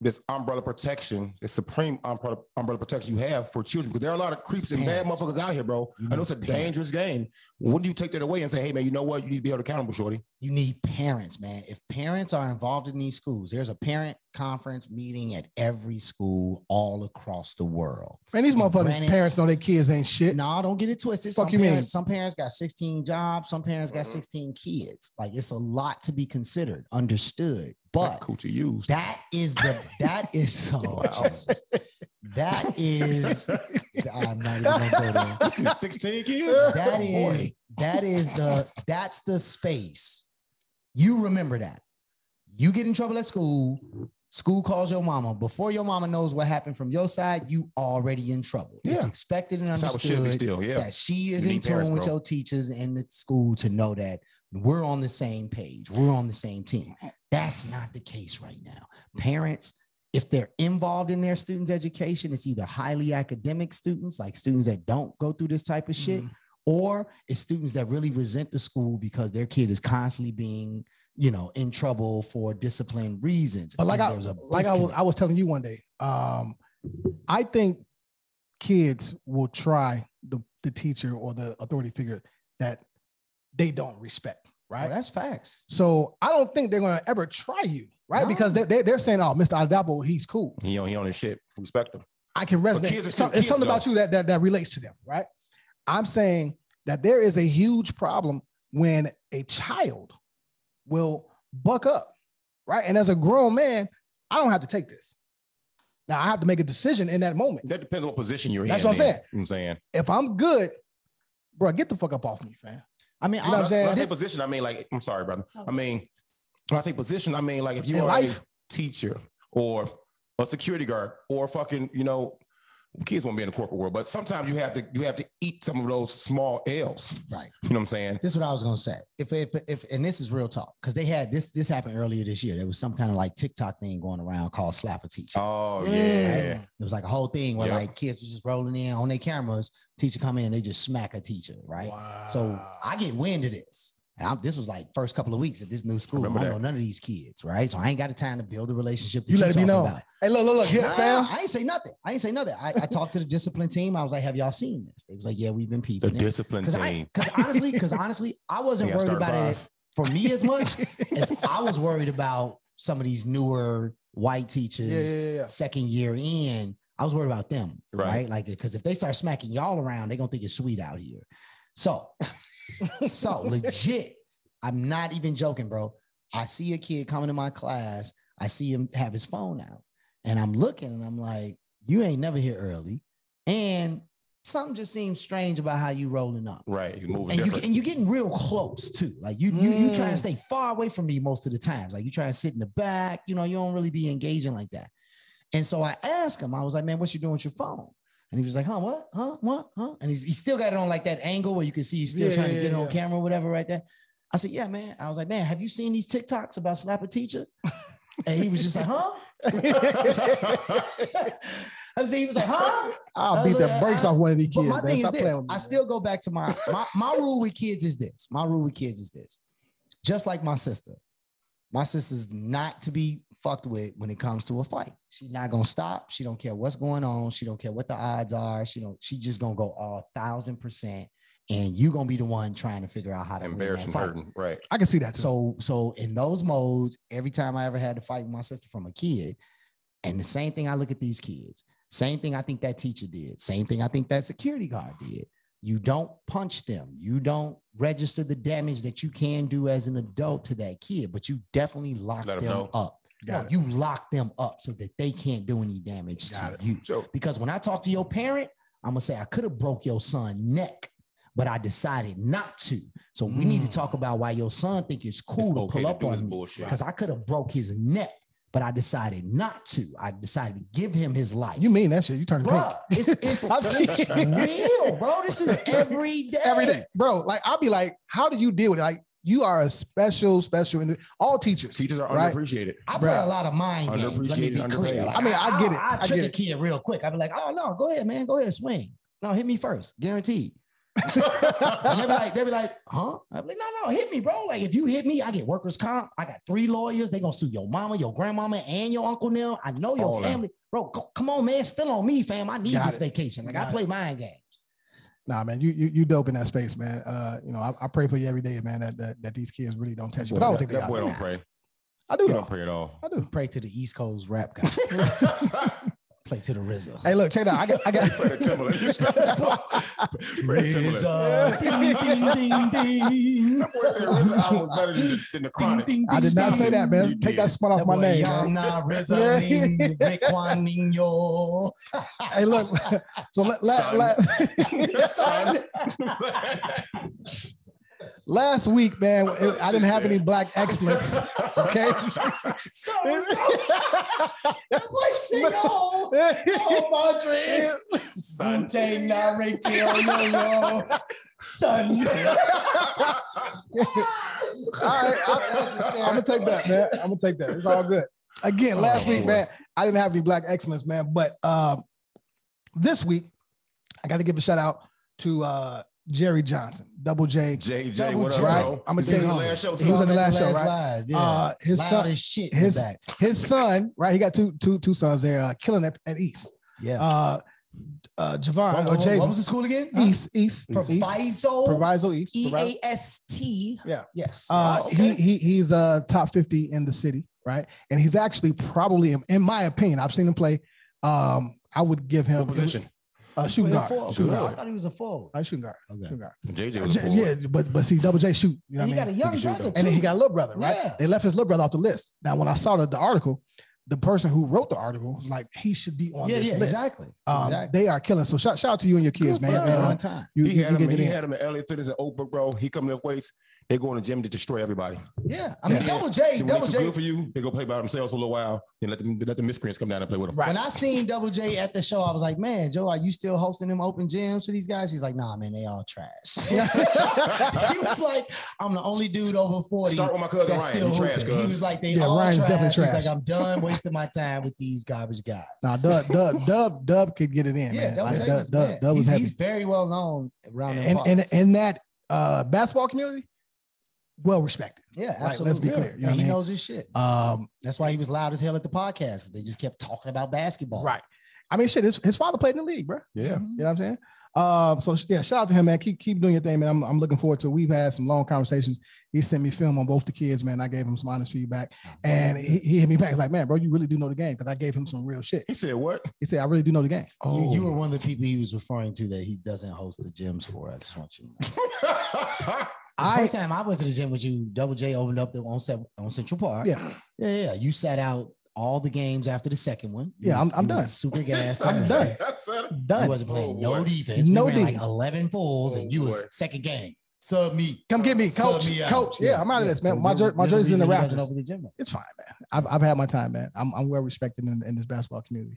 [SPEAKER 2] this umbrella protection, this supreme umbrella, umbrella protection you have for children? Because there are a lot of creeps and bad
[SPEAKER 9] Parents.
[SPEAKER 2] motherfuckers out here, bro.
[SPEAKER 9] You
[SPEAKER 2] I
[SPEAKER 9] need
[SPEAKER 2] know it's a
[SPEAKER 9] parents.
[SPEAKER 2] dangerous game. When do you take that away and say, hey man, you know what? You need to be held accountable, Shorty.
[SPEAKER 9] you need parents, man. If parents are involved in these schools, there's a parent conference meeting at every school all across the world.
[SPEAKER 1] Man, these motherfucking
[SPEAKER 9] Granted-
[SPEAKER 1] parents know their kids ain't shit.
[SPEAKER 9] No, don't get it twisted.
[SPEAKER 1] Fuck
[SPEAKER 9] some,
[SPEAKER 1] you mean? Mm-hmm.
[SPEAKER 9] parents, some parents got 16 jobs, some parents got
[SPEAKER 7] Mhm.
[SPEAKER 9] 16 kids. Like it's a lot to be considered, understood.
[SPEAKER 2] That
[SPEAKER 9] But
[SPEAKER 2] coochie used.
[SPEAKER 9] that is the that
[SPEAKER 1] [LAUGHS]
[SPEAKER 9] is oh, Jesus. that is I'm not even gonna go there.
[SPEAKER 1] [LAUGHS]
[SPEAKER 2] [LAUGHS] 16 kids?
[SPEAKER 9] That
[SPEAKER 2] Oh, boy.
[SPEAKER 9] is that is the that's the space. You remember that. You get in trouble at school. School calls your mama. Before your mama knows what happened from your side, you already in trouble. It's
[SPEAKER 2] Yeah.
[SPEAKER 9] expected and
[SPEAKER 2] That's how it should be
[SPEAKER 9] understood
[SPEAKER 2] still, yeah.
[SPEAKER 9] that she is
[SPEAKER 2] You
[SPEAKER 9] in
[SPEAKER 2] need
[SPEAKER 9] tune
[SPEAKER 2] parents,
[SPEAKER 9] with
[SPEAKER 2] bro.
[SPEAKER 9] your teachers and the school to know that We're on the same page. We're on the same team. That's not the case right now. Parents, if they're involved in their students' education, it's either highly academic students, like students that don't go through this type of shit,
[SPEAKER 1] Mm-hmm.
[SPEAKER 9] or it's students that really resent the school because their kid is constantly being, you know, in trouble for discipline reasons.
[SPEAKER 1] But like
[SPEAKER 9] And
[SPEAKER 1] I
[SPEAKER 9] there's a
[SPEAKER 1] like I was,
[SPEAKER 9] disconnect.
[SPEAKER 1] I was telling you one day, um, I think kids will try the the teacher or the authority figure that they don't respect, right?
[SPEAKER 9] Well, that's facts.
[SPEAKER 1] so I don't think they're gonna ever try you, right? Because they, they they're saying, "Oh, Mr. Adapo, he's cool.
[SPEAKER 2] He on he on his shit. Respect him.
[SPEAKER 1] I can resonate."
[SPEAKER 2] kids are
[SPEAKER 1] it's
[SPEAKER 2] still
[SPEAKER 1] some- it's
[SPEAKER 2] kids,
[SPEAKER 1] something about
[SPEAKER 2] though.
[SPEAKER 1] you that, that that relates to them, right? I'm saying that there is a huge problem when a child will buck up, right? And as a grown man, I don't have to take this. Now I have to make a decision in that moment.
[SPEAKER 2] That depends on what position you're
[SPEAKER 1] That's
[SPEAKER 2] in.
[SPEAKER 1] what I'm
[SPEAKER 2] man.
[SPEAKER 1] saying.
[SPEAKER 2] You know what I'm saying.
[SPEAKER 1] if I'm good, bro, get the fuck up off me, fam.
[SPEAKER 9] I mean,
[SPEAKER 1] You know what I'm
[SPEAKER 2] When I-
[SPEAKER 1] saying? Oh.
[SPEAKER 2] When I say position, I mean like I'm sorry, brother. I mean when I say position, I mean like if you
[SPEAKER 1] In
[SPEAKER 2] are
[SPEAKER 1] life.
[SPEAKER 2] a teacher or a security guard or fucking, you know, kids won't be in the corporate world, but sometimes you have to you have to eat some of those small L's.
[SPEAKER 9] Right.
[SPEAKER 2] You know what I'm saying?
[SPEAKER 9] This is what I was gonna say. If if if and this is real talk because they had this this happened earlier this year. There was some kind of like TikTok thing going around called Slap a Teacher.
[SPEAKER 2] Oh
[SPEAKER 1] Mm.
[SPEAKER 2] yeah.
[SPEAKER 9] It was like a whole thing where
[SPEAKER 2] Yeah.
[SPEAKER 9] like kids was just rolling in on their cameras. Teacher come in, they just smack a teacher, right? So I get wind of this. And I'm, this was like first couple of weeks at this new school. I,
[SPEAKER 2] remember
[SPEAKER 9] don't
[SPEAKER 2] that.
[SPEAKER 9] know none of these kids, right? So I ain't got the time to build a relationship. that
[SPEAKER 1] You let it be
[SPEAKER 9] talking
[SPEAKER 1] known.
[SPEAKER 9] about.
[SPEAKER 1] Hey, look, look, look, here,
[SPEAKER 9] Nah,
[SPEAKER 1] fam.
[SPEAKER 9] I ain't say nothing. I ain't say nothing. I, I talked to the discipline team. I was like, "Have y'all seen this?" They was like, "Yeah, we've been
[SPEAKER 2] The
[SPEAKER 9] peeping." it."
[SPEAKER 2] discipline
[SPEAKER 9] Cause
[SPEAKER 2] team.
[SPEAKER 9] I, cause honestly, cause honestly,
[SPEAKER 2] [LAUGHS]
[SPEAKER 9] I wasn't
[SPEAKER 2] They got
[SPEAKER 9] worried
[SPEAKER 2] started
[SPEAKER 9] about it
[SPEAKER 2] five.
[SPEAKER 9] for me as much
[SPEAKER 2] [LAUGHS]
[SPEAKER 9] as I was worried about some of these newer white teachers
[SPEAKER 1] Yeah, yeah, yeah, yeah.
[SPEAKER 9] second year in. I was worried about them,
[SPEAKER 2] Right.
[SPEAKER 9] right? Like, because if they start smacking y'all around, they're gonna think it's sweet out here. So, [LAUGHS] so legit, I'm not even joking, bro. I see a kid coming to my class. I see him have his phone out, and I'm looking, and I'm like, "You ain't never here early," and something just seems strange about how you rolling up
[SPEAKER 2] right. You're moving
[SPEAKER 9] and you
[SPEAKER 2] different.
[SPEAKER 9] and you're getting real close too. Like you you you trying
[SPEAKER 1] Mm.
[SPEAKER 9] to stay far away from me most of the times. Like you try to sit in the back. You know you don't really be engaging like that. And so I asked him. I was like, man, what you doing with your phone? And he was like, huh, what, huh, what, huh? And he's, he still got it on like that angle where you can see he's still
[SPEAKER 1] Yeah,
[SPEAKER 9] trying to
[SPEAKER 1] yeah,
[SPEAKER 9] get it on
[SPEAKER 1] yeah.
[SPEAKER 9] camera, or whatever, right there. I said, yeah, man. I was like, man, have you seen these TikToks about slap a teacher?
[SPEAKER 1] [LAUGHS]
[SPEAKER 9] And he was just like, huh? [LAUGHS]
[SPEAKER 1] [LAUGHS]
[SPEAKER 9] I was he was like, huh?
[SPEAKER 1] I'll
[SPEAKER 9] I
[SPEAKER 1] beat
[SPEAKER 9] was
[SPEAKER 1] the
[SPEAKER 9] like,
[SPEAKER 1] brakes
[SPEAKER 9] I-
[SPEAKER 1] off one of these
[SPEAKER 9] But
[SPEAKER 1] kids.
[SPEAKER 9] my
[SPEAKER 1] man.
[SPEAKER 9] thing is
[SPEAKER 1] Stop
[SPEAKER 9] this.
[SPEAKER 1] playing with me,
[SPEAKER 9] I
[SPEAKER 1] man.
[SPEAKER 9] still go back to my, my my rule with kids is this. My rule with kids is this. Just like my sister, my sister's not to be fucked with when it comes to a fight. She's not gonna stop. She don't care what's going on. She don't care what the odds are. She don't. She just gonna go all thousand percent, and you gonna be the one trying to figure out how to win that
[SPEAKER 2] [LAUGHS] Embarrassing
[SPEAKER 9] fight.
[SPEAKER 2] hurting. Right.
[SPEAKER 1] I can see that. So
[SPEAKER 9] So so in those modes, every time I ever had to fight with my sister from a kid, and the same thing I look at these kids, same thing I think that teacher did, same thing I think that security guard did. You don't punch them. You don't register the damage that you can do as an adult to that kid, but you definitely lock
[SPEAKER 2] Let 'em
[SPEAKER 9] them
[SPEAKER 2] know.
[SPEAKER 9] up.
[SPEAKER 1] Got
[SPEAKER 9] No,
[SPEAKER 1] it.
[SPEAKER 9] you lock them up so that they can't do any damage
[SPEAKER 1] Got
[SPEAKER 9] to
[SPEAKER 1] it.
[SPEAKER 9] you.
[SPEAKER 2] So
[SPEAKER 9] Because when I talk to your parent, I'm gonna say I could have broke your son neck, but I decided not to. So we need to
[SPEAKER 1] Mm.
[SPEAKER 9] talk about why your son think it's cool
[SPEAKER 2] it's
[SPEAKER 9] to
[SPEAKER 2] okay
[SPEAKER 9] pull
[SPEAKER 2] to
[SPEAKER 9] up
[SPEAKER 2] do this
[SPEAKER 9] on me.
[SPEAKER 2] bullshit.
[SPEAKER 9] Because I could have broke his neck, but I decided not to. I decided to give him his life.
[SPEAKER 1] you mean that shit? You turn
[SPEAKER 9] bro?
[SPEAKER 1] pink [LAUGHS]
[SPEAKER 9] It's it's,
[SPEAKER 1] I see.
[SPEAKER 9] it's real, bro.
[SPEAKER 2] [LAUGHS]
[SPEAKER 9] This is every day.
[SPEAKER 1] every day, bro. Like I'll be like, how do you deal with it? Like you are a special, special. indi- all teachers.
[SPEAKER 2] Teachers are
[SPEAKER 1] Right.
[SPEAKER 2] underappreciated.
[SPEAKER 9] I play
[SPEAKER 1] Bruh.
[SPEAKER 9] a lot of mind games. Let me be
[SPEAKER 2] Underappreciated,
[SPEAKER 9] clear.
[SPEAKER 2] underpaid.
[SPEAKER 9] Like,
[SPEAKER 1] I mean, I get it.
[SPEAKER 9] I,
[SPEAKER 1] I
[SPEAKER 9] trick
[SPEAKER 1] get
[SPEAKER 9] a
[SPEAKER 1] it.
[SPEAKER 9] kid real quick. I'd be like, "Oh no, go ahead, man, go ahead, swing. No, hit me first,
[SPEAKER 1] [LAUGHS]
[SPEAKER 9] guaranteed." and they'd be like, they'd be like, "Huh?" I'd be like, "No, no, hit me, bro. Like, if you hit me, I get workers' comp. I got three lawyers. They gonna sue your mama, your grandmama, and your uncle now. I know your
[SPEAKER 2] All that.
[SPEAKER 9] family, bro. go- come on, man. Still on me, fam. I need
[SPEAKER 1] Got
[SPEAKER 9] this
[SPEAKER 1] it.
[SPEAKER 9] vacation. Like,
[SPEAKER 1] Got
[SPEAKER 9] I
[SPEAKER 1] it.
[SPEAKER 9] play mind games.
[SPEAKER 1] Nah, man, you you you dope in that space, man. Uh, you know, I, I pray for you every day, man. That that, that these kids really don't touch you. But I don't think they
[SPEAKER 2] that boy
[SPEAKER 1] are.
[SPEAKER 2] don't pray.
[SPEAKER 1] I do
[SPEAKER 2] He don't
[SPEAKER 1] though.
[SPEAKER 2] pray at all.
[SPEAKER 1] I do.
[SPEAKER 9] Pray to the East Coast
[SPEAKER 1] [LAUGHS]
[SPEAKER 9] rap guy.
[SPEAKER 2] [LAUGHS]
[SPEAKER 9] play to the RZA.
[SPEAKER 1] Hey, look, check it out. I got I got.
[SPEAKER 2] Pray to [LAUGHS] Timberland. Pray to Timberland.
[SPEAKER 1] uh,
[SPEAKER 9] RZA. [LAUGHS] ding, ding, ding, ding.
[SPEAKER 2] That boy said RZA album was better than, than the Chronic.
[SPEAKER 1] I did not say that, man.
[SPEAKER 2] You
[SPEAKER 1] Take
[SPEAKER 2] did.
[SPEAKER 1] that spot off my name. man. [LAUGHS] Hey, look. [LAUGHS] So let, let,
[SPEAKER 2] [LAUGHS] Son.
[SPEAKER 1] let,
[SPEAKER 2] Son.
[SPEAKER 1] [LAUGHS] Last week, man, it- I didn't have
[SPEAKER 2] [LAUGHS]
[SPEAKER 1] any black excellence. Okay.
[SPEAKER 11] So no. Oh, Padres. Sunday nare quiero yo. Sun.
[SPEAKER 1] I'm gonna take that, man. I'm gonna take that. It's all good. Again, last
[SPEAKER 2] Oh,
[SPEAKER 1] week,
[SPEAKER 2] boy.
[SPEAKER 1] man, I didn't have any black excellence, man. But um, this
[SPEAKER 9] [LAUGHS]
[SPEAKER 1] week, I got to give a shout out to uh, Jerry Johnson, Double J.
[SPEAKER 2] JJ,
[SPEAKER 1] Double
[SPEAKER 2] what
[SPEAKER 1] J,
[SPEAKER 2] up,
[SPEAKER 1] right?
[SPEAKER 2] bro?
[SPEAKER 1] I'm gonna
[SPEAKER 2] He
[SPEAKER 1] tell
[SPEAKER 2] was in
[SPEAKER 1] you,
[SPEAKER 2] the last show.
[SPEAKER 1] he was in the
[SPEAKER 9] Saw
[SPEAKER 1] last
[SPEAKER 9] him
[SPEAKER 1] show,
[SPEAKER 9] at the
[SPEAKER 1] right?
[SPEAKER 9] last live, yeah.
[SPEAKER 1] Uh, his
[SPEAKER 9] Loud
[SPEAKER 1] son,
[SPEAKER 9] as shit in the
[SPEAKER 1] his
[SPEAKER 9] back.
[SPEAKER 1] his son, right? He got two two two sons there, uh, killing at, at East.
[SPEAKER 9] Yeah.
[SPEAKER 1] Uh, uh, Javon
[SPEAKER 9] What-
[SPEAKER 1] or
[SPEAKER 9] what-
[SPEAKER 1] Javon.
[SPEAKER 9] what was the school again? Huh?
[SPEAKER 1] East, East, East,
[SPEAKER 11] Proviso.
[SPEAKER 1] Proviso East.
[SPEAKER 11] E
[SPEAKER 1] Proviso-
[SPEAKER 11] A S T.
[SPEAKER 1] Yeah.
[SPEAKER 11] Yes.
[SPEAKER 1] uh,
[SPEAKER 11] Yes.
[SPEAKER 1] he, he he's uh top 50 in the city, right? And he's actually probably, in- in my opinion, I've seen him play. Um, I would give him
[SPEAKER 2] What position?
[SPEAKER 1] uh, shooting
[SPEAKER 9] Well,
[SPEAKER 1] guard,
[SPEAKER 9] forward.
[SPEAKER 1] shooting
[SPEAKER 9] I
[SPEAKER 1] guard,
[SPEAKER 9] thought he was a forward.
[SPEAKER 1] Uh, shooting guard,
[SPEAKER 9] Okay.
[SPEAKER 1] shooting guard. Uh,
[SPEAKER 2] JJ was a
[SPEAKER 1] J-
[SPEAKER 2] forward.
[SPEAKER 1] Yeah, but but see, double J shoot. You know
[SPEAKER 9] And
[SPEAKER 1] what I mean?
[SPEAKER 9] he got a young
[SPEAKER 2] He can shoot,
[SPEAKER 9] brother.
[SPEAKER 2] though.
[SPEAKER 1] and then he
[SPEAKER 9] too.
[SPEAKER 1] got a little brother, right?
[SPEAKER 9] Yeah.
[SPEAKER 1] They left his little brother off the list. Now, when I saw the, the article, the person who wrote the article was like, he should be on
[SPEAKER 9] yeah,
[SPEAKER 1] this
[SPEAKER 9] yeah,
[SPEAKER 1] list.
[SPEAKER 9] exactly.
[SPEAKER 1] Um,
[SPEAKER 9] exactly.
[SPEAKER 1] They are killing. So shout, shout out to you and your kids, man.
[SPEAKER 9] Good
[SPEAKER 1] Uh,
[SPEAKER 9] on time.
[SPEAKER 1] you,
[SPEAKER 2] he
[SPEAKER 1] you-
[SPEAKER 2] had
[SPEAKER 1] you
[SPEAKER 2] him.
[SPEAKER 1] getting
[SPEAKER 2] He
[SPEAKER 1] in.
[SPEAKER 2] had him at LA Fitness and Oakbrook, bro. He coming to weights. They go in the gym to destroy everybody.
[SPEAKER 9] Yeah, I mean
[SPEAKER 1] Yeah.
[SPEAKER 9] Double
[SPEAKER 2] Then
[SPEAKER 9] J,
[SPEAKER 2] when
[SPEAKER 9] Double
[SPEAKER 2] they too
[SPEAKER 9] J.
[SPEAKER 2] good for you, they go play by themselves for a little while. Then let them let the miscreants come down and play with them.
[SPEAKER 9] When I seen Double J at the show, I was like, "Man, Joe, are you still hosting them open gyms for these guys?" He's like, "Nah, man, they all trash." [LAUGHS] he was like, "I'm the only dude over forty
[SPEAKER 2] Start with my cousin
[SPEAKER 9] that's
[SPEAKER 2] Ryan.
[SPEAKER 9] still
[SPEAKER 2] He trash,
[SPEAKER 9] hooping." He was
[SPEAKER 2] cuz.
[SPEAKER 9] like, "They
[SPEAKER 1] Yeah,
[SPEAKER 9] all
[SPEAKER 1] Ryan's
[SPEAKER 9] trash."
[SPEAKER 1] definitely
[SPEAKER 9] He's
[SPEAKER 1] trash.
[SPEAKER 9] like, "I'm done wasting my time with these garbage guys."
[SPEAKER 1] Nah, Dub, Dub, Dub, Dub could get it in,
[SPEAKER 9] Yeah,
[SPEAKER 1] man.
[SPEAKER 9] Double
[SPEAKER 1] Like,
[SPEAKER 9] J
[SPEAKER 1] Dub,
[SPEAKER 9] was
[SPEAKER 1] Dub,
[SPEAKER 9] bad.
[SPEAKER 1] Dub was
[SPEAKER 9] he's,
[SPEAKER 1] heavy.
[SPEAKER 9] he's very well known around the
[SPEAKER 1] and, and and that uh, basketball community, well respected.
[SPEAKER 9] yeah,
[SPEAKER 1] like,
[SPEAKER 9] absolutely.
[SPEAKER 1] let's be clear, you know
[SPEAKER 9] Yeah,
[SPEAKER 1] what I
[SPEAKER 9] he
[SPEAKER 1] mean?
[SPEAKER 9] knows his shit.
[SPEAKER 1] Um,
[SPEAKER 9] That's why he was loud as hell at the podcast. 'cause They just kept talking about basketball.
[SPEAKER 1] right. I mean, shit, his, his father played in the league, bro. You
[SPEAKER 2] Yeah.
[SPEAKER 1] know what I'm saying? Um, so yeah, shout out to him, man. Keep keep doing your thing, man. I'm, I'm looking forward to it. We've had some long conversations. He sent me film on both the kids, man. I gave him some honest feedback, and he, he hit me back like, man, bro, you really do know the game because I gave him some real shit.
[SPEAKER 2] He said what? [LAUGHS]
[SPEAKER 1] He said, I really do know the game.
[SPEAKER 9] You,
[SPEAKER 1] Oh.
[SPEAKER 9] you were one of the people he was referring to that he doesn't host the gyms for. I just want you to know. The
[SPEAKER 1] I
[SPEAKER 9] first time I went to the gym with you, Double J opened up the on, Cent- on Central Park.
[SPEAKER 1] Yeah.
[SPEAKER 9] yeah, yeah. You sat out all the games after the second one. You
[SPEAKER 1] Yeah, I'm-
[SPEAKER 9] was-
[SPEAKER 1] I'm
[SPEAKER 9] you was
[SPEAKER 1] done. [LAUGHS]
[SPEAKER 9] Super gassed.
[SPEAKER 1] I'm
[SPEAKER 9] out.
[SPEAKER 1] done.
[SPEAKER 9] You
[SPEAKER 1] done.
[SPEAKER 9] wasn't playing
[SPEAKER 2] Oh,
[SPEAKER 9] no
[SPEAKER 2] boy.
[SPEAKER 9] defense.
[SPEAKER 1] No
[SPEAKER 9] No we ran like
[SPEAKER 1] defense.
[SPEAKER 9] eleven fools, and you was
[SPEAKER 2] boy.
[SPEAKER 9] second game. Sub me.
[SPEAKER 1] Come get me,
[SPEAKER 9] Sub
[SPEAKER 1] coach.
[SPEAKER 9] me out.
[SPEAKER 1] Coach, yeah, I'm out of this, man. My
[SPEAKER 9] there-
[SPEAKER 1] jer- my
[SPEAKER 9] there's a
[SPEAKER 1] jersey's in the
[SPEAKER 9] reason he wasn't
[SPEAKER 1] Raptors.
[SPEAKER 9] Over the gym. right
[SPEAKER 1] It's fine, man. I've, I've had my time, man. I'm, I'm well respected in, in this basketball community.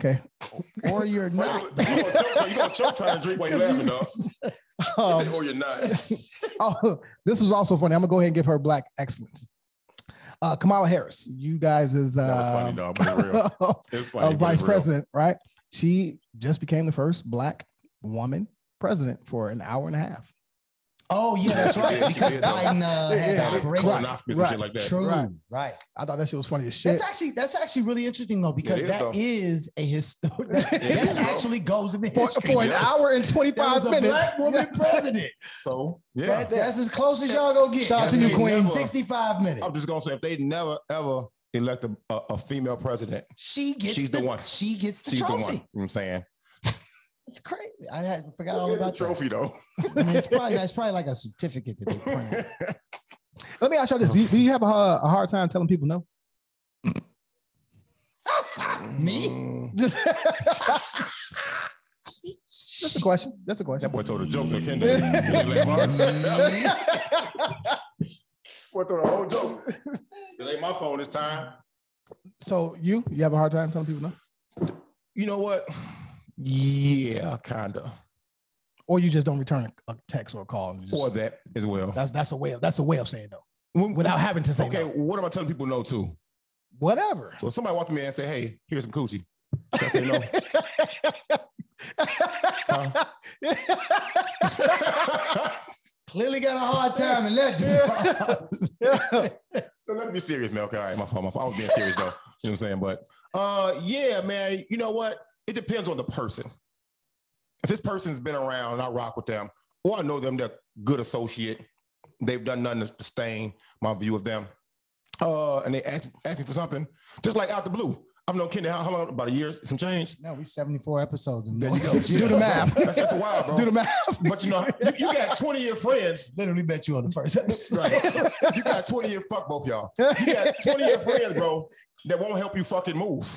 [SPEAKER 1] Okay.
[SPEAKER 9] now. Or [LAUGHS] you're not.
[SPEAKER 2] you gonna choke- you gonna choke trying to drink while you're laughing, dog. [LAUGHS]
[SPEAKER 1] Um,
[SPEAKER 2] or
[SPEAKER 1] [LAUGHS]
[SPEAKER 2] you're not.
[SPEAKER 1] oh, this was also funny. I'm gonna go ahead and give her black excellence. Uh, Kamala Harris, you guys is uh,
[SPEAKER 2] That was funny, dog. But
[SPEAKER 1] [LAUGHS]
[SPEAKER 2] it's real. It's
[SPEAKER 1] uh,
[SPEAKER 2] funny. but
[SPEAKER 1] vice
[SPEAKER 2] it's real.
[SPEAKER 1] president, right? She just became the first black woman president for an hour and a half.
[SPEAKER 9] Oh yeah, that's right.
[SPEAKER 2] Yeah, she
[SPEAKER 9] Because
[SPEAKER 2] did, though.
[SPEAKER 9] Biden uh, had
[SPEAKER 1] Yeah,
[SPEAKER 9] the operation.
[SPEAKER 1] right.
[SPEAKER 2] Colonoscopies and shit like that.
[SPEAKER 9] True.
[SPEAKER 1] Right.
[SPEAKER 9] right.
[SPEAKER 1] I thought that shit was funny as shit.
[SPEAKER 9] That's actually that's actually really interesting though because
[SPEAKER 2] is, though.
[SPEAKER 9] that is a historic. That,
[SPEAKER 1] [LAUGHS]
[SPEAKER 2] It is, bro.
[SPEAKER 9] actually goes in the
[SPEAKER 1] for,
[SPEAKER 9] history.
[SPEAKER 1] for an
[SPEAKER 9] Yes.
[SPEAKER 1] hour and
[SPEAKER 9] There
[SPEAKER 1] 25
[SPEAKER 9] was a
[SPEAKER 1] minutes.
[SPEAKER 9] black woman
[SPEAKER 1] Yes. [LAUGHS]
[SPEAKER 9] president.
[SPEAKER 2] So yeah.
[SPEAKER 9] That- that's as close as y'all gonna get.
[SPEAKER 1] Shout out to you,
[SPEAKER 9] In
[SPEAKER 1] Queen. Um,
[SPEAKER 9] Sixty-five minutes.
[SPEAKER 2] I'm just gonna say if they never ever elect a, a, a female president,
[SPEAKER 9] She gets.
[SPEAKER 2] She's the one.
[SPEAKER 9] She gets the
[SPEAKER 2] she's the
[SPEAKER 9] trophy.
[SPEAKER 2] one. You know what I'm saying?
[SPEAKER 9] It's crazy. I had forgot all about that.
[SPEAKER 2] trophy though.
[SPEAKER 9] I mean, it's probably it's probably like a certificate
[SPEAKER 1] [LAUGHS]
[SPEAKER 9] that they print. out.
[SPEAKER 1] Let me ask y'all this. Do you, do you have a, a hard time telling people
[SPEAKER 2] [LAUGHS]
[SPEAKER 1] no? [LAUGHS]
[SPEAKER 9] Me?
[SPEAKER 2] Mm.
[SPEAKER 1] Just, just a question. That's a question.
[SPEAKER 2] That boy told a joke in Kendall.
[SPEAKER 1] [LAUGHS]
[SPEAKER 2] Boy told a whole joke. It ain't my phone this time. [LAUGHS]
[SPEAKER 1] So you, you have a hard time telling people no?
[SPEAKER 2] You know what? [SIGHS] Yeah, kinda.
[SPEAKER 1] Or you just don't return a, a text or a call. And you just,
[SPEAKER 2] Or that as well.
[SPEAKER 1] That's that's a way of that's a way of saying no
[SPEAKER 2] When-
[SPEAKER 1] without having to say
[SPEAKER 2] okay,
[SPEAKER 1] no.
[SPEAKER 2] what am I telling people no to?
[SPEAKER 1] Whatever.
[SPEAKER 2] So if somebody walked to me and said, "Hey, here's some coochie." Should I say no?
[SPEAKER 9] Clearly got a hard time in that. department.
[SPEAKER 2] No, Let me be serious, man. Okay, all right, my fault. My fault. I was being serious though. you know what I'm saying? But uh, yeah, man. You know what? It depends on the person. If this person's been around, I rock with them, or I know them, they're good associate. They've done nothing to stain my view of them. Uh, and they ask, ask me for something, just like out the blue. I've known Kendall how, how long? About a year, some change.
[SPEAKER 9] no, we seventy-four episodes. and
[SPEAKER 2] There
[SPEAKER 9] no-
[SPEAKER 2] you
[SPEAKER 9] [LAUGHS]
[SPEAKER 2] go.
[SPEAKER 1] Do the math.
[SPEAKER 2] That's, that's a while, bro.
[SPEAKER 1] Do the math.
[SPEAKER 2] But you know, you, you got 20 year friends.
[SPEAKER 9] Literally bet you on the first episode.
[SPEAKER 2] Right. [LAUGHS] You got 20 year fuck both y'all. You
[SPEAKER 1] [LAUGHS]
[SPEAKER 2] got 20 year friends, bro, that won't help you fucking move.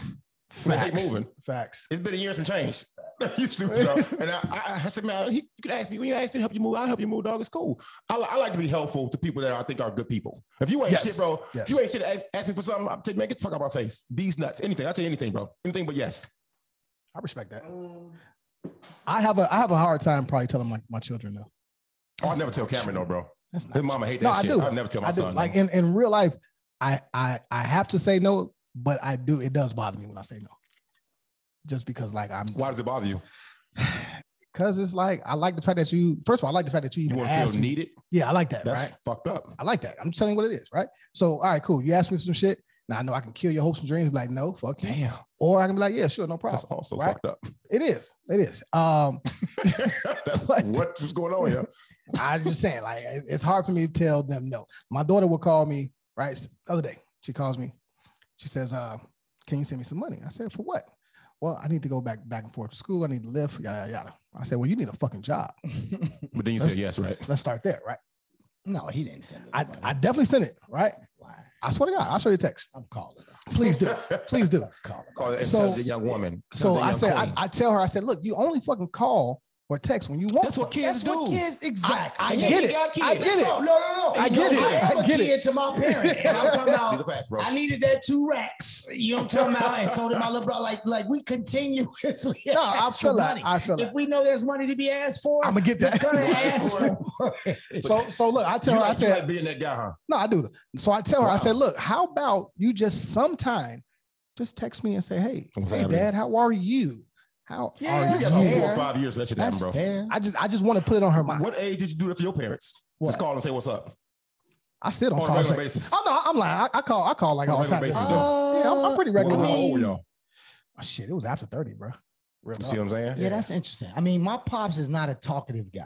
[SPEAKER 2] They keep
[SPEAKER 1] Facts.
[SPEAKER 2] moving.
[SPEAKER 1] Facts.
[SPEAKER 2] It's been a year and some change. [LAUGHS] you stupid
[SPEAKER 1] [LAUGHS]
[SPEAKER 2] dog. And I, I, I said, man, he, you can ask me. When you ask me to help you move, I'll help you move, dog. It's cool. I, li- I like to be helpful to people that I think are good people. If you ain't
[SPEAKER 1] Yes.
[SPEAKER 2] shit, bro,
[SPEAKER 1] Yes.
[SPEAKER 2] if you ain't shit, ask, ask me for something, I'll take, make it fuck out my face. These nuts, anything. I'll tell you anything, bro. Anything but yes.
[SPEAKER 1] I respect that. I have a I have a hard time probably telling my, my children though.
[SPEAKER 2] Oh, I never tell Cameron, no, bro.
[SPEAKER 1] That's
[SPEAKER 2] His mama hate that
[SPEAKER 1] no,
[SPEAKER 2] shit.
[SPEAKER 1] I do.
[SPEAKER 2] I'll never tell my
[SPEAKER 1] I do.
[SPEAKER 2] son. no.
[SPEAKER 1] Like in, in real life, I, I I have to say no, but I do. It does bother me when I say no, just because like I'm.
[SPEAKER 2] Why does it bother you?
[SPEAKER 1] Because it's like I like the fact that you. First of all, I like the fact that you
[SPEAKER 2] You
[SPEAKER 1] even
[SPEAKER 2] want to
[SPEAKER 1] asked
[SPEAKER 2] feel
[SPEAKER 1] me.
[SPEAKER 2] needed?
[SPEAKER 1] Yeah, I like that.
[SPEAKER 2] That's
[SPEAKER 1] right.
[SPEAKER 2] fucked up.
[SPEAKER 1] I like that. I'm just telling you what it is. Right. So all right, cool. You asked me for some shit. Now I know I can kill your hopes and dreams. Be Like no, fuck you.
[SPEAKER 2] Damn.
[SPEAKER 1] Or I can be like, yeah, sure, no problem.
[SPEAKER 2] That's also
[SPEAKER 1] right?
[SPEAKER 2] fucked up.
[SPEAKER 1] It is. It is.
[SPEAKER 2] [LAUGHS]
[SPEAKER 1] Um, but-
[SPEAKER 2] What was going on here?
[SPEAKER 1] I'm just saying, like, it- it's hard for me to tell them no. My daughter will call me, right? The other day, she calls me. She says, uh, Can you send me some money? I said, For what? Well, I need to go back back and forth to school. I need to live, yada, yada, yada. I said, Well, you need a fucking job.
[SPEAKER 2] But then you said yes, right?
[SPEAKER 1] Let's start there, right?
[SPEAKER 9] No, he didn't send it.
[SPEAKER 1] I, I definitely sent it, right? I swear to God, I'll show you a text.
[SPEAKER 9] I'm calling.
[SPEAKER 1] Please do. Please do.
[SPEAKER 2] [LAUGHS] Call it
[SPEAKER 1] So-
[SPEAKER 2] so, young woman.
[SPEAKER 1] So
[SPEAKER 2] Another
[SPEAKER 1] I
[SPEAKER 2] young
[SPEAKER 1] said, I,
[SPEAKER 2] queen.
[SPEAKER 1] I tell her, I said, Look, you only fucking call or text when you want.
[SPEAKER 2] that's what
[SPEAKER 1] something."
[SPEAKER 2] kids
[SPEAKER 11] That's what
[SPEAKER 2] do.
[SPEAKER 11] kids exactly.
[SPEAKER 1] I
[SPEAKER 11] And
[SPEAKER 1] get
[SPEAKER 11] they
[SPEAKER 1] it.
[SPEAKER 11] got
[SPEAKER 1] I
[SPEAKER 11] kids.
[SPEAKER 1] get it.
[SPEAKER 11] No, no, no, no.
[SPEAKER 1] I get
[SPEAKER 11] You know,
[SPEAKER 1] it.
[SPEAKER 11] I,
[SPEAKER 1] I
[SPEAKER 11] am
[SPEAKER 1] get
[SPEAKER 11] a
[SPEAKER 1] it.
[SPEAKER 11] kid to my parent, and
[SPEAKER 1] [LAUGHS]
[SPEAKER 11] I'm talking
[SPEAKER 2] These
[SPEAKER 11] about
[SPEAKER 2] are facts, bro.
[SPEAKER 11] I needed that two racks. You know what I'm talking about? And so did my little brother. Like, like we continuously.
[SPEAKER 1] No, I
[SPEAKER 11] ask for
[SPEAKER 1] feel that.
[SPEAKER 11] money.
[SPEAKER 1] I feel
[SPEAKER 11] If
[SPEAKER 1] that.
[SPEAKER 11] we know there's money to be asked for,
[SPEAKER 1] I'm gonna get
[SPEAKER 11] we're
[SPEAKER 1] [LAUGHS]
[SPEAKER 11] gonna
[SPEAKER 1] that.
[SPEAKER 11] ask for it.
[SPEAKER 1] So, so look, I
[SPEAKER 2] You
[SPEAKER 1] tell her, I
[SPEAKER 2] like- you
[SPEAKER 1] said,
[SPEAKER 2] like being that guy, huh?
[SPEAKER 1] No, I do. So I tell her, I
[SPEAKER 2] Wow.
[SPEAKER 1] said, look, how about you just sometime just text me and say, hey,
[SPEAKER 2] What's
[SPEAKER 1] hey,
[SPEAKER 2] happening?
[SPEAKER 1] dad, how are you? How are
[SPEAKER 11] Yeah,
[SPEAKER 2] You
[SPEAKER 1] you?
[SPEAKER 2] got about
[SPEAKER 11] fair.
[SPEAKER 2] four or five years for that shit to happen,
[SPEAKER 9] That's
[SPEAKER 2] bro.
[SPEAKER 9] fair.
[SPEAKER 1] I just, I just want to put it on her mind.
[SPEAKER 2] What age did you do that for your parents?
[SPEAKER 1] What?
[SPEAKER 2] Just call and say what's up
[SPEAKER 1] I sit on,
[SPEAKER 2] on a
[SPEAKER 1] calls.
[SPEAKER 2] regular
[SPEAKER 1] Like,
[SPEAKER 2] basis.
[SPEAKER 1] oh no, I'm lying. I, I call, I call like
[SPEAKER 2] On a
[SPEAKER 1] all the time.
[SPEAKER 2] regular basis,
[SPEAKER 1] yeah, I'm, I'm pretty regular.
[SPEAKER 2] Well,
[SPEAKER 1] with
[SPEAKER 2] how
[SPEAKER 1] it.
[SPEAKER 2] old were y'all?
[SPEAKER 1] Oh, shit, it was after thirty, bro. Real
[SPEAKER 2] You
[SPEAKER 1] talk.
[SPEAKER 2] see what I'm saying?
[SPEAKER 9] Yeah, that's interesting. I mean, my pops is not a talkative guy,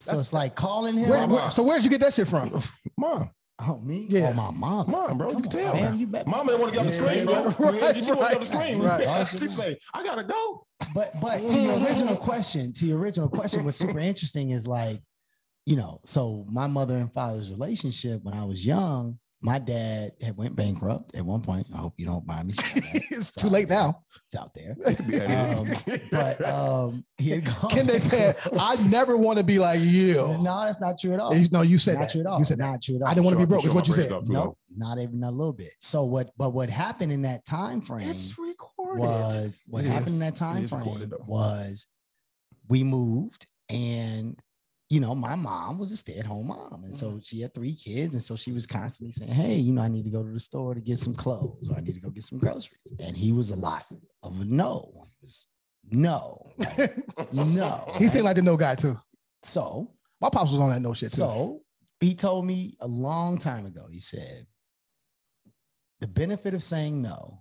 [SPEAKER 9] so
[SPEAKER 1] That's-
[SPEAKER 9] it's like calling him.
[SPEAKER 1] Where,
[SPEAKER 2] Mama.
[SPEAKER 1] where, so where'd you get that shit from?
[SPEAKER 2] Mom,
[SPEAKER 9] oh me,
[SPEAKER 1] Yeah.
[SPEAKER 9] oh my mom,
[SPEAKER 2] mom, bro, you can tell.
[SPEAKER 9] Damn, you bet.
[SPEAKER 2] Mom didn't want to get on the screen, bro.
[SPEAKER 1] Right,
[SPEAKER 2] You just want to get on the
[SPEAKER 1] right,
[SPEAKER 2] screen.
[SPEAKER 1] right.
[SPEAKER 2] [LAUGHS] She say, I gotta go.
[SPEAKER 9] But but to
[SPEAKER 1] Mm-hmm.
[SPEAKER 9] your original question, to your original question, what's super interesting is like, you know, so my mother and father's relationship when I was young, my dad had went bankrupt at one point. I hope you don't mind me. sharing that.
[SPEAKER 1] [LAUGHS] [LAUGHS] it's too late now.
[SPEAKER 2] [LAUGHS]
[SPEAKER 9] It's out there.
[SPEAKER 2] Yeah,
[SPEAKER 9] Um,
[SPEAKER 2] yeah. [LAUGHS]
[SPEAKER 9] But um,
[SPEAKER 1] [LAUGHS]
[SPEAKER 9] he had gone.
[SPEAKER 1] Ken they said, I never want to be like you.
[SPEAKER 9] no, that's not true at all.
[SPEAKER 1] No, you said
[SPEAKER 9] not
[SPEAKER 1] that.
[SPEAKER 9] true at all.
[SPEAKER 1] You said that.
[SPEAKER 9] not true at all.
[SPEAKER 1] I didn't want to be
[SPEAKER 2] Sure,
[SPEAKER 1] broke. Is
[SPEAKER 2] sure,
[SPEAKER 1] what you
[SPEAKER 2] my
[SPEAKER 1] said.
[SPEAKER 2] brain's up.
[SPEAKER 9] Nope, not even a little bit. So what? But what happened in that time frame?
[SPEAKER 1] recorded.
[SPEAKER 9] was what
[SPEAKER 1] It
[SPEAKER 9] happened
[SPEAKER 1] is.
[SPEAKER 9] in that time
[SPEAKER 2] is recorded,
[SPEAKER 9] frame
[SPEAKER 2] though.
[SPEAKER 9] was we moved and you know my mom was a stay-at-home mom and so she had three kids and so she was constantly saying hey you know i need to go to the store to get some clothes or i need to go get some groceries and he was a lot of a no he was no like, no
[SPEAKER 1] He
[SPEAKER 9] right?
[SPEAKER 1] seemed like the no guy too.
[SPEAKER 9] so
[SPEAKER 1] My pops was on that no shit too.
[SPEAKER 9] so he told me a long time ago, he said, the benefit of saying no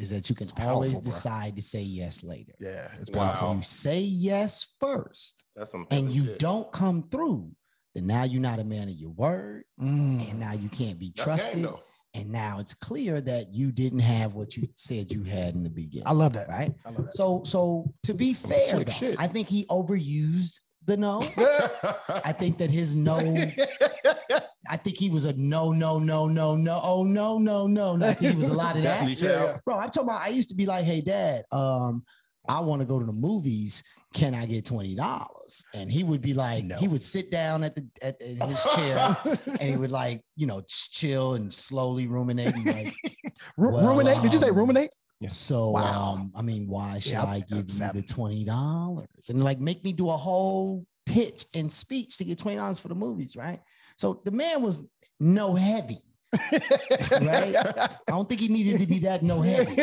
[SPEAKER 9] is that you can
[SPEAKER 1] powerful,
[SPEAKER 9] always
[SPEAKER 1] bruh.
[SPEAKER 9] decide to say yes later.
[SPEAKER 1] yeah, it's
[SPEAKER 2] Wow.
[SPEAKER 1] powerful.
[SPEAKER 9] If you say yes first
[SPEAKER 2] That's some
[SPEAKER 9] and
[SPEAKER 2] other
[SPEAKER 9] you
[SPEAKER 2] shit.
[SPEAKER 9] don't come through, then now you're not a man of your word.
[SPEAKER 1] Mm.
[SPEAKER 9] And now you can't be
[SPEAKER 2] That's game,
[SPEAKER 9] trusted.
[SPEAKER 2] though.
[SPEAKER 9] and now it's clear that you didn't have what you said you had in the beginning.
[SPEAKER 1] I love that.
[SPEAKER 9] right?
[SPEAKER 1] I love that.
[SPEAKER 9] So, so to be
[SPEAKER 2] Some
[SPEAKER 9] fair,
[SPEAKER 2] slick
[SPEAKER 9] though,
[SPEAKER 2] shit.
[SPEAKER 9] I think he overused the no. I think that his no
[SPEAKER 1] [LAUGHS]
[SPEAKER 9] I think he was a no, no, no, no, no, oh no, no,
[SPEAKER 1] [LAUGHS]
[SPEAKER 9] no, no. I think he was a lot [LAUGHS] of
[SPEAKER 2] That's
[SPEAKER 9] that.
[SPEAKER 2] Lee Child.
[SPEAKER 9] Bro, I'm talking about I used to be like, hey dad, um, I want to go to the movies. Can I get twenty dollars? And he would be like,
[SPEAKER 1] No.
[SPEAKER 9] he would sit down at the at in
[SPEAKER 1] [LAUGHS]
[SPEAKER 9] his chair and he would like, you know, ch- chill and slowly ruminate.
[SPEAKER 1] [LAUGHS]
[SPEAKER 9] and like,
[SPEAKER 1] Ru-
[SPEAKER 9] Well,
[SPEAKER 1] ruminate? Did you say
[SPEAKER 9] um,
[SPEAKER 1] ruminate?
[SPEAKER 9] so
[SPEAKER 1] Wow.
[SPEAKER 9] um, I mean, why should
[SPEAKER 1] Yeah,
[SPEAKER 9] I give you
[SPEAKER 1] exactly.
[SPEAKER 9] the twenty dollars and like make me do a whole pitch and speech to get twenty dollars for the movies, right? So the man was
[SPEAKER 1] [LAUGHS]
[SPEAKER 9] no heavy. right? I don't think he needed to be
[SPEAKER 2] [LAUGHS]
[SPEAKER 9] that no heavy.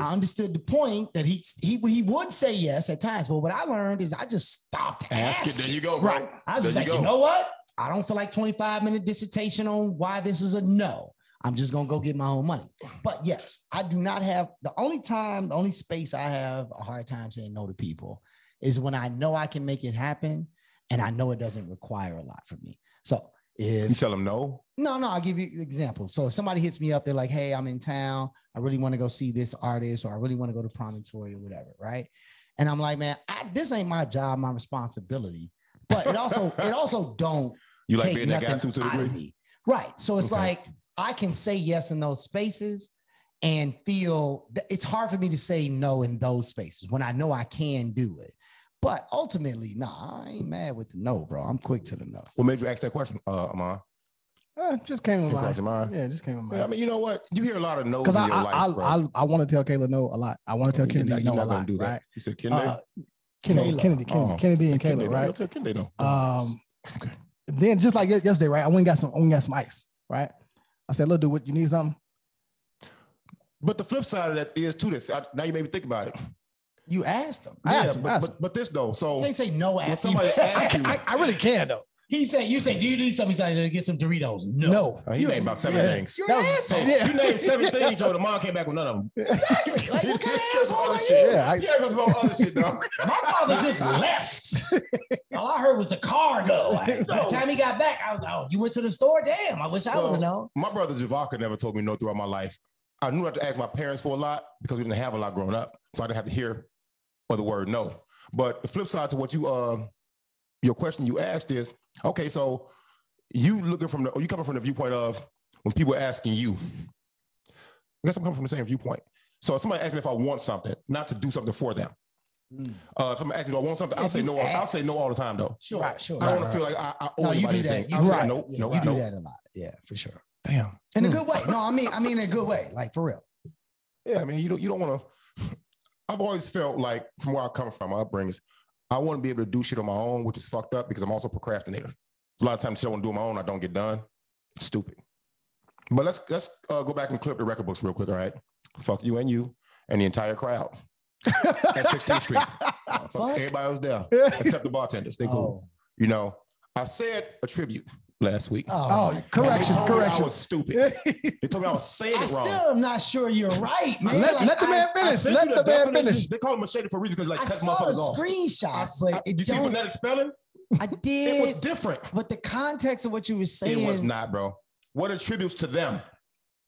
[SPEAKER 9] I understood the point that he he he would say yes at times, but what I learned is I just stopped
[SPEAKER 2] Ask
[SPEAKER 9] asking.
[SPEAKER 2] it. There you go, bro.
[SPEAKER 9] Right. I was
[SPEAKER 2] There
[SPEAKER 9] just like,
[SPEAKER 2] you
[SPEAKER 9] you
[SPEAKER 2] go.
[SPEAKER 9] know what? I don't feel like 25 minute dissertation on why this is a no. I'm just gonna go get my own money. But yes, I do not have the only time, the only space I have a hard time saying no to people is when I know I can make it happen and I know it doesn't require a lot from me. So if
[SPEAKER 2] You tell them no.
[SPEAKER 9] no, no, I'll give you an example. So if somebody hits me up, they're like, hey, I'm in town. I really want to go see this artist or I really want to go to promontory or whatever, right? And I'm like, man, I, this ain't my job, my responsibility. But
[SPEAKER 2] [LAUGHS]
[SPEAKER 9] it also, it also don't
[SPEAKER 2] You like
[SPEAKER 9] take
[SPEAKER 2] being that guy
[SPEAKER 9] nothing
[SPEAKER 2] too to the
[SPEAKER 9] out of
[SPEAKER 2] degree?
[SPEAKER 9] me. Right. So it's
[SPEAKER 2] Okay.
[SPEAKER 9] like I can say yes in those spaces and feel that it's hard for me to say no in those spaces when I know I can do it. But ultimately, nah, I ain't mad with the no, bro. I'm quick to the no.
[SPEAKER 2] What made you ask that question, uh, Amon?
[SPEAKER 1] Uh, just came to
[SPEAKER 2] Good
[SPEAKER 1] mind.
[SPEAKER 2] question, Amon.
[SPEAKER 1] Yeah, just came to mind.
[SPEAKER 2] Yeah, I mean, you know what? You hear a lot of no's in
[SPEAKER 1] Because I,
[SPEAKER 2] your
[SPEAKER 1] I,
[SPEAKER 2] life, bro.
[SPEAKER 1] I, I, I want to tell Kayla no a lot. I want to tell
[SPEAKER 2] You're
[SPEAKER 1] Kennedy
[SPEAKER 2] not- you're
[SPEAKER 1] no a
[SPEAKER 2] not gonna
[SPEAKER 1] lot,
[SPEAKER 2] do that.
[SPEAKER 1] right?
[SPEAKER 2] You said Kennedy?
[SPEAKER 1] Uh, Kennedy,
[SPEAKER 2] Kayla.
[SPEAKER 1] Kennedy, Kennedy,
[SPEAKER 2] Oh,
[SPEAKER 1] Kennedy, and Kayla,
[SPEAKER 2] said Kennedy.
[SPEAKER 1] right?
[SPEAKER 2] Yo, tell Kennedy no.
[SPEAKER 1] Um, then just like ye- yesterday, right? I went and got some, I went and got some ice, right? I said, "Look, dude, what you need something?"
[SPEAKER 2] But the flip side of that is too this. I, now you made me think about it.
[SPEAKER 9] You asked him.
[SPEAKER 2] yeah,
[SPEAKER 1] asked him,
[SPEAKER 2] but,
[SPEAKER 1] I asked
[SPEAKER 2] but but this though. So
[SPEAKER 9] They say no
[SPEAKER 2] when
[SPEAKER 9] after
[SPEAKER 2] somebody
[SPEAKER 9] you.
[SPEAKER 2] asks you,
[SPEAKER 1] I, I really can though.
[SPEAKER 11] He said, "You say, do you need something?" He said, "Get some Doritos." No.
[SPEAKER 1] No,
[SPEAKER 2] Uh, he named about seven
[SPEAKER 1] Yeah.
[SPEAKER 2] things.
[SPEAKER 11] You're an
[SPEAKER 1] No.
[SPEAKER 9] [LAUGHS]
[SPEAKER 11] asshole.
[SPEAKER 2] Hey,
[SPEAKER 1] Yeah.
[SPEAKER 2] You named seven things, Joe. The mom came back with none of them.
[SPEAKER 11] Exactly.
[SPEAKER 2] [LAUGHS]
[SPEAKER 11] Like, what kind of asshole are you?
[SPEAKER 2] shit.
[SPEAKER 1] Yeah, I-
[SPEAKER 2] yeah, but about other shit though.
[SPEAKER 11] My father
[SPEAKER 9] [LAUGHS]
[SPEAKER 11] just left. All I heard was the car go. Like, By the time he got back, I was like, "Oh, you went to the store? Damn! I wish I would
[SPEAKER 2] Well,
[SPEAKER 11] have known."
[SPEAKER 2] My brother Javaka never told me no throughout my life. I knew not to ask my parents for a lot because we didn't have a lot growing up, so I didn't have to hear or the word no. But the flip side to what you uh, your question you asked is okay. So you looking from the or you coming from the viewpoint of when people asking you. I guess I'm coming from the same viewpoint. So if somebody asks me if I want something, not to do something for them. Uh, if somebody asks me, do I want something? I'll
[SPEAKER 9] Mm. If
[SPEAKER 2] say
[SPEAKER 9] you
[SPEAKER 2] no. I'll
[SPEAKER 9] ask-
[SPEAKER 2] say no all the time though.
[SPEAKER 9] Sure,
[SPEAKER 1] Right.
[SPEAKER 9] sure.
[SPEAKER 2] I don't
[SPEAKER 9] right,
[SPEAKER 2] want to
[SPEAKER 9] right.
[SPEAKER 2] feel like I, I owe
[SPEAKER 9] no, you
[SPEAKER 2] anybody
[SPEAKER 9] do that.
[SPEAKER 2] anything.
[SPEAKER 9] You,
[SPEAKER 2] I'll
[SPEAKER 9] right.
[SPEAKER 2] say no,
[SPEAKER 9] Yeah,
[SPEAKER 2] no,
[SPEAKER 9] you
[SPEAKER 2] no.
[SPEAKER 9] do that a lot. Yeah, for sure.
[SPEAKER 2] Damn.
[SPEAKER 9] In a good way. No, I mean, I mean, in a good way. Like for real.
[SPEAKER 2] Yeah, I mean, you don't you don't want to. [LAUGHS] I've always felt like from where I come from, my upbringings, I want to be able to do shit on my own, which is fucked up because I'm also a procrastinator. A lot of times, shit I want to do on my own, I don't get done. It's stupid. But let's let's uh, go back and clip the record books real quick. All right, fuck you and you and the entire crowd at 16th Street. Uh, fuck everybody was there except the bartenders. They cool.
[SPEAKER 9] Oh,
[SPEAKER 2] You know, I said a tribute last week.
[SPEAKER 9] oh,
[SPEAKER 1] Oh,
[SPEAKER 2] And they
[SPEAKER 1] correction,
[SPEAKER 2] told me
[SPEAKER 1] correction.
[SPEAKER 2] I was stupid. They told me I was saying
[SPEAKER 11] I
[SPEAKER 9] [LAUGHS]
[SPEAKER 2] it wrong.
[SPEAKER 11] still am not sure you're right, man.
[SPEAKER 1] Let,
[SPEAKER 11] Like,
[SPEAKER 1] let the
[SPEAKER 11] I-
[SPEAKER 1] man
[SPEAKER 2] I
[SPEAKER 1] finish.
[SPEAKER 2] sent
[SPEAKER 1] Let
[SPEAKER 2] you
[SPEAKER 1] the man
[SPEAKER 2] definition.
[SPEAKER 1] finish.
[SPEAKER 2] They call him a shady for a reason because like
[SPEAKER 11] I
[SPEAKER 2] cut
[SPEAKER 11] saw the
[SPEAKER 2] motherfuckers off. I,
[SPEAKER 11] screenshot,
[SPEAKER 2] I-
[SPEAKER 11] but it
[SPEAKER 2] did you see what
[SPEAKER 11] don't,
[SPEAKER 2] that spelling?
[SPEAKER 9] I
[SPEAKER 2] It was
[SPEAKER 9] did.
[SPEAKER 2] different.
[SPEAKER 9] But the context of what you were saying
[SPEAKER 2] It was not, bro. What attributes to them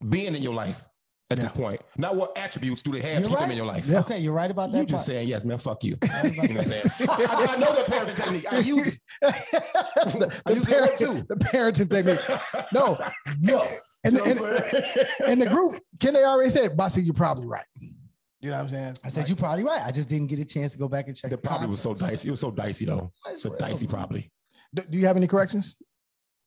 [SPEAKER 2] being in your life at this point? Not what attributes do they have to
[SPEAKER 9] You're
[SPEAKER 2] keep them
[SPEAKER 9] right.
[SPEAKER 2] in your life?
[SPEAKER 9] Okay, you're right about that.
[SPEAKER 2] You just
[SPEAKER 9] part.
[SPEAKER 2] saying yes, man. Fuck you.
[SPEAKER 9] Right about
[SPEAKER 2] You know what I'm saying? I, I know that parenting technique. I use it.
[SPEAKER 1] the,
[SPEAKER 2] I
[SPEAKER 1] the
[SPEAKER 2] use that
[SPEAKER 1] parenting-
[SPEAKER 2] one, too.
[SPEAKER 1] the parenting technique. No, no. [LAUGHS] And,
[SPEAKER 2] You know what
[SPEAKER 1] and,
[SPEAKER 2] I'm saying?
[SPEAKER 1] and the group, Ken, they already said, Bossy, you're probably right. You know what I'm saying?
[SPEAKER 9] I said you're probably right. I just didn't get a chance to go back and check.
[SPEAKER 2] the probably was so
[SPEAKER 9] context.
[SPEAKER 2] dicey. It was so dicey though. It's a dicey probably.
[SPEAKER 1] Do, do you have any corrections?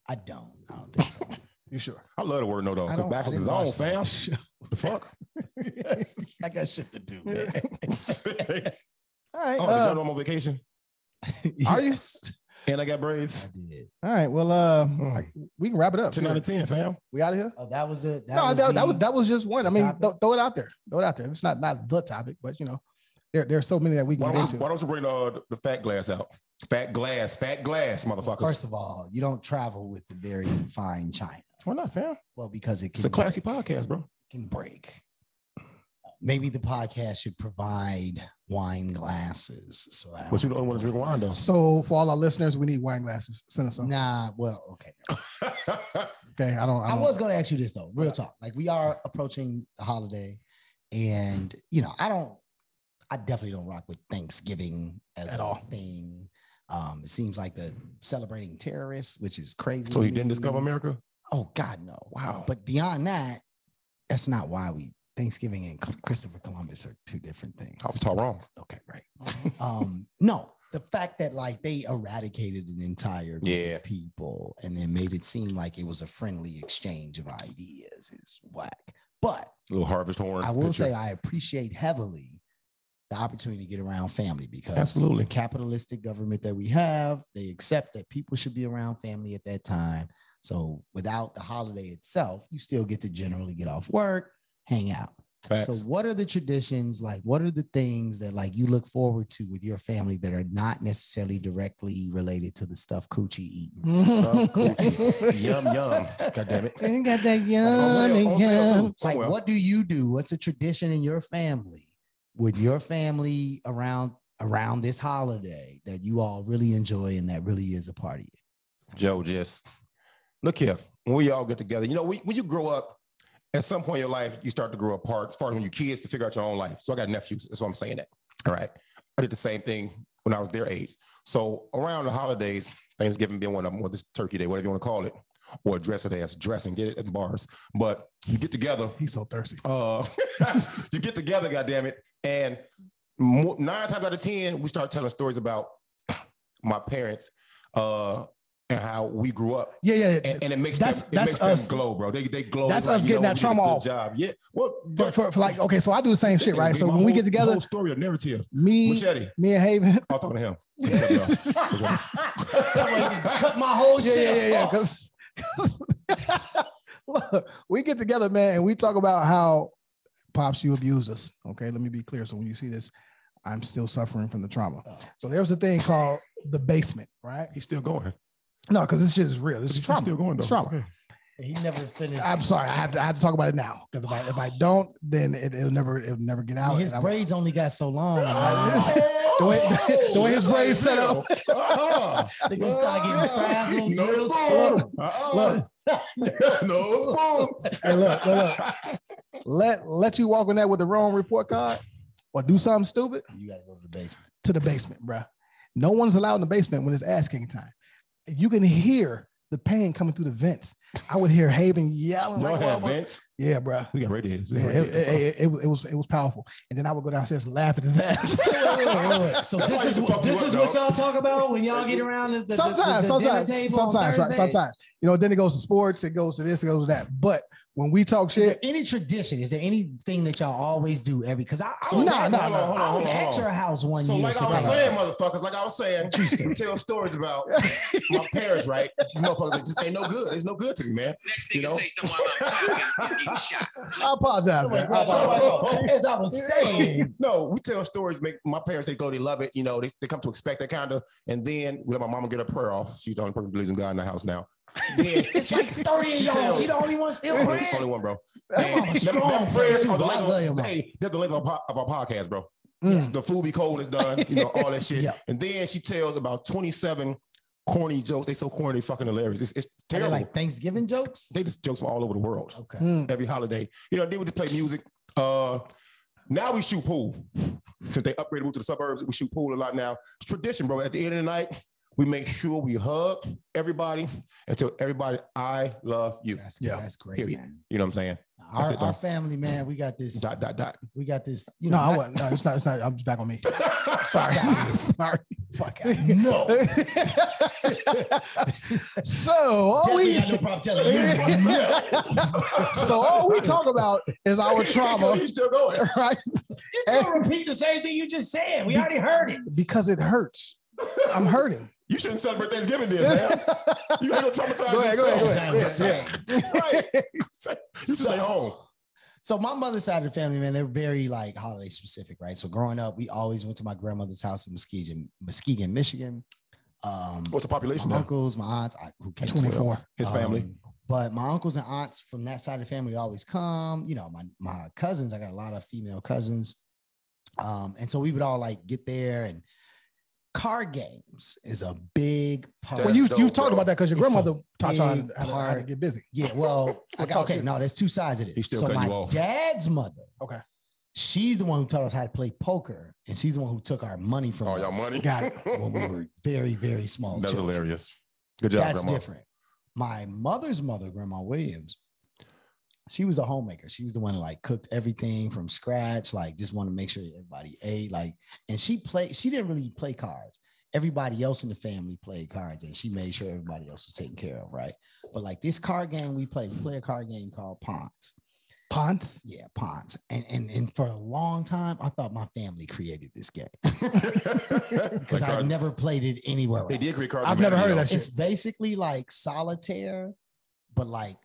[SPEAKER 9] I don't. I don't think
[SPEAKER 2] [LAUGHS]
[SPEAKER 9] so.
[SPEAKER 1] You [LAUGHS] sure?
[SPEAKER 2] I love the word no though.
[SPEAKER 9] I
[SPEAKER 2] Because
[SPEAKER 9] don't- I
[SPEAKER 2] backwards is
[SPEAKER 9] didn't
[SPEAKER 2] on,
[SPEAKER 9] watch
[SPEAKER 2] fam.
[SPEAKER 9] that.
[SPEAKER 2] The fuck? [LAUGHS]
[SPEAKER 9] I got shit to do, man.
[SPEAKER 1] All right. uh,
[SPEAKER 2] oh, did y'all know I'm on vacation
[SPEAKER 1] Are you?
[SPEAKER 9] Yes,
[SPEAKER 2] and I got braids.
[SPEAKER 9] [LAUGHS] I did.
[SPEAKER 1] all right. Well, uh,
[SPEAKER 2] Mm.
[SPEAKER 1] we can wrap it up.
[SPEAKER 2] 10 out of 10, fam.
[SPEAKER 1] We out of here.
[SPEAKER 9] Oh, that was it. That
[SPEAKER 1] no,
[SPEAKER 9] was
[SPEAKER 1] that,
[SPEAKER 9] the-
[SPEAKER 1] that was that was just one. I mean,
[SPEAKER 9] topic.
[SPEAKER 1] th- throw it out there. Throw it out there. It's not not the topic, but you know, there there are so many that we
[SPEAKER 2] Why
[SPEAKER 1] can
[SPEAKER 2] don't,
[SPEAKER 1] get
[SPEAKER 2] you,
[SPEAKER 1] into.
[SPEAKER 2] why don't you bring uh, the fat glass out? Fat glass, fat glass, motherfuckers.
[SPEAKER 9] First of all, you don't travel with the very fine china.
[SPEAKER 2] why not, fam?
[SPEAKER 9] Well, because it can
[SPEAKER 2] It's a classy
[SPEAKER 9] break.
[SPEAKER 2] podcast, bro.
[SPEAKER 9] can break. Maybe the podcast should provide wine glasses. So that
[SPEAKER 2] But you the only one that's drinking wine, though.
[SPEAKER 1] So for all our listeners, we need wine glasses. Send us some.
[SPEAKER 9] Nah, well, okay.
[SPEAKER 1] Okay, I don't. I,
[SPEAKER 9] I
[SPEAKER 1] don't,
[SPEAKER 9] was going to ask you this though, real talk. Like we are approaching the holiday, and you know, I don't, I definitely don't rock with Thanksgiving as
[SPEAKER 1] At
[SPEAKER 9] a
[SPEAKER 1] all.
[SPEAKER 9] thing. Um, it seems like the celebrating terrorists, which is
[SPEAKER 2] [LAUGHS]
[SPEAKER 9] crazy.
[SPEAKER 2] so
[SPEAKER 9] to
[SPEAKER 2] he didn't
[SPEAKER 9] me.
[SPEAKER 2] discover America?
[SPEAKER 9] Oh God, no!
[SPEAKER 2] Wow.
[SPEAKER 9] But beyond that, that's not why we Thanksgiving and C- Christopher Columbus are two different things.
[SPEAKER 2] I was taught wrong.
[SPEAKER 9] Okay, right. um, no, the fact that like they eradicated an entire group
[SPEAKER 2] Yeah.
[SPEAKER 9] of people and then made it seem like it was a friendly exchange of ideas is whack. But
[SPEAKER 2] little harvest horn.
[SPEAKER 9] I will
[SPEAKER 2] picture.
[SPEAKER 9] say I appreciate heavily the opportunity to get around family because
[SPEAKER 2] Absolutely.
[SPEAKER 9] the capitalistic government that we have, they accept that people should be around family at that time. So without the holiday itself, you still get to generally get off work, hang out.
[SPEAKER 2] Facts.
[SPEAKER 9] So what are the traditions like? What are the things that like you look forward to with your family that are not necessarily directly related to the stuff Coochie eating?
[SPEAKER 2] Stuff, [LAUGHS]
[SPEAKER 9] [LAUGHS]
[SPEAKER 2] coochie. yum, yum. God damn it. [LAUGHS]
[SPEAKER 1] Ain't got that
[SPEAKER 2] On sale, on sale, too.
[SPEAKER 9] It's like,
[SPEAKER 2] Somewhere.
[SPEAKER 9] what do you do? What's a tradition in your family with your family around around this holiday that you all really enjoy and that really is a part of you?
[SPEAKER 2] Joe, just look here. When we all get together, you know, we, when you grow up, at some point in your life, you start to grow apart. As far as when you're kids, to figure out your own life. So I got nephews. That's why I'm saying that. All right. I did the same thing when I was their age. So around the holidays, Thanksgiving being one of them, or this Turkey Day, whatever you want to call it, or dress it as dressing. Get it in bars. But you get together.
[SPEAKER 1] He's so thirsty.
[SPEAKER 2] Uh, [LAUGHS] you get together, goddamn it, and mo- nine times out of ten, we start telling stories about my parents uh, and how we grew up.
[SPEAKER 1] Yeah, yeah.
[SPEAKER 2] And, and it makes
[SPEAKER 1] That's-
[SPEAKER 2] them, it
[SPEAKER 1] that's
[SPEAKER 2] makes
[SPEAKER 1] us.
[SPEAKER 2] them glow, bro. They they glow.
[SPEAKER 1] That's
[SPEAKER 2] It's like,
[SPEAKER 1] us
[SPEAKER 2] you
[SPEAKER 1] getting
[SPEAKER 2] know,
[SPEAKER 1] that
[SPEAKER 2] we did a
[SPEAKER 1] trauma
[SPEAKER 2] good
[SPEAKER 1] off.
[SPEAKER 2] Job. Yeah. Well,
[SPEAKER 1] For, for, for like, okay, so I do the same shit, right? So when we get together,
[SPEAKER 2] whole story or narrative.
[SPEAKER 1] me,
[SPEAKER 2] Machete.
[SPEAKER 1] me and Haven,
[SPEAKER 2] I'll
[SPEAKER 1] [LAUGHS]
[SPEAKER 2] talk to him.
[SPEAKER 11] Cut my whole
[SPEAKER 1] yeah,
[SPEAKER 11] shit.
[SPEAKER 1] yeah, yeah, yeah.
[SPEAKER 11] off.
[SPEAKER 1] 'cause- 'cause- [LAUGHS] look, we get together, man, and we talk about how pops you abused us. Okay, let me be clear. So when you see this, I'm still suffering from the trauma. So there's a thing called the basement, right?
[SPEAKER 2] He's still going.
[SPEAKER 1] No, because this shit is real. This is
[SPEAKER 2] He's
[SPEAKER 1] trauma.
[SPEAKER 2] still going though.
[SPEAKER 1] It's trauma.
[SPEAKER 2] Okay.
[SPEAKER 11] He never finished.
[SPEAKER 1] I'm sorry. I have to. I have to talk about it now because if I if I don't, then it, it'll never it'll never get out.
[SPEAKER 9] His
[SPEAKER 1] and I'm-
[SPEAKER 9] braids only got so long.
[SPEAKER 1] [LAUGHS] the way [LAUGHS] the way his braids set [LAUGHS] up.
[SPEAKER 2] Uh-uh.
[SPEAKER 1] Oh, [LAUGHS]
[SPEAKER 11] They gonna start
[SPEAKER 9] [LAUGHS]
[SPEAKER 11] getting frazzled
[SPEAKER 2] No
[SPEAKER 11] real
[SPEAKER 2] spoon.
[SPEAKER 11] soon. [LAUGHS]
[SPEAKER 2] Uh-uh. No spoon.
[SPEAKER 1] Hey, look, look, look. Let let you walk on that with the wrong report card or do something stupid
[SPEAKER 9] You gotta go to the basement.
[SPEAKER 1] to the basement, bruh. No one's allowed in the basement when it's ass kicking time. You can hear the pain coming through the vents. I would hear Haven yelling.
[SPEAKER 2] Y'all
[SPEAKER 1] Like,
[SPEAKER 2] have
[SPEAKER 1] "Whoa, whoa."
[SPEAKER 2] vents.
[SPEAKER 1] yeah, bruh.
[SPEAKER 2] We got redheads. We
[SPEAKER 1] Yeah,
[SPEAKER 2] got
[SPEAKER 1] it,
[SPEAKER 2] redheads.
[SPEAKER 1] it- it- it was- it was it was powerful, and then I would go downstairs and laugh at his
[SPEAKER 11] [LAUGHS]
[SPEAKER 1] ass.
[SPEAKER 11] Wait, wait, wait, wait. So
[SPEAKER 2] That's why
[SPEAKER 11] this
[SPEAKER 2] you
[SPEAKER 11] is
[SPEAKER 2] can
[SPEAKER 11] what
[SPEAKER 2] talk to
[SPEAKER 11] this
[SPEAKER 2] us,
[SPEAKER 11] is what
[SPEAKER 2] dog.
[SPEAKER 11] y'all talk about when y'all get around the, the, the-
[SPEAKER 1] sometimes,
[SPEAKER 11] the, the dinner
[SPEAKER 1] sometimes,
[SPEAKER 11] table on
[SPEAKER 1] sometimes, right?
[SPEAKER 11] Thursday?
[SPEAKER 1] Sometimes, you know. Then it goes to sports. It goes to this. It goes to that. But when we talk
[SPEAKER 9] Is there
[SPEAKER 1] shit,
[SPEAKER 9] any tradition? Is there anything that y'all always do every? Because I, I
[SPEAKER 2] So
[SPEAKER 9] was
[SPEAKER 1] nah,
[SPEAKER 9] at,
[SPEAKER 1] nah,
[SPEAKER 9] I
[SPEAKER 1] nah,
[SPEAKER 2] hold on, hold
[SPEAKER 9] was
[SPEAKER 2] on,
[SPEAKER 9] at
[SPEAKER 2] hold on.
[SPEAKER 9] your house one
[SPEAKER 2] So
[SPEAKER 9] year.
[SPEAKER 2] like I was saying, motherfuckers, like I was saying, you tell stories about my parents, right? You motherfuckers like, just ain't no good. It's no good to me, man.
[SPEAKER 7] Next
[SPEAKER 2] You
[SPEAKER 7] nigga
[SPEAKER 2] know?
[SPEAKER 7] say someone I'm getting shot.
[SPEAKER 1] I apologize. man. I
[SPEAKER 11] Right,
[SPEAKER 1] apologize.
[SPEAKER 11] right, right. As I was saying,
[SPEAKER 2] No, we tell stories. Make my parents, they go, they love it. You know, they, they come to expect that kind of. And then we let my mama get her prayer off. She's the only person who believes in God in the house now. Then
[SPEAKER 11] it's like 30 of
[SPEAKER 2] [LAUGHS] She
[SPEAKER 11] y'all.
[SPEAKER 2] tells-
[SPEAKER 11] She the only one still
[SPEAKER 2] only, only
[SPEAKER 11] praying.
[SPEAKER 2] one, bro.
[SPEAKER 9] That
[SPEAKER 2] And
[SPEAKER 9] mama
[SPEAKER 2] them-
[SPEAKER 9] strong,
[SPEAKER 2] them prayers
[SPEAKER 9] bro.
[SPEAKER 2] are the
[SPEAKER 9] I love your
[SPEAKER 2] length of,
[SPEAKER 9] mama.
[SPEAKER 2] hey, they're the length of our, of our podcast, bro.
[SPEAKER 1] Mm.
[SPEAKER 2] The food be cold is done, you know, all that shit.
[SPEAKER 9] Yeah.
[SPEAKER 2] And then she tells about 27 corny jokes. They so corny, fucking hilarious. It's, it's
[SPEAKER 9] Are they
[SPEAKER 2] terrible.
[SPEAKER 9] like Thanksgiving jokes.
[SPEAKER 2] they just jokes from all over the world
[SPEAKER 9] Okay.
[SPEAKER 1] Mm.
[SPEAKER 2] every holiday. You know, then we just play music. Uh, now we shoot pool since they upgraded moved to the suburbs. We shoot pool a lot now. It's tradition, bro. At the end of the night, we make sure we hug everybody and tell everybody I love you.
[SPEAKER 9] That's,
[SPEAKER 1] Yeah.
[SPEAKER 9] that's great.
[SPEAKER 2] Period.
[SPEAKER 9] Man.
[SPEAKER 2] You know what I'm saying?
[SPEAKER 9] Our,
[SPEAKER 2] it,
[SPEAKER 9] our
[SPEAKER 2] dog.
[SPEAKER 9] family, man, we got this.
[SPEAKER 2] Dot dot dot.
[SPEAKER 9] We got this. You
[SPEAKER 1] No,
[SPEAKER 9] know,
[SPEAKER 1] I
[SPEAKER 9] not-
[SPEAKER 1] wasn't. No, it's not. It's not. I'm just back on me. Sorry.
[SPEAKER 2] [LAUGHS] Sorry.
[SPEAKER 1] Sorry. Fuck out.
[SPEAKER 11] No.
[SPEAKER 1] so all
[SPEAKER 11] Definitely
[SPEAKER 1] we
[SPEAKER 11] got no problem telling you.
[SPEAKER 1] [LAUGHS]
[SPEAKER 11] No.
[SPEAKER 1] so all we talk about is our trauma,
[SPEAKER 2] You still going?
[SPEAKER 1] right?
[SPEAKER 11] You gonna repeat the same thing you just said. We already heard
[SPEAKER 9] [LAUGHS]
[SPEAKER 11] it.
[SPEAKER 1] Because it hurts. I'm hurting.
[SPEAKER 2] You shouldn't celebrate Thanksgiving then, man. You ain't gonna traumatize
[SPEAKER 1] Go ahead, go ahead,
[SPEAKER 2] yourself.
[SPEAKER 1] go ahead.
[SPEAKER 11] Sounds
[SPEAKER 1] Yeah,
[SPEAKER 11] like-
[SPEAKER 2] [LAUGHS] Right. You should stay home.
[SPEAKER 9] So my mother's side of the family, man, they're very like holiday specific, right? So growing up, we always went to my grandmother's house in Muskegon, Muskegon, Michigan. Um,
[SPEAKER 2] What's the population
[SPEAKER 9] my
[SPEAKER 2] now?
[SPEAKER 9] uncles, my aunts, I, who came um,
[SPEAKER 1] Twenty-four.
[SPEAKER 2] His family.
[SPEAKER 9] but my uncles and aunts from that side of the family would always come. You know, my my cousins, I got a lot of female cousins. Um, and so we would all like get there and card games is a big part.
[SPEAKER 1] Well,
[SPEAKER 2] That's
[SPEAKER 1] you
[SPEAKER 2] dope,
[SPEAKER 1] you talked
[SPEAKER 2] bro.
[SPEAKER 1] about that because your
[SPEAKER 9] It's a
[SPEAKER 1] grandmother taught you how to-
[SPEAKER 9] big
[SPEAKER 1] how to, how to
[SPEAKER 9] part.
[SPEAKER 1] get busy.
[SPEAKER 9] Yeah, well, I got,
[SPEAKER 1] Talk
[SPEAKER 9] okay,
[SPEAKER 1] shit.
[SPEAKER 9] no, that's two sides of this.
[SPEAKER 2] He's still
[SPEAKER 9] so
[SPEAKER 2] cutting
[SPEAKER 9] my
[SPEAKER 2] you off.
[SPEAKER 9] dad's mother.
[SPEAKER 1] Okay.
[SPEAKER 9] She's the one who taught us how to play poker, and she's the one who took our money from
[SPEAKER 2] All
[SPEAKER 9] us
[SPEAKER 2] Oh, y'all money.
[SPEAKER 1] Got
[SPEAKER 9] when we were very, very small.
[SPEAKER 2] That's
[SPEAKER 9] children.
[SPEAKER 2] hilarious. Good job,
[SPEAKER 9] That's
[SPEAKER 2] grandma.
[SPEAKER 9] different. My mother's mother, Grandma Williams, she was a homemaker. She was the one that like cooked everything from scratch, like just wanted to make sure everybody ate. Like, and she played, she didn't really play cards. Everybody else in the family played cards and she made sure everybody else was taken care of, right? But like this card game we play, we play a card game called Ponds.
[SPEAKER 1] Ponce.
[SPEAKER 9] Yeah, Ponds. And and and for a long time, I thought my family created this game because
[SPEAKER 2] [LAUGHS] Because
[SPEAKER 9] I've never played it anywhere.
[SPEAKER 2] uh, They did
[SPEAKER 9] else.
[SPEAKER 2] create cards.
[SPEAKER 1] I've never heard of
[SPEAKER 2] Humanity,
[SPEAKER 1] that
[SPEAKER 9] It's
[SPEAKER 1] shit.
[SPEAKER 9] basically like solitaire, but like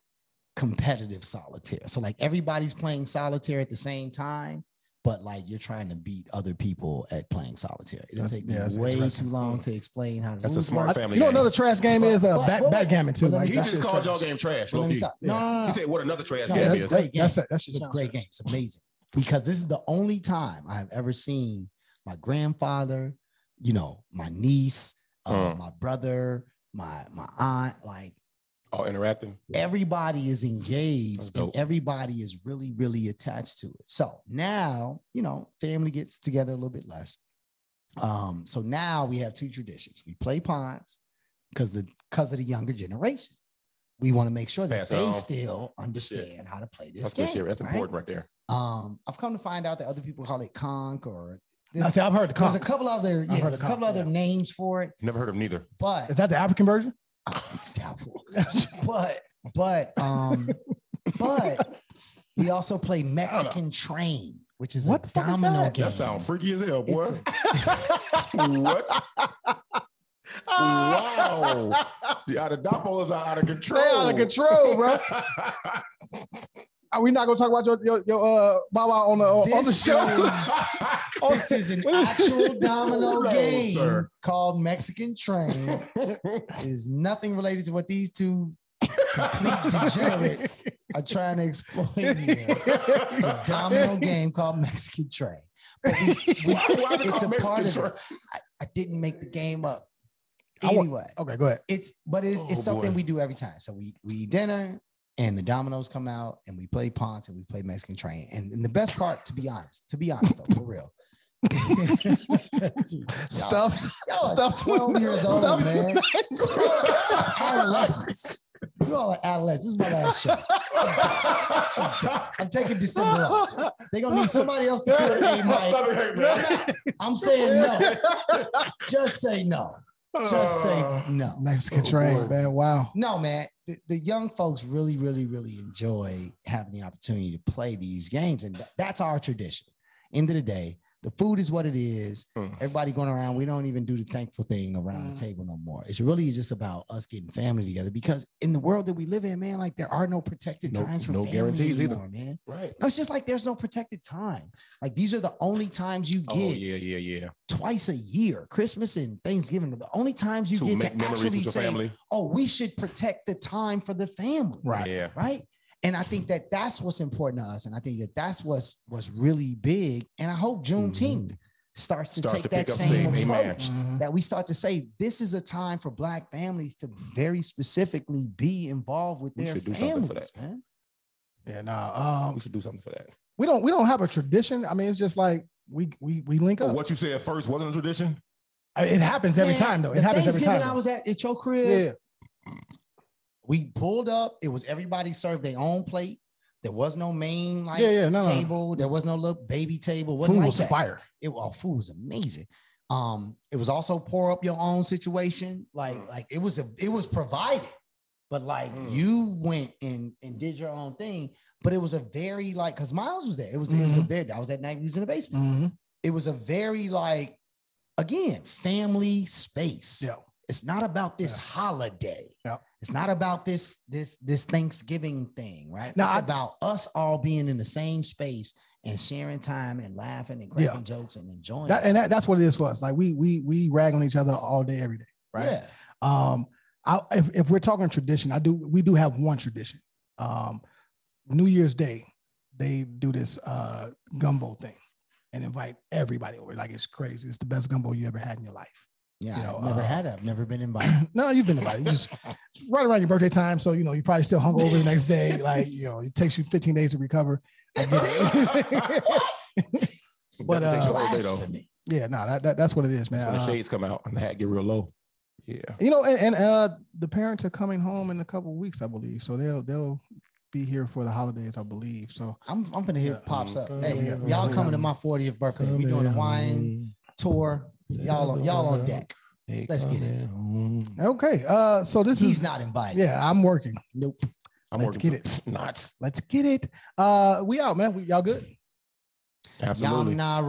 [SPEAKER 9] competitive solitaire. So like everybody's playing solitaire at the same time, but like you're trying to beat other people at playing solitaire. It'll
[SPEAKER 1] That's-
[SPEAKER 9] take
[SPEAKER 1] yeah, that's
[SPEAKER 9] me way
[SPEAKER 1] interesting.
[SPEAKER 9] too long to explain how. the
[SPEAKER 2] That's a
[SPEAKER 9] rules
[SPEAKER 2] smart
[SPEAKER 9] work.
[SPEAKER 1] I,
[SPEAKER 2] family.
[SPEAKER 1] you know
[SPEAKER 2] game.
[SPEAKER 1] another trash game is uh,
[SPEAKER 9] But-
[SPEAKER 1] bat,
[SPEAKER 9] but-
[SPEAKER 1] backgammon too.
[SPEAKER 9] but let
[SPEAKER 1] Like,
[SPEAKER 9] me
[SPEAKER 2] He
[SPEAKER 1] that
[SPEAKER 9] stop.
[SPEAKER 2] just
[SPEAKER 1] shit's
[SPEAKER 2] called
[SPEAKER 1] trash.
[SPEAKER 2] y'all game trash.
[SPEAKER 9] But Let me
[SPEAKER 2] low-key.
[SPEAKER 9] stop. No, no, no,
[SPEAKER 2] He
[SPEAKER 9] no.
[SPEAKER 2] said, "What another trash
[SPEAKER 9] No,
[SPEAKER 2] game
[SPEAKER 1] Yeah,
[SPEAKER 9] it's
[SPEAKER 2] is?"
[SPEAKER 1] that- that's it. That's
[SPEAKER 9] It's
[SPEAKER 1] just
[SPEAKER 9] a great game. It's amazing because this is the only time I have ever seen my grandfather, you know, my niece, uh,
[SPEAKER 2] Uh.
[SPEAKER 9] my brother, my my aunt, like
[SPEAKER 2] All interacting.
[SPEAKER 9] everybody is
[SPEAKER 2] That's
[SPEAKER 9] engaged and
[SPEAKER 2] dope.
[SPEAKER 9] everybody is really really attached to it so now you know family gets together a little bit less um so now we have two traditions we play ponds because the because of the younger generation we want to make sure that
[SPEAKER 2] Pass it
[SPEAKER 9] they
[SPEAKER 2] on.
[SPEAKER 9] still understand how to play this
[SPEAKER 2] That's
[SPEAKER 9] game.
[SPEAKER 2] good shit. That's
[SPEAKER 9] right?
[SPEAKER 2] important right there.
[SPEAKER 9] Um, I've come to find out that other people call it conch or.
[SPEAKER 1] Now, see, I've heard the
[SPEAKER 9] There's
[SPEAKER 1] conch.
[SPEAKER 9] a couple other. Yeah,
[SPEAKER 1] heard
[SPEAKER 9] there's
[SPEAKER 1] the
[SPEAKER 9] a couple
[SPEAKER 1] conch,
[SPEAKER 9] other names for it,
[SPEAKER 2] Never heard of 'em neither.
[SPEAKER 9] but
[SPEAKER 1] Is that the African version?
[SPEAKER 9] doubtful. [LAUGHS] but but um but we also play Mexican Train, which is
[SPEAKER 1] What the
[SPEAKER 9] a
[SPEAKER 1] fuck is
[SPEAKER 9] domino
[SPEAKER 1] that?
[SPEAKER 9] game.
[SPEAKER 2] That sounds freaky as hell, boy.
[SPEAKER 9] It's
[SPEAKER 2] what? wow. The Adadapolis are out of control.
[SPEAKER 1] They out of control, bro. Are we not gonna talk about your your, your uh Baba on the on the
[SPEAKER 9] This
[SPEAKER 1] show?
[SPEAKER 9] a- this
[SPEAKER 1] [LAUGHS]
[SPEAKER 9] is an actual domino
[SPEAKER 2] No,
[SPEAKER 9] game
[SPEAKER 2] sir.
[SPEAKER 9] called Mexican Train. it is nothing related to what these two complete degenerates are trying to exploit here. It's a domino game called Mexican Train. But we- we-
[SPEAKER 2] Why- why is it
[SPEAKER 9] it's
[SPEAKER 2] called
[SPEAKER 9] a
[SPEAKER 2] Mexican
[SPEAKER 9] part of
[SPEAKER 2] Train?
[SPEAKER 9] it. I, I didn't make the game up.
[SPEAKER 1] I want-
[SPEAKER 9] Anyway,
[SPEAKER 1] okay, go ahead.
[SPEAKER 9] it's but it's,
[SPEAKER 2] Oh,
[SPEAKER 9] it's something
[SPEAKER 2] boy.
[SPEAKER 9] we do every time. So we we eat dinner and the dominoes come out and we play Ponce and we play Mexican Train. And, and the best part, to be honest, to be honest though, for real.
[SPEAKER 1] [LAUGHS] Stuff.
[SPEAKER 9] Y'all are
[SPEAKER 1] Stop.
[SPEAKER 9] 12 years old,
[SPEAKER 1] Stop.
[SPEAKER 9] man. Adolescents. You all are adolescents. This is my last show. I'm taking December off. They're gonna need somebody else to fill
[SPEAKER 2] [LAUGHS]
[SPEAKER 9] in,
[SPEAKER 2] My
[SPEAKER 9] Mike.
[SPEAKER 2] stomach hurt, man.
[SPEAKER 9] I'm saying no. Just say no. Just say no.
[SPEAKER 1] [LAUGHS] Mexican
[SPEAKER 2] Oh,
[SPEAKER 1] train,
[SPEAKER 2] boy.
[SPEAKER 1] man. Wow.
[SPEAKER 9] No, man. The, the young folks really, really, really enjoy having the opportunity to play these games, and tha- that's our tradition. End of the day, the food is what it is.
[SPEAKER 2] Mm.
[SPEAKER 9] Everybody going around. We don't even do the thankful thing around
[SPEAKER 1] Mm.
[SPEAKER 9] the table no more. It's really just about us getting family together because in the world that we live in, man, like there are no protected
[SPEAKER 2] No-
[SPEAKER 9] times for
[SPEAKER 2] no
[SPEAKER 9] family
[SPEAKER 2] guarantees either.
[SPEAKER 9] anymore, man.
[SPEAKER 2] Right.
[SPEAKER 9] No, it's just like there's no protected time. Like these are the only times you get
[SPEAKER 2] Oh, yeah, yeah, yeah.
[SPEAKER 9] twice a year, Christmas and Thanksgiving. are The only times you
[SPEAKER 2] To
[SPEAKER 9] get
[SPEAKER 2] make
[SPEAKER 9] to
[SPEAKER 2] memories with
[SPEAKER 9] actually
[SPEAKER 2] your
[SPEAKER 9] say,
[SPEAKER 2] family.
[SPEAKER 9] oh, we should protect the time for the family.
[SPEAKER 1] Right.
[SPEAKER 2] Yeah.
[SPEAKER 9] Right. And I think that that's what's important to us. And I think that that's what's what's really big. And I hope Juneteenth starts to
[SPEAKER 2] Mm-hmm. Starts
[SPEAKER 9] take
[SPEAKER 2] to
[SPEAKER 9] that
[SPEAKER 2] pick up
[SPEAKER 9] same
[SPEAKER 1] Mm-hmm.
[SPEAKER 2] steam. Amen.
[SPEAKER 9] approach that we start to say this is a time for Black families to very specifically be involved with
[SPEAKER 2] We
[SPEAKER 9] their
[SPEAKER 2] should do something
[SPEAKER 9] families,
[SPEAKER 2] for
[SPEAKER 9] man.
[SPEAKER 1] Yeah, nah. Um,
[SPEAKER 2] We should do something for that.
[SPEAKER 1] we don't we don't have a tradition. I mean, it's just like we we we link
[SPEAKER 2] Oh,
[SPEAKER 1] up.
[SPEAKER 2] what you said first wasn't a tradition.
[SPEAKER 1] I mean, it happens every
[SPEAKER 9] Man,
[SPEAKER 1] time though.
[SPEAKER 9] the
[SPEAKER 1] It happens every
[SPEAKER 9] Thanksgiving
[SPEAKER 1] time.
[SPEAKER 9] I was at at your crib.
[SPEAKER 1] yeah.
[SPEAKER 9] we pulled up. It was everybody served their own plate. There was no main like
[SPEAKER 1] yeah, yeah, no, no.
[SPEAKER 9] table. There was no little baby table.
[SPEAKER 1] Food
[SPEAKER 9] Wasn't like
[SPEAKER 1] was
[SPEAKER 9] that.
[SPEAKER 1] fire.
[SPEAKER 9] It oh, food was amazing. Um, it was also pour up your own situation. Like
[SPEAKER 1] Mm.
[SPEAKER 9] like it was a, it was provided, but like
[SPEAKER 2] Mm.
[SPEAKER 9] you went and and did your own thing. But it was a very like because Miles was there. It was it
[SPEAKER 1] Mm-hmm.
[SPEAKER 9] was a very that was that night we was in the basement.
[SPEAKER 1] Mhm.
[SPEAKER 9] It was a very like again family space.
[SPEAKER 1] Yeah.
[SPEAKER 9] It's not about this
[SPEAKER 1] Yeah.
[SPEAKER 9] holiday.
[SPEAKER 1] Yep.
[SPEAKER 9] It's not about this this this Thanksgiving thing, right?
[SPEAKER 1] No,
[SPEAKER 9] it's
[SPEAKER 1] I-
[SPEAKER 9] about us all being in the same space and sharing time and laughing and cracking
[SPEAKER 1] Yeah.
[SPEAKER 9] jokes and enjoying.
[SPEAKER 1] That, and that, that's what it is for us. Like we we we rag on each other all day, every day, right?
[SPEAKER 9] Yeah.
[SPEAKER 1] Um, I, if, if we're talking tradition, I do we do have one tradition. Um, New Year's Day, they do this uh, gumbo thing and invite everybody over. Like it's crazy. It's the best gumbo you ever had in your life. [CLEARS THROAT]
[SPEAKER 9] Yeah.
[SPEAKER 1] you
[SPEAKER 9] I've
[SPEAKER 1] know,
[SPEAKER 9] never
[SPEAKER 1] uh,
[SPEAKER 9] had it. I've
[SPEAKER 1] [CLEARS THROAT]
[SPEAKER 9] never been invited.
[SPEAKER 1] no, you've been invited. You just it's right around your birthday time, so you know you probably still hungover the next day. Like you know, it takes you 15 days to recover. I get it. [LAUGHS] But,
[SPEAKER 2] That takes
[SPEAKER 1] uh,
[SPEAKER 2] a whole day, though.
[SPEAKER 9] Blasphemy.
[SPEAKER 1] yeah, no, that, that that's what it is, man.
[SPEAKER 2] That's when the
[SPEAKER 1] Uh,
[SPEAKER 2] shades come out and the hat get real low. Yeah.
[SPEAKER 1] you know, and, and uh, the parents are coming home in a couple of weeks, I believe. So they'll they'll be here for the holidays, I believe. So
[SPEAKER 9] I'm I'm gonna hit pops up. Hey,
[SPEAKER 1] Yeah.
[SPEAKER 9] y'all coming to my 40th birthday? We doing a wine tour. Y'all on y'all on deck. Let's get it.
[SPEAKER 1] okay, uh, so this
[SPEAKER 9] He's
[SPEAKER 1] is
[SPEAKER 9] not invited.
[SPEAKER 1] yeah, I'm working.
[SPEAKER 9] Nope.
[SPEAKER 2] I'm
[SPEAKER 1] Let's
[SPEAKER 2] working
[SPEAKER 1] get
[SPEAKER 2] for- Not.
[SPEAKER 1] Let's get it. Uh, we out, man. We, y'all good? [LAUGHS]
[SPEAKER 9] Y'all
[SPEAKER 2] Absolutely.
[SPEAKER 9] not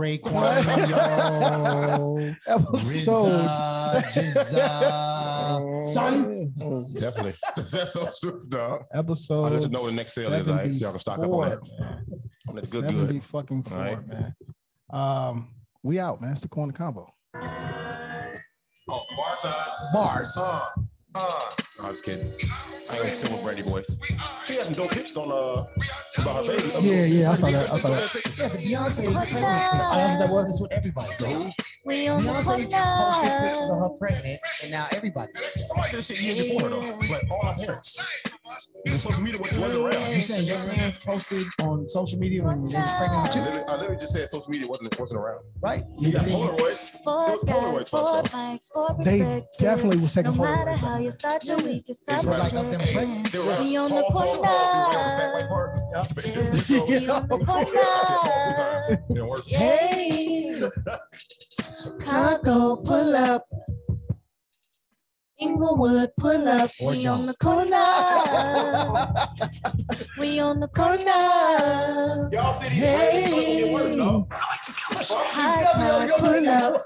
[SPEAKER 9] Raekwon. yo.
[SPEAKER 1] Episode.
[SPEAKER 9] Rizza, Jizza,
[SPEAKER 1] [LAUGHS]
[SPEAKER 9] son.
[SPEAKER 2] Definitely. [LAUGHS] That's so stupid, dog.
[SPEAKER 1] Episode.
[SPEAKER 2] I'll let you know when the next sale is. All right, so y'all can stock up on that.
[SPEAKER 1] 74.
[SPEAKER 2] On that good,
[SPEAKER 1] 70
[SPEAKER 2] good.
[SPEAKER 1] fucking four,
[SPEAKER 2] All right.
[SPEAKER 1] man. Um, we out, man. It's the corner combo.
[SPEAKER 2] Oh, bar time.
[SPEAKER 1] Bars.
[SPEAKER 2] Uh, uh. No, I'm just kidding. I ain't gonna sit with Brandy boys. She has some dope pictures on uh about her baby.
[SPEAKER 1] Yeah, yeah, I saw that. I saw that.
[SPEAKER 9] Yeah, the Beyonce. I don't know what this with everybody. does. Beyonce just posted pictures of her pregnant, and now everybody.
[SPEAKER 2] Somebody did this shit years before her though. Like all our parents. You're supposed to meet it when she wasn't around.
[SPEAKER 11] You said your parents posted on social media when they was pregnant
[SPEAKER 2] I
[SPEAKER 11] with you?
[SPEAKER 2] literally, I literally just said social media wasn't wasn't around.
[SPEAKER 11] Right.
[SPEAKER 2] You got Polaroids. It was Polaroids first though.
[SPEAKER 1] They definitely was taking
[SPEAKER 9] no matter
[SPEAKER 1] Polaroids.
[SPEAKER 9] how you start your week, it's
[SPEAKER 2] They just like
[SPEAKER 9] up
[SPEAKER 2] them
[SPEAKER 9] to you.
[SPEAKER 2] pregnant. They were
[SPEAKER 9] We on the
[SPEAKER 2] tall, tall,
[SPEAKER 9] corner. We on the corner.
[SPEAKER 2] Didn't work.
[SPEAKER 9] Hey, Chicago, pull up. Inglewood, pull up.
[SPEAKER 11] Or
[SPEAKER 9] We
[SPEAKER 11] don't.
[SPEAKER 9] on the corner. We on the corner.
[SPEAKER 2] Y'all see
[SPEAKER 9] Hey.
[SPEAKER 2] these words, dog.
[SPEAKER 9] High five, pull up.